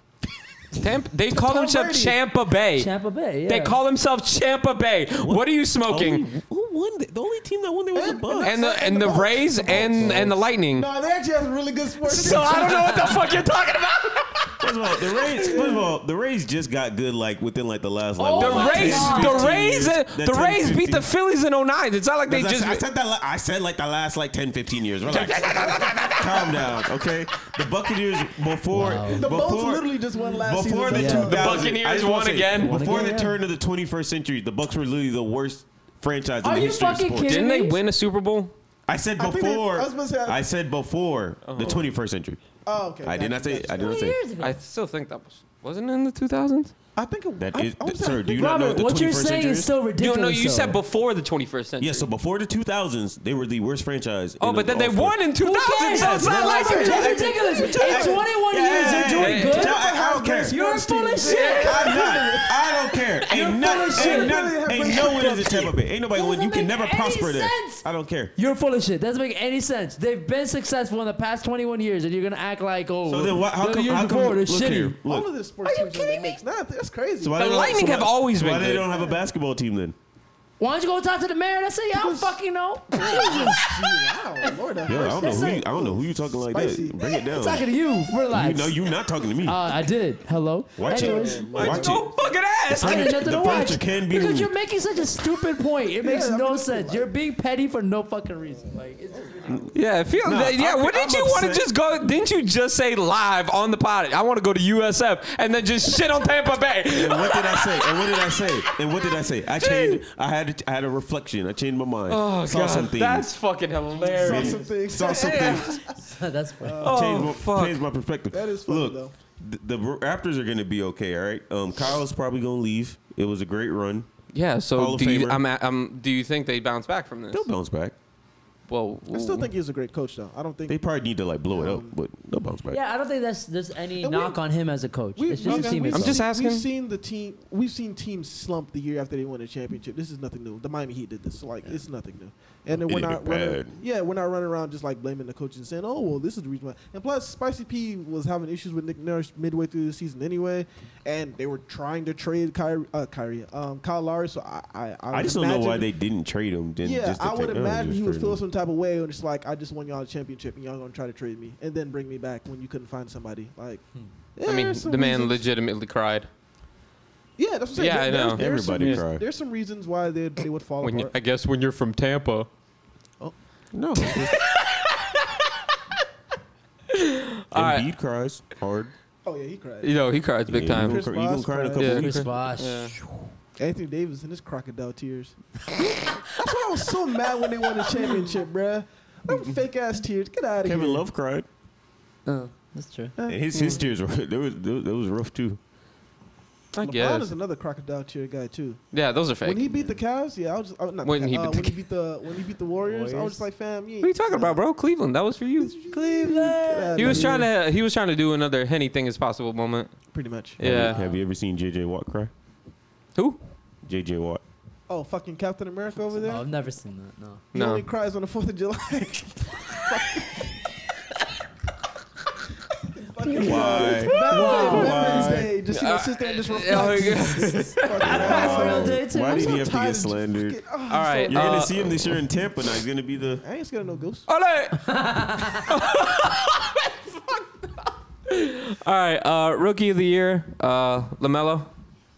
Speaker 4: Tampa, they call themselves
Speaker 5: Brady.
Speaker 4: Champa Bay.
Speaker 6: Tampa Bay. Yeah.
Speaker 4: They call themselves Champa Bay. What, are you smoking?
Speaker 3: Only- who won? The, the only team that won there was the Bucks.
Speaker 4: and the and the Rays and and the Lightning.
Speaker 5: no, they actually have really good sports.
Speaker 4: So I don't know what the fuck you're talking about.
Speaker 3: First of all, the Rays. First of all, the Rays just got good like within like the last like.
Speaker 4: The
Speaker 3: what,
Speaker 4: Rays,
Speaker 3: 10,
Speaker 4: the
Speaker 3: 15
Speaker 4: Rays, uh,
Speaker 3: years?
Speaker 4: the, Rays
Speaker 3: 10,
Speaker 4: beat
Speaker 3: 15
Speaker 4: the Phillies in 09. It's not like they
Speaker 3: That's-
Speaker 4: just.
Speaker 3: I said that. li- I said like the last like 10, 15 years. Relax. Calm down, okay? The Buccaneers before
Speaker 5: The Bulls
Speaker 3: before
Speaker 5: literally just won last
Speaker 3: before
Speaker 5: season.
Speaker 3: the
Speaker 5: Yeah.
Speaker 3: two
Speaker 4: The Buccaneers won again.
Speaker 6: Won
Speaker 3: Before
Speaker 6: again,
Speaker 3: the
Speaker 6: yeah.
Speaker 3: turn of the twenty first century, the Bucks were literally the worst franchise in
Speaker 6: Are
Speaker 3: the
Speaker 6: you
Speaker 3: history of
Speaker 6: fucking
Speaker 3: sports.
Speaker 6: kidding?
Speaker 4: Didn't they win a Super Bowl?
Speaker 3: I said
Speaker 5: I think they-
Speaker 3: before.
Speaker 5: I was
Speaker 3: I,
Speaker 5: gonna say-
Speaker 3: said before the twenty first century.
Speaker 5: Oh, okay.
Speaker 3: I did not say. I did not say.
Speaker 6: years ago.
Speaker 4: I still think that was wasn't it in the 2000s.
Speaker 5: I think it,
Speaker 3: That
Speaker 5: I,
Speaker 3: is,
Speaker 5: I'm
Speaker 3: that,
Speaker 5: saying-
Speaker 3: sir. Do you not know
Speaker 6: Robert,
Speaker 3: what the
Speaker 6: what you're
Speaker 3: 21st
Speaker 6: saying
Speaker 3: century
Speaker 6: is so
Speaker 4: You
Speaker 6: ridiculous.
Speaker 4: no, you
Speaker 6: though.
Speaker 4: said before the 21st century.
Speaker 3: Yeah, so before the 2000s, they were the worst franchise.
Speaker 4: Oh,
Speaker 3: in
Speaker 4: but then
Speaker 3: all
Speaker 4: they
Speaker 3: sports.
Speaker 4: won in 2000.
Speaker 6: cares?
Speaker 4: So it's not like
Speaker 6: Robert,
Speaker 4: you're
Speaker 6: that's
Speaker 4: just.
Speaker 6: ridiculous. In 21 years,
Speaker 3: Yeah,
Speaker 6: you're doing
Speaker 3: yeah,
Speaker 6: good.
Speaker 3: yeah. I I don't care.
Speaker 6: You're full of shit.
Speaker 3: I'm not. I don't care. Ain't
Speaker 6: full of
Speaker 3: nothing.
Speaker 6: shit.
Speaker 3: Ain't nothing. Ain't no one is a Tampa Bay. Ain't nobody
Speaker 6: Doesn't
Speaker 3: win. You can
Speaker 6: make
Speaker 3: never
Speaker 6: any
Speaker 3: prosper there.
Speaker 6: sense.
Speaker 3: I don't care.
Speaker 6: You're full of shit. Doesn't make any sense. They've been successful in the past 21 years, and you're gonna act like oh.
Speaker 3: So then, why, how
Speaker 6: the
Speaker 3: come?
Speaker 6: year
Speaker 3: How come?
Speaker 6: before, they're
Speaker 3: Look
Speaker 6: shitty.
Speaker 3: here.
Speaker 5: all of
Speaker 3: Look.
Speaker 5: the sports teams are in the mix. Nah, that's crazy.
Speaker 3: So why
Speaker 4: The
Speaker 3: they don't-
Speaker 4: Lightning
Speaker 3: so
Speaker 4: have
Speaker 3: why-
Speaker 4: always
Speaker 3: Why
Speaker 4: been
Speaker 3: they
Speaker 4: good.
Speaker 3: don't have a basketball team then?
Speaker 6: Why don't you go talk to the mayor? That's it. Y'all fucking know.
Speaker 5: wow, Lord,
Speaker 3: Yo, I don't
Speaker 5: have mercy.
Speaker 3: know
Speaker 6: That's
Speaker 3: who.
Speaker 6: like-
Speaker 3: You, I don't know who you talking like
Speaker 5: Spicy.
Speaker 3: that. Bring it down.
Speaker 6: talking to you. Relax.
Speaker 3: You know you're not talking to me.
Speaker 6: uh, I did. Hello.
Speaker 3: Watch
Speaker 6: Anyways,
Speaker 3: it. Watch it.
Speaker 4: Don't fucking ask.
Speaker 6: I did nothing to
Speaker 3: The
Speaker 6: watch
Speaker 3: furniture can be
Speaker 6: because
Speaker 3: moved.
Speaker 6: you're making such a stupid point. It makes
Speaker 5: I
Speaker 6: no
Speaker 5: mean,
Speaker 6: sense. You're being petty for no fucking reason. Like, it's
Speaker 4: Yeah, I feel. that, yeah,
Speaker 3: I'm-
Speaker 4: what did
Speaker 3: I'm
Speaker 4: you want to
Speaker 3: upset.
Speaker 4: just go? Didn't you just say live on the pod? I want to go to USF and then just shit on Tampa Bay.
Speaker 3: And what did I say? And what did I say? And what did I say? I changed. I had. I had a reflection. I changed my mind.
Speaker 4: Oh
Speaker 3: Saw
Speaker 4: god,
Speaker 3: some things.
Speaker 4: that's fucking hilarious.
Speaker 5: Some things.
Speaker 3: Saw some things.
Speaker 6: that's funny.
Speaker 3: change,
Speaker 4: Oh
Speaker 3: my,
Speaker 4: fuck.
Speaker 3: change my perspective.
Speaker 5: That is funny,
Speaker 3: Look,
Speaker 5: though.
Speaker 3: th- The, Raptors are going to be okay, all right? Um, Kyle's probably going to leave. It was a great run.
Speaker 4: Yeah.
Speaker 3: Hall
Speaker 4: So
Speaker 3: of
Speaker 4: do you, um,
Speaker 3: Famer.
Speaker 4: I'm, at- I'm, do you think they bounce back from this?
Speaker 3: They'll bounce back.
Speaker 4: well,
Speaker 5: I still think he's a great coach, though. I don't think
Speaker 3: They probably need to like blow it up, but they'll bounce back.
Speaker 6: Yeah, I don't think that's there's any
Speaker 5: And we-
Speaker 6: knock on him as a coach.
Speaker 5: We,
Speaker 6: it's just his
Speaker 5: okay,
Speaker 6: team.
Speaker 5: we-
Speaker 6: is
Speaker 4: I'm
Speaker 6: slow.
Speaker 4: just
Speaker 5: we-
Speaker 4: asking.
Speaker 5: We've seen the team. We've seen teams slump the year after they won a championship. This is nothing new. The Miami Heat did this. So like, it's nothing new. And then
Speaker 3: It
Speaker 5: we're
Speaker 3: ain't
Speaker 5: not
Speaker 3: bad.
Speaker 5: running. Yeah, we're not running around just like blaming the coaches and saying, "Oh, well, this is the reason why." And plus, Spicy P was having issues with Nick Nurse midway through the season anyway, and they were trying to trade Kyrie, uh, Kyrie um, Kyle Lowry. So I, I, I,
Speaker 3: I
Speaker 5: would
Speaker 3: just don't know why
Speaker 5: imagine-
Speaker 3: they didn't trade him. Didn't
Speaker 5: yeah,
Speaker 3: just to
Speaker 5: I would
Speaker 3: take-
Speaker 5: imagine
Speaker 3: just
Speaker 5: he would
Speaker 3: trade
Speaker 5: feel
Speaker 3: him.
Speaker 5: some type of way, and it's like, I just won y'all a championship, and y'all gonna try to trade me, and then bring me back when you couldn't find somebody. Like,
Speaker 4: Hmm. I mean,
Speaker 5: there's some
Speaker 4: the man
Speaker 5: reasons-
Speaker 4: legitimately cried.
Speaker 5: Yeah, that's what I'm saying.
Speaker 4: Yeah, I
Speaker 5: there's-
Speaker 4: know.
Speaker 5: There's, some
Speaker 3: Everybody
Speaker 5: reasons-
Speaker 3: cried.
Speaker 5: There's some reasons why they they would fall
Speaker 4: When you,
Speaker 5: apart.
Speaker 4: I guess when you're from Tampa.
Speaker 3: No.
Speaker 4: All right.
Speaker 3: Embiid cries hard.
Speaker 5: oh yeah, he cried.
Speaker 4: You know, he cries big
Speaker 3: Yeah,
Speaker 4: time.
Speaker 3: You
Speaker 5: Chris
Speaker 3: gonna, cry- you gonna
Speaker 5: Bosh
Speaker 3: cry in a couple
Speaker 5: cried.
Speaker 4: Yeah.
Speaker 3: weeks?
Speaker 6: Chris Bosh.
Speaker 4: Yeah.
Speaker 5: Anthony Davis and his crocodile tears. that's why I was so mad when they won the championship, bruh. Them fake ass tears. Get out of here.
Speaker 3: Kevin Love cried.
Speaker 6: Uh, that's true.
Speaker 3: And his his tears were there was that was rough too.
Speaker 4: I
Speaker 5: LeBron is
Speaker 4: guess.
Speaker 5: another crocodile tear guy too.
Speaker 4: Yeah, those are fake.
Speaker 5: When he beat the Cavs, yeah, I was just I, not
Speaker 4: When
Speaker 5: the,
Speaker 4: he
Speaker 5: Ca- uh,
Speaker 4: beat the
Speaker 5: when he beat the when he beat the Warriors, I was
Speaker 6: Warriors.
Speaker 5: just like, fam, you
Speaker 4: what are you talking about, bro? Cleveland. That was for you.
Speaker 5: Cleveland.
Speaker 4: He was trying to he was trying to do another anything is possible moment.
Speaker 5: pretty much.
Speaker 3: Have you-
Speaker 4: Yeah.
Speaker 3: Have you ever seen JJ Watt cry?
Speaker 4: Who?
Speaker 3: JJ Watt.
Speaker 5: Oh, fucking Captain America over there.
Speaker 6: Oh, I've never seen that. No.
Speaker 5: he
Speaker 4: No.
Speaker 5: only cries on the Fourth of July.
Speaker 3: Why?
Speaker 5: Veterans
Speaker 3: Why?
Speaker 5: Day. Just you know, sit there and just
Speaker 4: Oh, my
Speaker 5: reflect.
Speaker 4: God.
Speaker 5: Fucking
Speaker 3: Wow.
Speaker 5: asshole.
Speaker 3: Why
Speaker 5: I'm
Speaker 3: did
Speaker 5: so
Speaker 3: he have to
Speaker 5: tired
Speaker 3: get
Speaker 5: of
Speaker 3: slandered?
Speaker 5: Get- oh, I'm
Speaker 4: All right.
Speaker 5: sorry.
Speaker 3: You're
Speaker 4: Uh,
Speaker 3: gonna see him this year in Tampa now. He's gonna be the
Speaker 5: I ain't scared of no ghosts.
Speaker 4: Ole! All right, uh, rookie of the year, uh, Lamelo.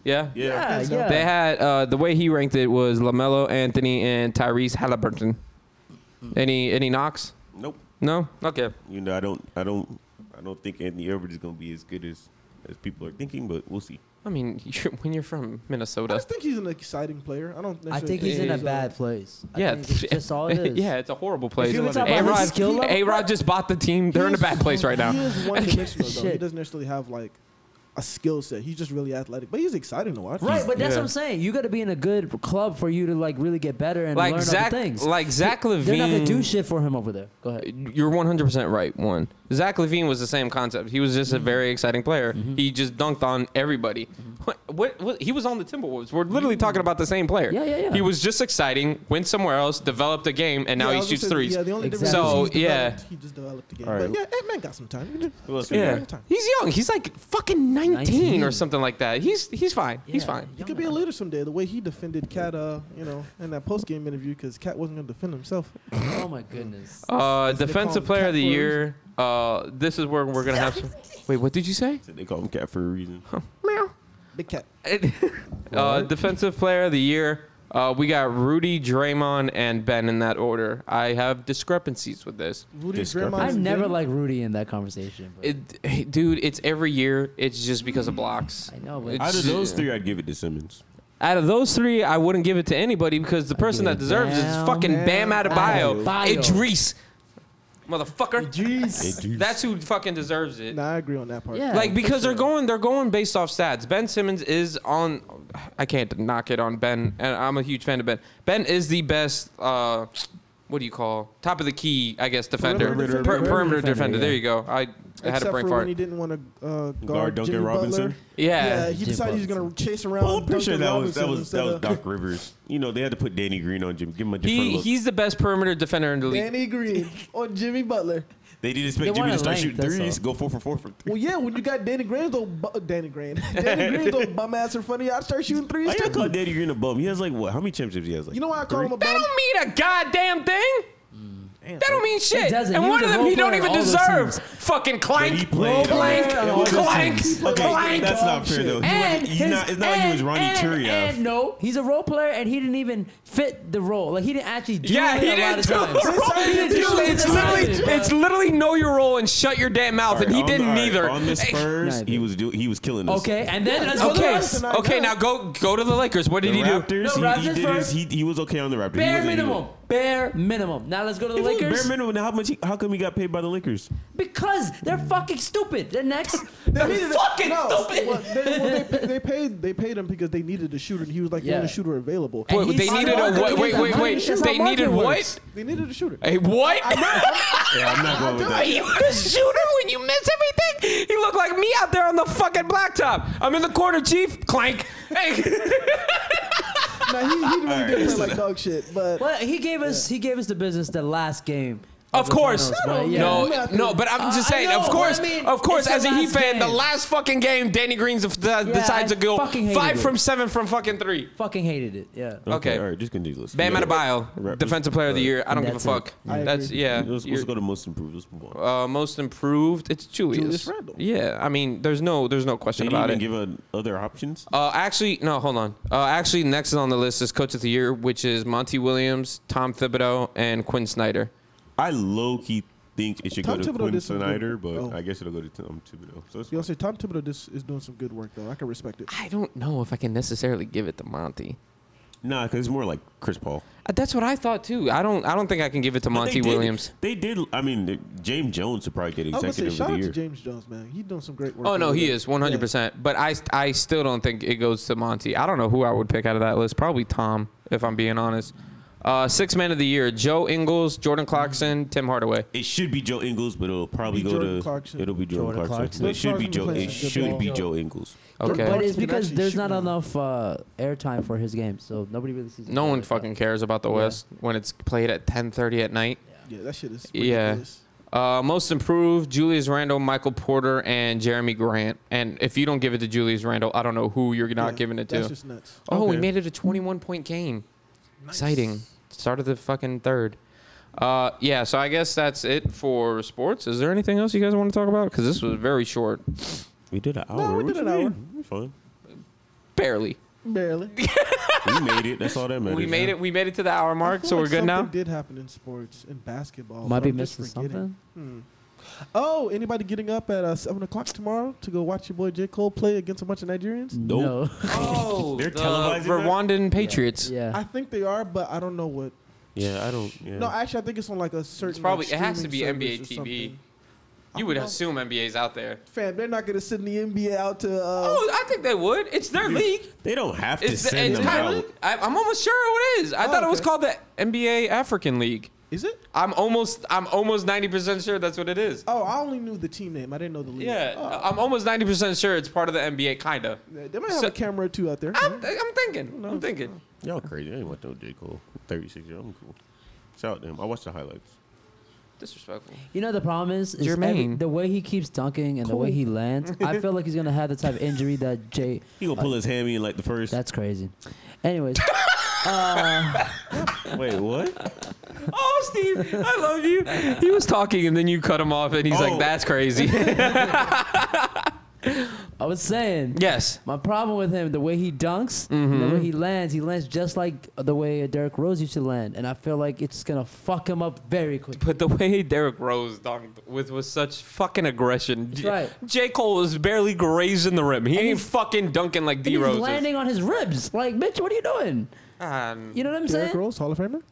Speaker 4: Yeah.
Speaker 3: yeah.
Speaker 6: Yeah, yeah.
Speaker 4: They had uh, the way he ranked it was Lamelo, Anthony, and Tyrese Halliburton. Any any knocks?
Speaker 3: Nope.
Speaker 4: No. Okay.
Speaker 3: You know I don't I don't I don't think Anthony Everett is gonna be as good as as people are thinking, but we'll see.
Speaker 4: I mean, you're, when you're from
Speaker 5: I
Speaker 4: Minnesota,
Speaker 5: just think he's an exciting player. I don't.
Speaker 6: I
Speaker 5: necessarily
Speaker 6: think he's in a
Speaker 5: uh,
Speaker 6: bad place. I
Speaker 4: yeah,
Speaker 6: think it's just all it is.
Speaker 4: yeah, it's a horrible place.
Speaker 6: you were talking
Speaker 4: A
Speaker 6: about his
Speaker 4: Rod,
Speaker 6: skill level-
Speaker 4: A Rod just bought the team. They're in a
Speaker 5: he is-
Speaker 4: bad place right
Speaker 5: He
Speaker 4: now.
Speaker 5: is one dimensional though. He
Speaker 6: Shit.
Speaker 5: doesn't necessarily have like a skill set. He's just really athletic, but he's exciting to watch.
Speaker 6: Right, but that's
Speaker 4: Yeah.
Speaker 6: what I'm saying. You got to be in a good club for you to like really get better and
Speaker 4: Like
Speaker 6: learn
Speaker 4: Zach,
Speaker 6: other things.
Speaker 4: like Zach
Speaker 6: They're
Speaker 4: Levine.
Speaker 6: not gonna do shit for him over there. Go ahead.
Speaker 4: you're 100% right. One, Zach Levine was the same concept. He was just
Speaker 6: Mm-hmm.
Speaker 4: a very exciting player. He just dunked on everybody. What, what, what? He was on the Timberwolves. We're literally talking about the same player.
Speaker 6: Mm-hmm. Yeah, yeah, yeah.
Speaker 4: He was just exciting. Went somewhere else, developed a game, and now
Speaker 5: Yeah, I
Speaker 4: he
Speaker 5: was gonna
Speaker 4: shoots
Speaker 5: say,
Speaker 4: threes.
Speaker 5: Yeah, the only
Speaker 6: Exactly.
Speaker 4: So,
Speaker 5: difference is he's
Speaker 4: yeah.
Speaker 5: developed- he just developed the game.
Speaker 3: All right.
Speaker 5: But yeah, that man got some time. He just-
Speaker 3: Who else we
Speaker 4: yeah,
Speaker 3: got?
Speaker 5: time.
Speaker 4: he's young. He's like fucking 19,
Speaker 6: 19.
Speaker 4: or something like that. He's he's fine. He's
Speaker 6: Yeah,
Speaker 4: fine.
Speaker 5: He
Speaker 6: young
Speaker 5: could be a
Speaker 6: man.
Speaker 5: leader someday. The way he defended Cat, uh, you know, in that post game interview, because Cat wasn't going to defend himself.
Speaker 6: Oh my goodness.
Speaker 4: Uh,
Speaker 5: they call
Speaker 4: defensive
Speaker 5: him
Speaker 4: player
Speaker 5: Cat
Speaker 4: of the
Speaker 5: Williams.
Speaker 4: year. Uh, this is where we're gonna have some. Wait, what did you say?
Speaker 3: Said They call him Cat for a reason.
Speaker 4: Meow.
Speaker 5: Big Cat.
Speaker 4: uh, defensive player of the year. Uh, we got Rudy, Draymond, and Ben in that order. I have discrepancies with this.
Speaker 5: Rudy
Speaker 3: Discrepancy.
Speaker 5: Draymond.
Speaker 6: I
Speaker 5: is
Speaker 6: never
Speaker 5: good.
Speaker 6: like Rudy in that conversation. But
Speaker 4: It, hey, dude, it's every year. It's just because of blocks.
Speaker 6: I know, but
Speaker 4: It's-
Speaker 3: Out of those three, I'd give it to Simmons.
Speaker 4: out of those three, I wouldn't give it to anybody because the person that
Speaker 6: give it
Speaker 4: deserves it is
Speaker 6: Bam,
Speaker 4: fucking Bam,
Speaker 6: Bam,
Speaker 4: Adebayo.
Speaker 6: Adebayo.
Speaker 4: Idris, motherfucker.
Speaker 5: Jeez.
Speaker 4: That's who fucking deserves it.
Speaker 5: Nah, I agree on that part.
Speaker 6: Yeah.
Speaker 4: Like
Speaker 6: for
Speaker 4: because they're going they're going based off stats. Ben Simmons is on I can't knock it on Ben and I'm a huge fan of Ben. Ben is the best uh what do you call top of the key, I guess, defender.
Speaker 5: Perimeter
Speaker 4: Per-
Speaker 5: defender.
Speaker 4: perimeter
Speaker 6: Perimeter
Speaker 4: defender.
Speaker 6: defender,
Speaker 4: There
Speaker 6: yeah.
Speaker 4: you go. I I had
Speaker 5: Except
Speaker 4: a brain
Speaker 5: for
Speaker 4: fart.
Speaker 5: when he didn't want to uh, guard,
Speaker 3: Guard Duncan
Speaker 5: Jimmy
Speaker 3: Robinson?
Speaker 5: Butler.
Speaker 4: yeah.
Speaker 5: he
Speaker 6: Jimmy
Speaker 5: decided he was going to chase around.
Speaker 3: Well, I'm pretty sure
Speaker 5: Duncan
Speaker 3: that was that
Speaker 5: Robinson
Speaker 3: was that was
Speaker 5: instead of-
Speaker 3: Doc Rivers. You know, they had to put Danny Green on Jim. Give him a different
Speaker 4: He
Speaker 3: look.
Speaker 4: he's the best perimeter defender in the league.
Speaker 5: Danny Green or Jimmy Butler.
Speaker 3: they didn't
Speaker 6: They
Speaker 3: expect Jimmy to
Speaker 6: wanted
Speaker 3: start
Speaker 6: length,
Speaker 3: shooting
Speaker 6: that's
Speaker 3: threes.
Speaker 6: all.
Speaker 3: Go four for four for three.
Speaker 5: Well, yeah, when you got Danny Green, though, bu- uh, Danny Green, Danny Green, though, bum ass in front of you, I start shooting threes.
Speaker 3: I gotta
Speaker 5: too.
Speaker 3: call Danny Green a bum. He has like what? How many championships he has? Like
Speaker 5: You know why I call
Speaker 3: three?
Speaker 5: him a
Speaker 4: That
Speaker 5: bum?
Speaker 4: don't mean a goddamn thing.
Speaker 5: Damn,
Speaker 4: That don't mean shit.
Speaker 6: doesn't.
Speaker 4: And
Speaker 6: He
Speaker 4: one of
Speaker 6: was a
Speaker 4: them
Speaker 6: role
Speaker 4: he don't
Speaker 6: player on
Speaker 4: even
Speaker 6: all those
Speaker 4: deserve.
Speaker 6: teams.
Speaker 4: Fucking
Speaker 3: But he
Speaker 4: clank,
Speaker 3: played on
Speaker 4: clank,
Speaker 3: all those
Speaker 4: clank,
Speaker 3: teams. Okay,
Speaker 4: clank.
Speaker 3: that's not fair though. He
Speaker 6: And
Speaker 3: wasn't- he's
Speaker 6: his-
Speaker 3: not, it's not like he was Ronnie
Speaker 6: and,
Speaker 3: Turiev.
Speaker 6: and no, he's a role player, and he didn't even fit the role. Like he didn't actually do
Speaker 4: Yeah,
Speaker 6: it
Speaker 4: he
Speaker 6: a lot
Speaker 4: didn't
Speaker 6: of
Speaker 4: do
Speaker 6: times.
Speaker 4: it.
Speaker 5: He didn't do
Speaker 4: Dude,
Speaker 5: it.
Speaker 4: it's
Speaker 5: He
Speaker 4: literally,
Speaker 5: didn't.
Speaker 4: it's literally know your role and shut your damn mouth, and he
Speaker 3: Alright, on the-
Speaker 4: didn't
Speaker 3: alright,
Speaker 4: either.
Speaker 3: On the Spurs,
Speaker 6: Nah,
Speaker 3: he was do, he was killing us.
Speaker 6: Okay, and then let's go to the
Speaker 4: Okay,
Speaker 6: Raptors.
Speaker 5: Tonight,
Speaker 4: okay,
Speaker 5: yeah.
Speaker 4: now go go to the Lakers. What
Speaker 3: The
Speaker 4: did he do?
Speaker 3: Raptors,
Speaker 6: No,
Speaker 3: he, he
Speaker 6: Raptors
Speaker 3: did his,
Speaker 6: first.
Speaker 3: he, he was okay on the Raptors. He
Speaker 6: Bare
Speaker 3: wasn't- he
Speaker 6: minimum.
Speaker 3: was-
Speaker 6: Bare minimum. Now let's go to the
Speaker 3: If it was
Speaker 6: Lakers.
Speaker 3: Bare minimum. Now how much? He, how come he got paid by the Lakers?
Speaker 6: because they're fucking stupid. They're next. they're
Speaker 5: needed to-
Speaker 6: fucking
Speaker 5: no,
Speaker 6: stupid.
Speaker 5: well, they, well, they, they paid they paid him because they needed a shooter, and he was like the
Speaker 6: Yeah.
Speaker 5: only shooter available.
Speaker 6: And
Speaker 4: Wait,
Speaker 6: he's
Speaker 4: they needed
Speaker 6: smart.
Speaker 4: a what?
Speaker 6: They
Speaker 4: Wait,
Speaker 6: needed
Speaker 4: wait,
Speaker 6: a
Speaker 4: wait.
Speaker 6: shooter.
Speaker 4: They needed what?
Speaker 5: works. They needed a shooter.
Speaker 4: A what?
Speaker 3: Yeah, I'm not going with
Speaker 4: Are
Speaker 3: that.
Speaker 4: you the shooter when you miss everything? You look like me out there on the fucking blacktop. I'm in the corner, chief. Clank. Hey.
Speaker 5: Now he, he really
Speaker 3: right,
Speaker 5: did play
Speaker 3: listen.
Speaker 5: like dog shit, but
Speaker 6: Well, he gave us he gave us the business the last game.
Speaker 4: Of
Speaker 6: the
Speaker 4: course,
Speaker 6: finals, but yeah.
Speaker 4: no,
Speaker 5: yeah.
Speaker 4: no, but I'm just
Speaker 6: Uh, I
Speaker 4: saying.
Speaker 6: know,
Speaker 4: of
Speaker 6: but
Speaker 4: course,
Speaker 6: I mean,
Speaker 4: of course,
Speaker 6: it's the
Speaker 4: as a Heat
Speaker 6: last
Speaker 4: fan, the
Speaker 6: game.
Speaker 4: last fucking game, Danny Green's uh, decides to go
Speaker 6: fucking hated
Speaker 4: five
Speaker 6: it.
Speaker 4: from seven from fucking three.
Speaker 6: Fucking hated it. Yeah.
Speaker 4: Okay.
Speaker 3: all right, just continue. Let's
Speaker 4: Bam
Speaker 3: yeah.
Speaker 4: Adebayo,
Speaker 3: Rep-
Speaker 4: defensive player of the year. I don't give a
Speaker 6: That's it.
Speaker 4: fuck.
Speaker 5: I
Speaker 4: That's
Speaker 5: agree.
Speaker 4: yeah.
Speaker 3: Let's, let's
Speaker 4: you're-
Speaker 3: go to most improved. Let's move on.
Speaker 4: uh, most improved, it's Julius.
Speaker 5: Julius Randle.
Speaker 4: Yeah, I mean, there's no, there's no
Speaker 3: They
Speaker 4: question
Speaker 3: didn't
Speaker 4: about
Speaker 3: even
Speaker 4: it.
Speaker 3: give a, other options.
Speaker 4: Uh, actually, no, hold on. Uh, actually, next on the list is Coach of the Year, which is Monty Williams, Tom Thibodeau, and Quinn Snyder.
Speaker 3: I low key think it should
Speaker 5: Tom
Speaker 3: go to
Speaker 5: Thibodeau
Speaker 3: Quinn
Speaker 5: did some good-
Speaker 3: Snyder, but
Speaker 5: oh.
Speaker 3: I guess it'll go to Tom Thibodeau. So it's
Speaker 5: you know,
Speaker 3: fine.
Speaker 5: say Tom Thibodeau this is doing some good work though. I can respect it.
Speaker 4: I don't know if I can necessarily give it to Monty.
Speaker 3: nah, because it's more like Chris Paul.
Speaker 4: Uh, That's what I thought too. I don't, I don't think I can give it to
Speaker 3: But
Speaker 4: Monty
Speaker 3: they did-
Speaker 4: Williams.
Speaker 3: They did. I mean, the- James Jones should probably get
Speaker 5: I would say
Speaker 3: executive of
Speaker 5: shout
Speaker 3: the
Speaker 5: out to
Speaker 3: year.
Speaker 5: James Jones, man. He's doing some great work.
Speaker 4: Oh no,
Speaker 5: over
Speaker 4: he
Speaker 5: there.
Speaker 4: is 100. percent But I, I still don't think it goes to Monty. I don't know who I would pick out of that list. Probably Tom, if I'm being honest. Uh, six man of the year: Joe Ingles, Jordan Clarkson, Tim Hardaway.
Speaker 3: It should be Joe Ingles, but it'll probably
Speaker 5: Be
Speaker 3: go
Speaker 5: Jordan
Speaker 3: to.
Speaker 5: Clarkson.
Speaker 3: It'll be Jordan, Clarkson.
Speaker 6: Jordan Clarkson.
Speaker 3: But it should be
Speaker 5: Jordan
Speaker 3: Joe.
Speaker 5: Clarkson
Speaker 3: It
Speaker 5: plays some good
Speaker 3: should
Speaker 5: ball.
Speaker 3: be Joe Ingles.
Speaker 6: But
Speaker 4: Okay.
Speaker 6: it's
Speaker 5: Clarkson can
Speaker 6: because
Speaker 5: actually
Speaker 6: there's
Speaker 5: shoot
Speaker 6: not
Speaker 5: now.
Speaker 6: enough uh, airtime for his game, so nobody really sees.
Speaker 4: No
Speaker 6: him.
Speaker 4: one fucking cares about the West when it's played at 10:30 at night.
Speaker 5: Yeah, that shit is.
Speaker 4: Yeah.
Speaker 5: Ridiculous.
Speaker 4: Uh, most improved, Julius Randle, Michael Porter, and Jeremy Grant. And if you don't give it to Julius Randle, I don't know who you're not
Speaker 5: Yeah,
Speaker 4: giving it
Speaker 5: That's
Speaker 4: to.
Speaker 5: just nuts.
Speaker 4: oh, we
Speaker 3: okay.
Speaker 4: made it a 21 point game. Exciting. Started the fucking third. Uh, yeah, so I guess that's it for sports. Is there anything else you guys want to talk about? Because this was very short.
Speaker 3: We did an hour.
Speaker 5: we
Speaker 3: What
Speaker 5: did
Speaker 3: you
Speaker 5: an hour.
Speaker 3: mean? We're Fine.
Speaker 4: Barely.
Speaker 5: Barely.
Speaker 3: we made it. That's all that matters.
Speaker 4: We made it. We made it to the hour
Speaker 5: I
Speaker 4: mark,
Speaker 5: feel
Speaker 4: so
Speaker 5: like
Speaker 4: we're good now.
Speaker 5: Something did happen in sports in basketball.
Speaker 6: Might
Speaker 5: but
Speaker 6: be
Speaker 5: Oh, I'm just
Speaker 6: missing
Speaker 5: forgetting.
Speaker 6: something.
Speaker 5: Hmm. Oh, anybody getting up at uh, seven o'clock tomorrow to go watch your boy J Cole play against a bunch of Nigerians?
Speaker 3: Nope.
Speaker 6: No.
Speaker 4: Oh,
Speaker 3: They're
Speaker 4: the
Speaker 3: televising that?
Speaker 4: Rwandan Patriots.
Speaker 5: I
Speaker 6: yeah.
Speaker 5: think they are, but I don't know what.
Speaker 3: Yeah, I don't. Yeah.
Speaker 5: No, actually, I think it's on like a certain.
Speaker 4: It's probably-
Speaker 5: like,
Speaker 4: it has to
Speaker 5: streaming
Speaker 4: be
Speaker 5: service
Speaker 4: NBA
Speaker 5: or
Speaker 4: TV.
Speaker 5: something. I
Speaker 4: You
Speaker 5: don't
Speaker 4: would
Speaker 5: know.
Speaker 4: assume NBA's out there.
Speaker 5: Fam, they're not gonna send the NBA out to. Uh,
Speaker 4: Oh, I think they would. It's their league.
Speaker 3: They don't have to
Speaker 4: It's, the,
Speaker 3: send
Speaker 4: it's
Speaker 3: them
Speaker 4: kind
Speaker 3: out.
Speaker 4: of. I, I'm almost sure it is. I
Speaker 5: Oh,
Speaker 4: thought it was
Speaker 5: okay.
Speaker 4: called the NBA African League.
Speaker 5: is it?
Speaker 4: I'm almost. I'm almost 90% sure that's what it is.
Speaker 5: Oh, I only knew the team name. I didn't know the league.
Speaker 4: Yeah,
Speaker 5: Oh.
Speaker 4: I'm almost 90% sure it's part of the NBA, kinda.
Speaker 5: they might have
Speaker 4: so-
Speaker 5: a camera or two out there. Mm-hmm.
Speaker 4: I'm, I'm thinking. I'm thinking.
Speaker 3: Y'all crazy. I ain't want no J Cole. Thirty six year old. I'm cool. Shout out to him. I watched the highlights.
Speaker 4: Disrespectful.
Speaker 6: You know the problem is, is
Speaker 4: Jermaine.
Speaker 6: the way he keeps dunking and the way he lands. I feel like he's gonna have the type of injury that Jay.
Speaker 3: He gonna pull his hammy in like the first.
Speaker 6: That's crazy. Anyways,
Speaker 3: Wait, what?
Speaker 4: Oh, Steve, I love you. He was talking and then you cut him off, and he's like,
Speaker 3: Oh.
Speaker 4: "That's crazy."
Speaker 6: I was saying.
Speaker 4: yes.
Speaker 6: My problem with him, the way he dunks, and
Speaker 4: Mm-hmm.
Speaker 6: the way he lands, he lands just like the way Derrick Rose used to land, and I feel like it's gonna fuck him up very quick.
Speaker 4: But the way Derrick Rose dunked with was such fucking aggression. J-
Speaker 6: right.
Speaker 4: J. Cole was barely grazing the rim. He ain't
Speaker 6: he's-
Speaker 4: fucking dunking like D
Speaker 6: He's
Speaker 4: Rose. is.
Speaker 6: landing on his ribs. Like, bitch, what are you doing?
Speaker 4: Um,
Speaker 6: You know what I'm
Speaker 5: Derrick
Speaker 6: saying?
Speaker 5: Rose, Hall of Famer.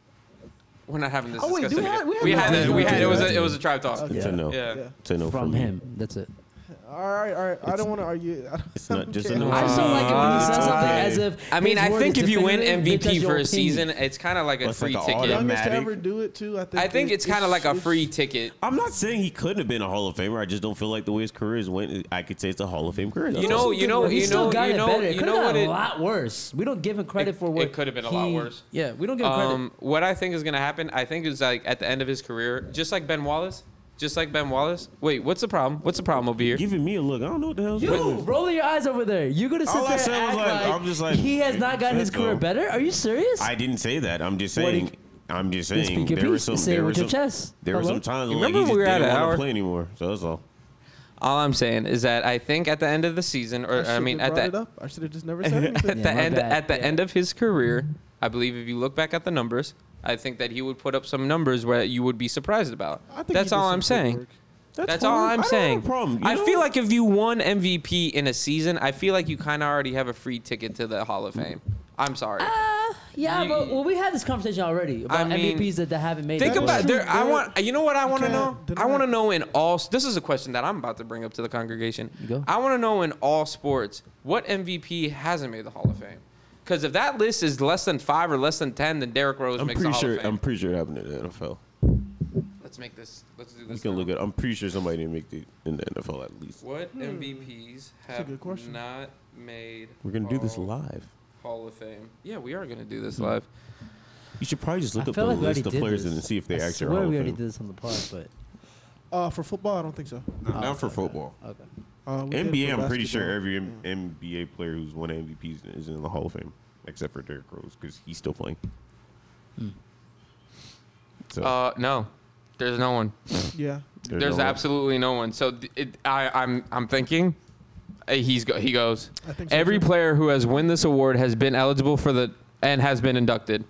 Speaker 4: we're not having this
Speaker 5: Oh, wait,
Speaker 4: discussion
Speaker 5: do we
Speaker 4: again.
Speaker 5: have- we
Speaker 4: We
Speaker 5: have
Speaker 4: had,
Speaker 5: a-
Speaker 4: it. We had it was a,
Speaker 3: Okay.
Speaker 4: it was a tribe talk.
Speaker 5: Okay.
Speaker 3: It's a no.
Speaker 4: Yeah.
Speaker 5: Yeah.
Speaker 3: It's a no
Speaker 6: From
Speaker 3: for me.
Speaker 6: him. That's it.
Speaker 5: All right, all right. I don't want to argue. I don't-
Speaker 3: It's not just
Speaker 5: okay.
Speaker 3: a no.
Speaker 6: I just don't like it when he says something
Speaker 4: Alright.
Speaker 6: as if.
Speaker 4: I mean,
Speaker 6: his
Speaker 4: I
Speaker 6: word
Speaker 4: think
Speaker 6: is
Speaker 4: if you win
Speaker 6: definitive because
Speaker 4: MVP for
Speaker 6: your
Speaker 4: a
Speaker 6: opinion.
Speaker 4: season, it's kind of like a
Speaker 3: Well, it's
Speaker 4: free
Speaker 3: like a
Speaker 4: ticket.
Speaker 3: automatic-
Speaker 5: Youngest to
Speaker 3: Matic.
Speaker 5: ever do it too. I think.
Speaker 4: I think
Speaker 5: it-
Speaker 4: it's kind of like a
Speaker 5: it's-
Speaker 4: free ticket.
Speaker 3: I'm not saying he couldn't have been a Hall of Famer. I just don't feel like the way his career is went. I could say it's a Hall of Fame career. That's
Speaker 4: You
Speaker 3: all.
Speaker 4: know, you know,
Speaker 6: He
Speaker 4: you
Speaker 6: still
Speaker 4: know,
Speaker 6: got
Speaker 4: you
Speaker 6: it
Speaker 4: know,
Speaker 6: better. It
Speaker 4: you
Speaker 6: could've
Speaker 4: know what
Speaker 6: got a
Speaker 4: it.
Speaker 6: lot worse. We don't give him credit
Speaker 4: It-
Speaker 6: for what
Speaker 4: it could've been a lot
Speaker 6: he-
Speaker 4: worse.
Speaker 6: Yeah, we don't give him credit.
Speaker 4: Um, what I think is gonna happen, I think is like at the end of his career, just like Ben Wallace, just like Ben Wallace. Wait, what's the problem? What's the problem over here?
Speaker 3: giving me a look. I don't know what the hell's
Speaker 6: You
Speaker 3: wrong. with
Speaker 6: rolling your eyes over there. You're gonna sit
Speaker 3: All I
Speaker 6: there and
Speaker 3: said
Speaker 6: act
Speaker 3: was like-
Speaker 6: like,
Speaker 3: I'm just like,
Speaker 6: he has not gotten his
Speaker 3: that's all.
Speaker 6: career better. Are you serious?
Speaker 3: I didn't say that. I'm just
Speaker 6: What
Speaker 3: saying.
Speaker 6: he-
Speaker 3: I'm just
Speaker 6: Then
Speaker 3: saying.
Speaker 6: speak your
Speaker 3: There were
Speaker 6: piece.
Speaker 3: some.
Speaker 6: Say it
Speaker 3: There were
Speaker 6: with your
Speaker 3: some.
Speaker 6: chest.
Speaker 3: There were
Speaker 6: Hello?
Speaker 3: some times
Speaker 4: You
Speaker 3: when, like,
Speaker 4: remember
Speaker 3: he
Speaker 4: we
Speaker 3: just
Speaker 4: were at
Speaker 3: didn't
Speaker 4: an
Speaker 3: want
Speaker 4: hour?
Speaker 3: to play anymore. So that's all.
Speaker 4: All I'm saying is that I think at the end of the season, or
Speaker 5: should've
Speaker 4: I, mean,
Speaker 5: brought
Speaker 4: at the
Speaker 5: it up. I should have just never
Speaker 4: at
Speaker 5: said
Speaker 4: the
Speaker 5: anything.
Speaker 6: my
Speaker 4: end
Speaker 6: bad.
Speaker 4: at the
Speaker 6: Yeah.
Speaker 4: end of his career, I believe if you look back at the numbers, I think that he would put up some numbers where you would be surprised about.
Speaker 5: I think he
Speaker 4: That's
Speaker 5: did
Speaker 4: all
Speaker 5: some
Speaker 4: I'm
Speaker 5: good
Speaker 4: saying.
Speaker 5: work.
Speaker 4: That's, all
Speaker 3: fine.
Speaker 4: I'm
Speaker 3: I don't
Speaker 4: saying.
Speaker 3: have a problem. You
Speaker 4: I
Speaker 3: know?
Speaker 4: feel like if you won MVP in a season, I feel like you kind of already have a free ticket to the Hall of Fame. I'm sorry.
Speaker 6: Uh, Yeah,
Speaker 7: You-
Speaker 6: but well, we had this conversation already about
Speaker 4: mean,
Speaker 6: MVPs that, that haven't made.
Speaker 4: Think
Speaker 6: it.
Speaker 4: about there. I
Speaker 5: Good.
Speaker 4: want. You know what I want to
Speaker 5: Okay.
Speaker 4: know?
Speaker 5: Didn't
Speaker 4: I want to
Speaker 5: I-
Speaker 4: know in all. This is a question that I'm about to bring up to the congregation.
Speaker 6: go.
Speaker 4: I want to know in all sports what MVP hasn't made the Hall of Fame. Because if that list is less than five or less than ten, then Derrick Rose
Speaker 3: I'm
Speaker 4: makes the
Speaker 3: pretty
Speaker 4: Hall
Speaker 3: sure.
Speaker 4: of Fame.
Speaker 3: I'm pretty sure it happened in the NFL.
Speaker 4: Let's make this. Let's do
Speaker 3: You
Speaker 4: this.
Speaker 3: can
Speaker 4: now.
Speaker 3: look at. I'm pretty sure somebody didn't make the in the NFL at least.
Speaker 4: What MVPs
Speaker 5: Hmm. a good
Speaker 4: have
Speaker 5: question.
Speaker 4: not made?
Speaker 3: We're gonna do this
Speaker 4: Hall-
Speaker 3: live.
Speaker 4: Hall of Fame. Yeah, we are gonna do this live.
Speaker 3: You should probably just
Speaker 6: I
Speaker 3: look up the
Speaker 6: feel like we already
Speaker 3: list of
Speaker 6: did
Speaker 3: players
Speaker 6: this.
Speaker 3: and see if they
Speaker 6: I
Speaker 3: actually are
Speaker 6: swear
Speaker 3: Hall
Speaker 6: we
Speaker 3: of
Speaker 6: already
Speaker 3: Fame.
Speaker 6: did this on the pod, but
Speaker 5: Uh, for football, I don't think so.
Speaker 3: Not not for football.
Speaker 6: okay.
Speaker 5: Uh, we did
Speaker 3: NBA,
Speaker 5: for
Speaker 3: I'm pretty
Speaker 5: basketball.
Speaker 3: sure every M- NBA player who's won MVPs is in the Hall of Fame, except for Derrick Rose because he's still playing. So
Speaker 4: Uh, no, there's no one.
Speaker 5: Yeah.
Speaker 4: There's
Speaker 3: no-
Speaker 4: absolutely no one. So th- it, I, I'm I'm thinking uh, he's go, he goes.
Speaker 5: I think so,
Speaker 4: Every
Speaker 5: too.
Speaker 4: player who has won this award has been eligible for the and has been inducted.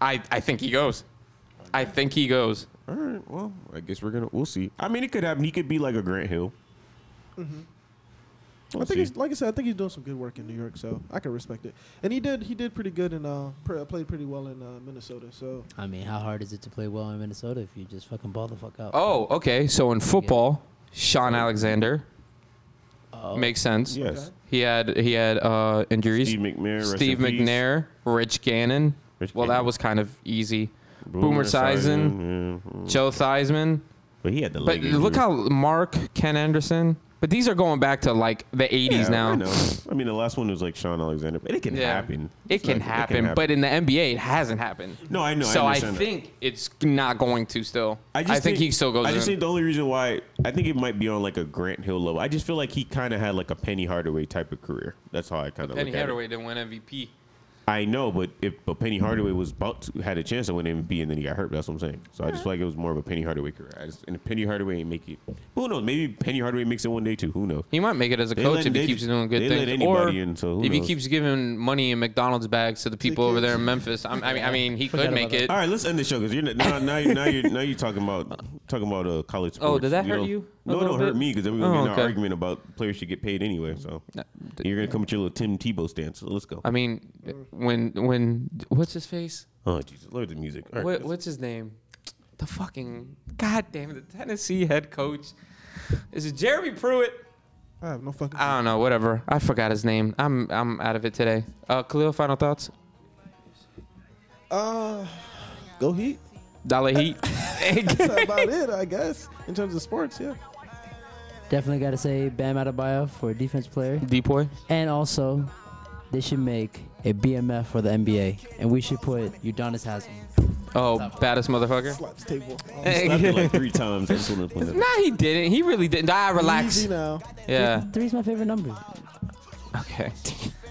Speaker 4: I I think he goes. I think he goes.
Speaker 3: All right. Well, I guess we're gonna we'll see. I mean, it could happen. He could be like a Grant Hill.
Speaker 5: Mm-hmm. I think he's, like I said, I think he's doing some good work in New York, so I can respect it. And he did he did pretty good in uh pr- played pretty well in uh, Minnesota. So
Speaker 6: I mean, how hard is it to play well in Minnesota if you just fucking ball the fuck out?
Speaker 4: Oh, okay. So in football, Sean Alexander
Speaker 6: Oh.
Speaker 4: makes sense.
Speaker 3: yes.
Speaker 4: He had he had uh, injuries.
Speaker 3: Steve McNair, rest
Speaker 4: Steve
Speaker 3: in peace.
Speaker 4: McNair, Rich Gannon.
Speaker 3: Rich
Speaker 4: well, that
Speaker 3: Gannon.
Speaker 4: was kind of easy. Boomer Esiason,
Speaker 3: Esiason, yeah.
Speaker 4: Joe Theismann.
Speaker 3: but he had the.
Speaker 4: But
Speaker 3: leg
Speaker 4: look
Speaker 3: injury.
Speaker 4: how Mark Ken Anderson. But these are going back to like the 80s
Speaker 3: Yeah,
Speaker 4: now.
Speaker 3: I, know. I mean, the last one was like Sean Alexander, but it can
Speaker 4: Yeah.
Speaker 3: happen.
Speaker 4: It
Speaker 3: It's
Speaker 4: can,
Speaker 3: like-
Speaker 4: happen, but in the NBA, it hasn't happened.
Speaker 3: no, I know.
Speaker 4: so I,
Speaker 3: understand that.
Speaker 4: think it's not going to still. I, think, he still goes.
Speaker 3: I just
Speaker 4: in.
Speaker 3: think the only reason why I think it might be on like a Grant Hill level. I just feel like he kind of had like a Penny Hardaway type of career. That's how I kind of look
Speaker 4: Penny
Speaker 3: at it.
Speaker 4: Hardaway didn't win MVP.
Speaker 3: I know, but if but Penny Hardaway was about to, had a chance to win MVP and then he got hurt. That's what I'm saying. So I just feel like it was more of a Penny Hardaway career. I just, and if Penny Hardaway ain't make it. Who knows? Maybe Penny Hardaway makes it one day too. Who knows?
Speaker 4: He might make it as a
Speaker 3: They
Speaker 4: coach
Speaker 3: let-
Speaker 4: if he
Speaker 3: they-
Speaker 4: keeps doing good
Speaker 3: they let
Speaker 4: things, or
Speaker 3: anybody in, so who
Speaker 4: if he
Speaker 3: knows?
Speaker 4: keeps giving money in McDonald's bags to the people over there in
Speaker 5: kids.
Speaker 4: Memphis. I'm, I mean, I mean, he could
Speaker 6: Forgot
Speaker 4: make
Speaker 6: about
Speaker 4: it.
Speaker 3: All right, let's end the show because you're not, now now you now you're now you're talking about talking about uh, college sports.
Speaker 4: Oh, did that hurt
Speaker 3: know?
Speaker 4: you a
Speaker 3: No, it
Speaker 4: little
Speaker 3: don't hurt
Speaker 4: bit?
Speaker 3: me because then we're gonna get
Speaker 4: Oh,
Speaker 3: in
Speaker 4: okay.
Speaker 3: an argument about players should get paid anyway. So And you're gonna come with your little Tim Tebow stance. So let's go.
Speaker 4: I mean, when when what's his face?
Speaker 3: oh Jesus, look at the music. All right,
Speaker 4: What,
Speaker 3: let's-
Speaker 4: what's his name? The fucking goddamn the Tennessee head coach. Is it Jeremy Pruitt?
Speaker 5: I have no fucking.
Speaker 4: I don't know. Whatever. I forgot his name. I'm I'm out of it today. Uh, Khalil, final thoughts.
Speaker 5: Uh, go Heat.
Speaker 4: Dollar Heat.
Speaker 5: That's about it, I guess, in terms of sports. Yeah.
Speaker 6: Definitely got to say Bam Adebayo for a defense player,
Speaker 4: Depoy.
Speaker 6: and also they should make a BMF for the NBA, and we should put Udonis Haslam.
Speaker 4: Oh, baddest motherfucker.
Speaker 5: Slaps table. Um,
Speaker 3: Slapped it like three times. I just wanted to point that out.
Speaker 4: nah, he didn't. He really didn't. I relax.
Speaker 5: Easy now.
Speaker 4: Yeah.
Speaker 6: Three's my favorite number.
Speaker 4: Okay.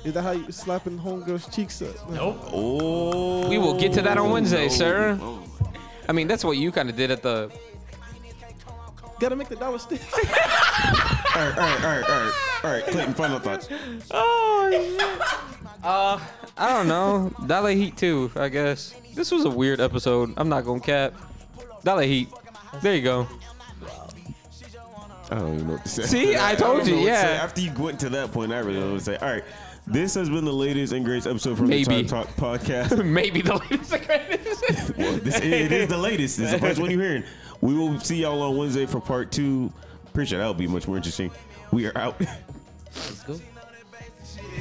Speaker 5: Is that how you slapping homegirls' cheeks up? Nope.
Speaker 3: Oh,
Speaker 4: We will get to that on Wednesday, sir. I mean, that's what you kind of did at the.
Speaker 5: Gotta make the dollar stick.
Speaker 3: All right, all right, all right, all right, all right. Clinton, final thoughts.
Speaker 4: Uh, I don't know. Dollar Heat too, I guess. This was a weird episode. I'm not gonna cap. Dollar Heat. There you go.
Speaker 3: I don't even know what to say.
Speaker 4: See, I
Speaker 3: don't
Speaker 4: told you,
Speaker 3: know what to say.
Speaker 4: yeah.
Speaker 3: After you went to that point, I really don't know what to say. All right. This has been the latest and greatest episode from
Speaker 4: Maybe.
Speaker 3: the Time Talk podcast.
Speaker 4: Maybe the latest and greatest.
Speaker 3: well, this, it- it is the latest. This is the first one you're hearing. We will see y'all on Wednesday for part two. Pretty sure that'll be much more interesting. We are out.
Speaker 6: Let's go.
Speaker 2: It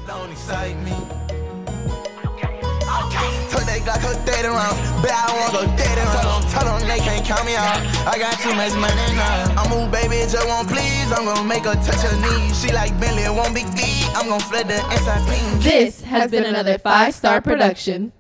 Speaker 2: don't excite me. Took that Glock, her dead around. Bet I won't go dead around. Tell them they can't count me out. I got too much money now. I'm a baby, just won't please. I'm gonna make her touch her knees. She like Bentley, won't be deep. I'm gonna flood the SIP.
Speaker 1: This has been another five star production.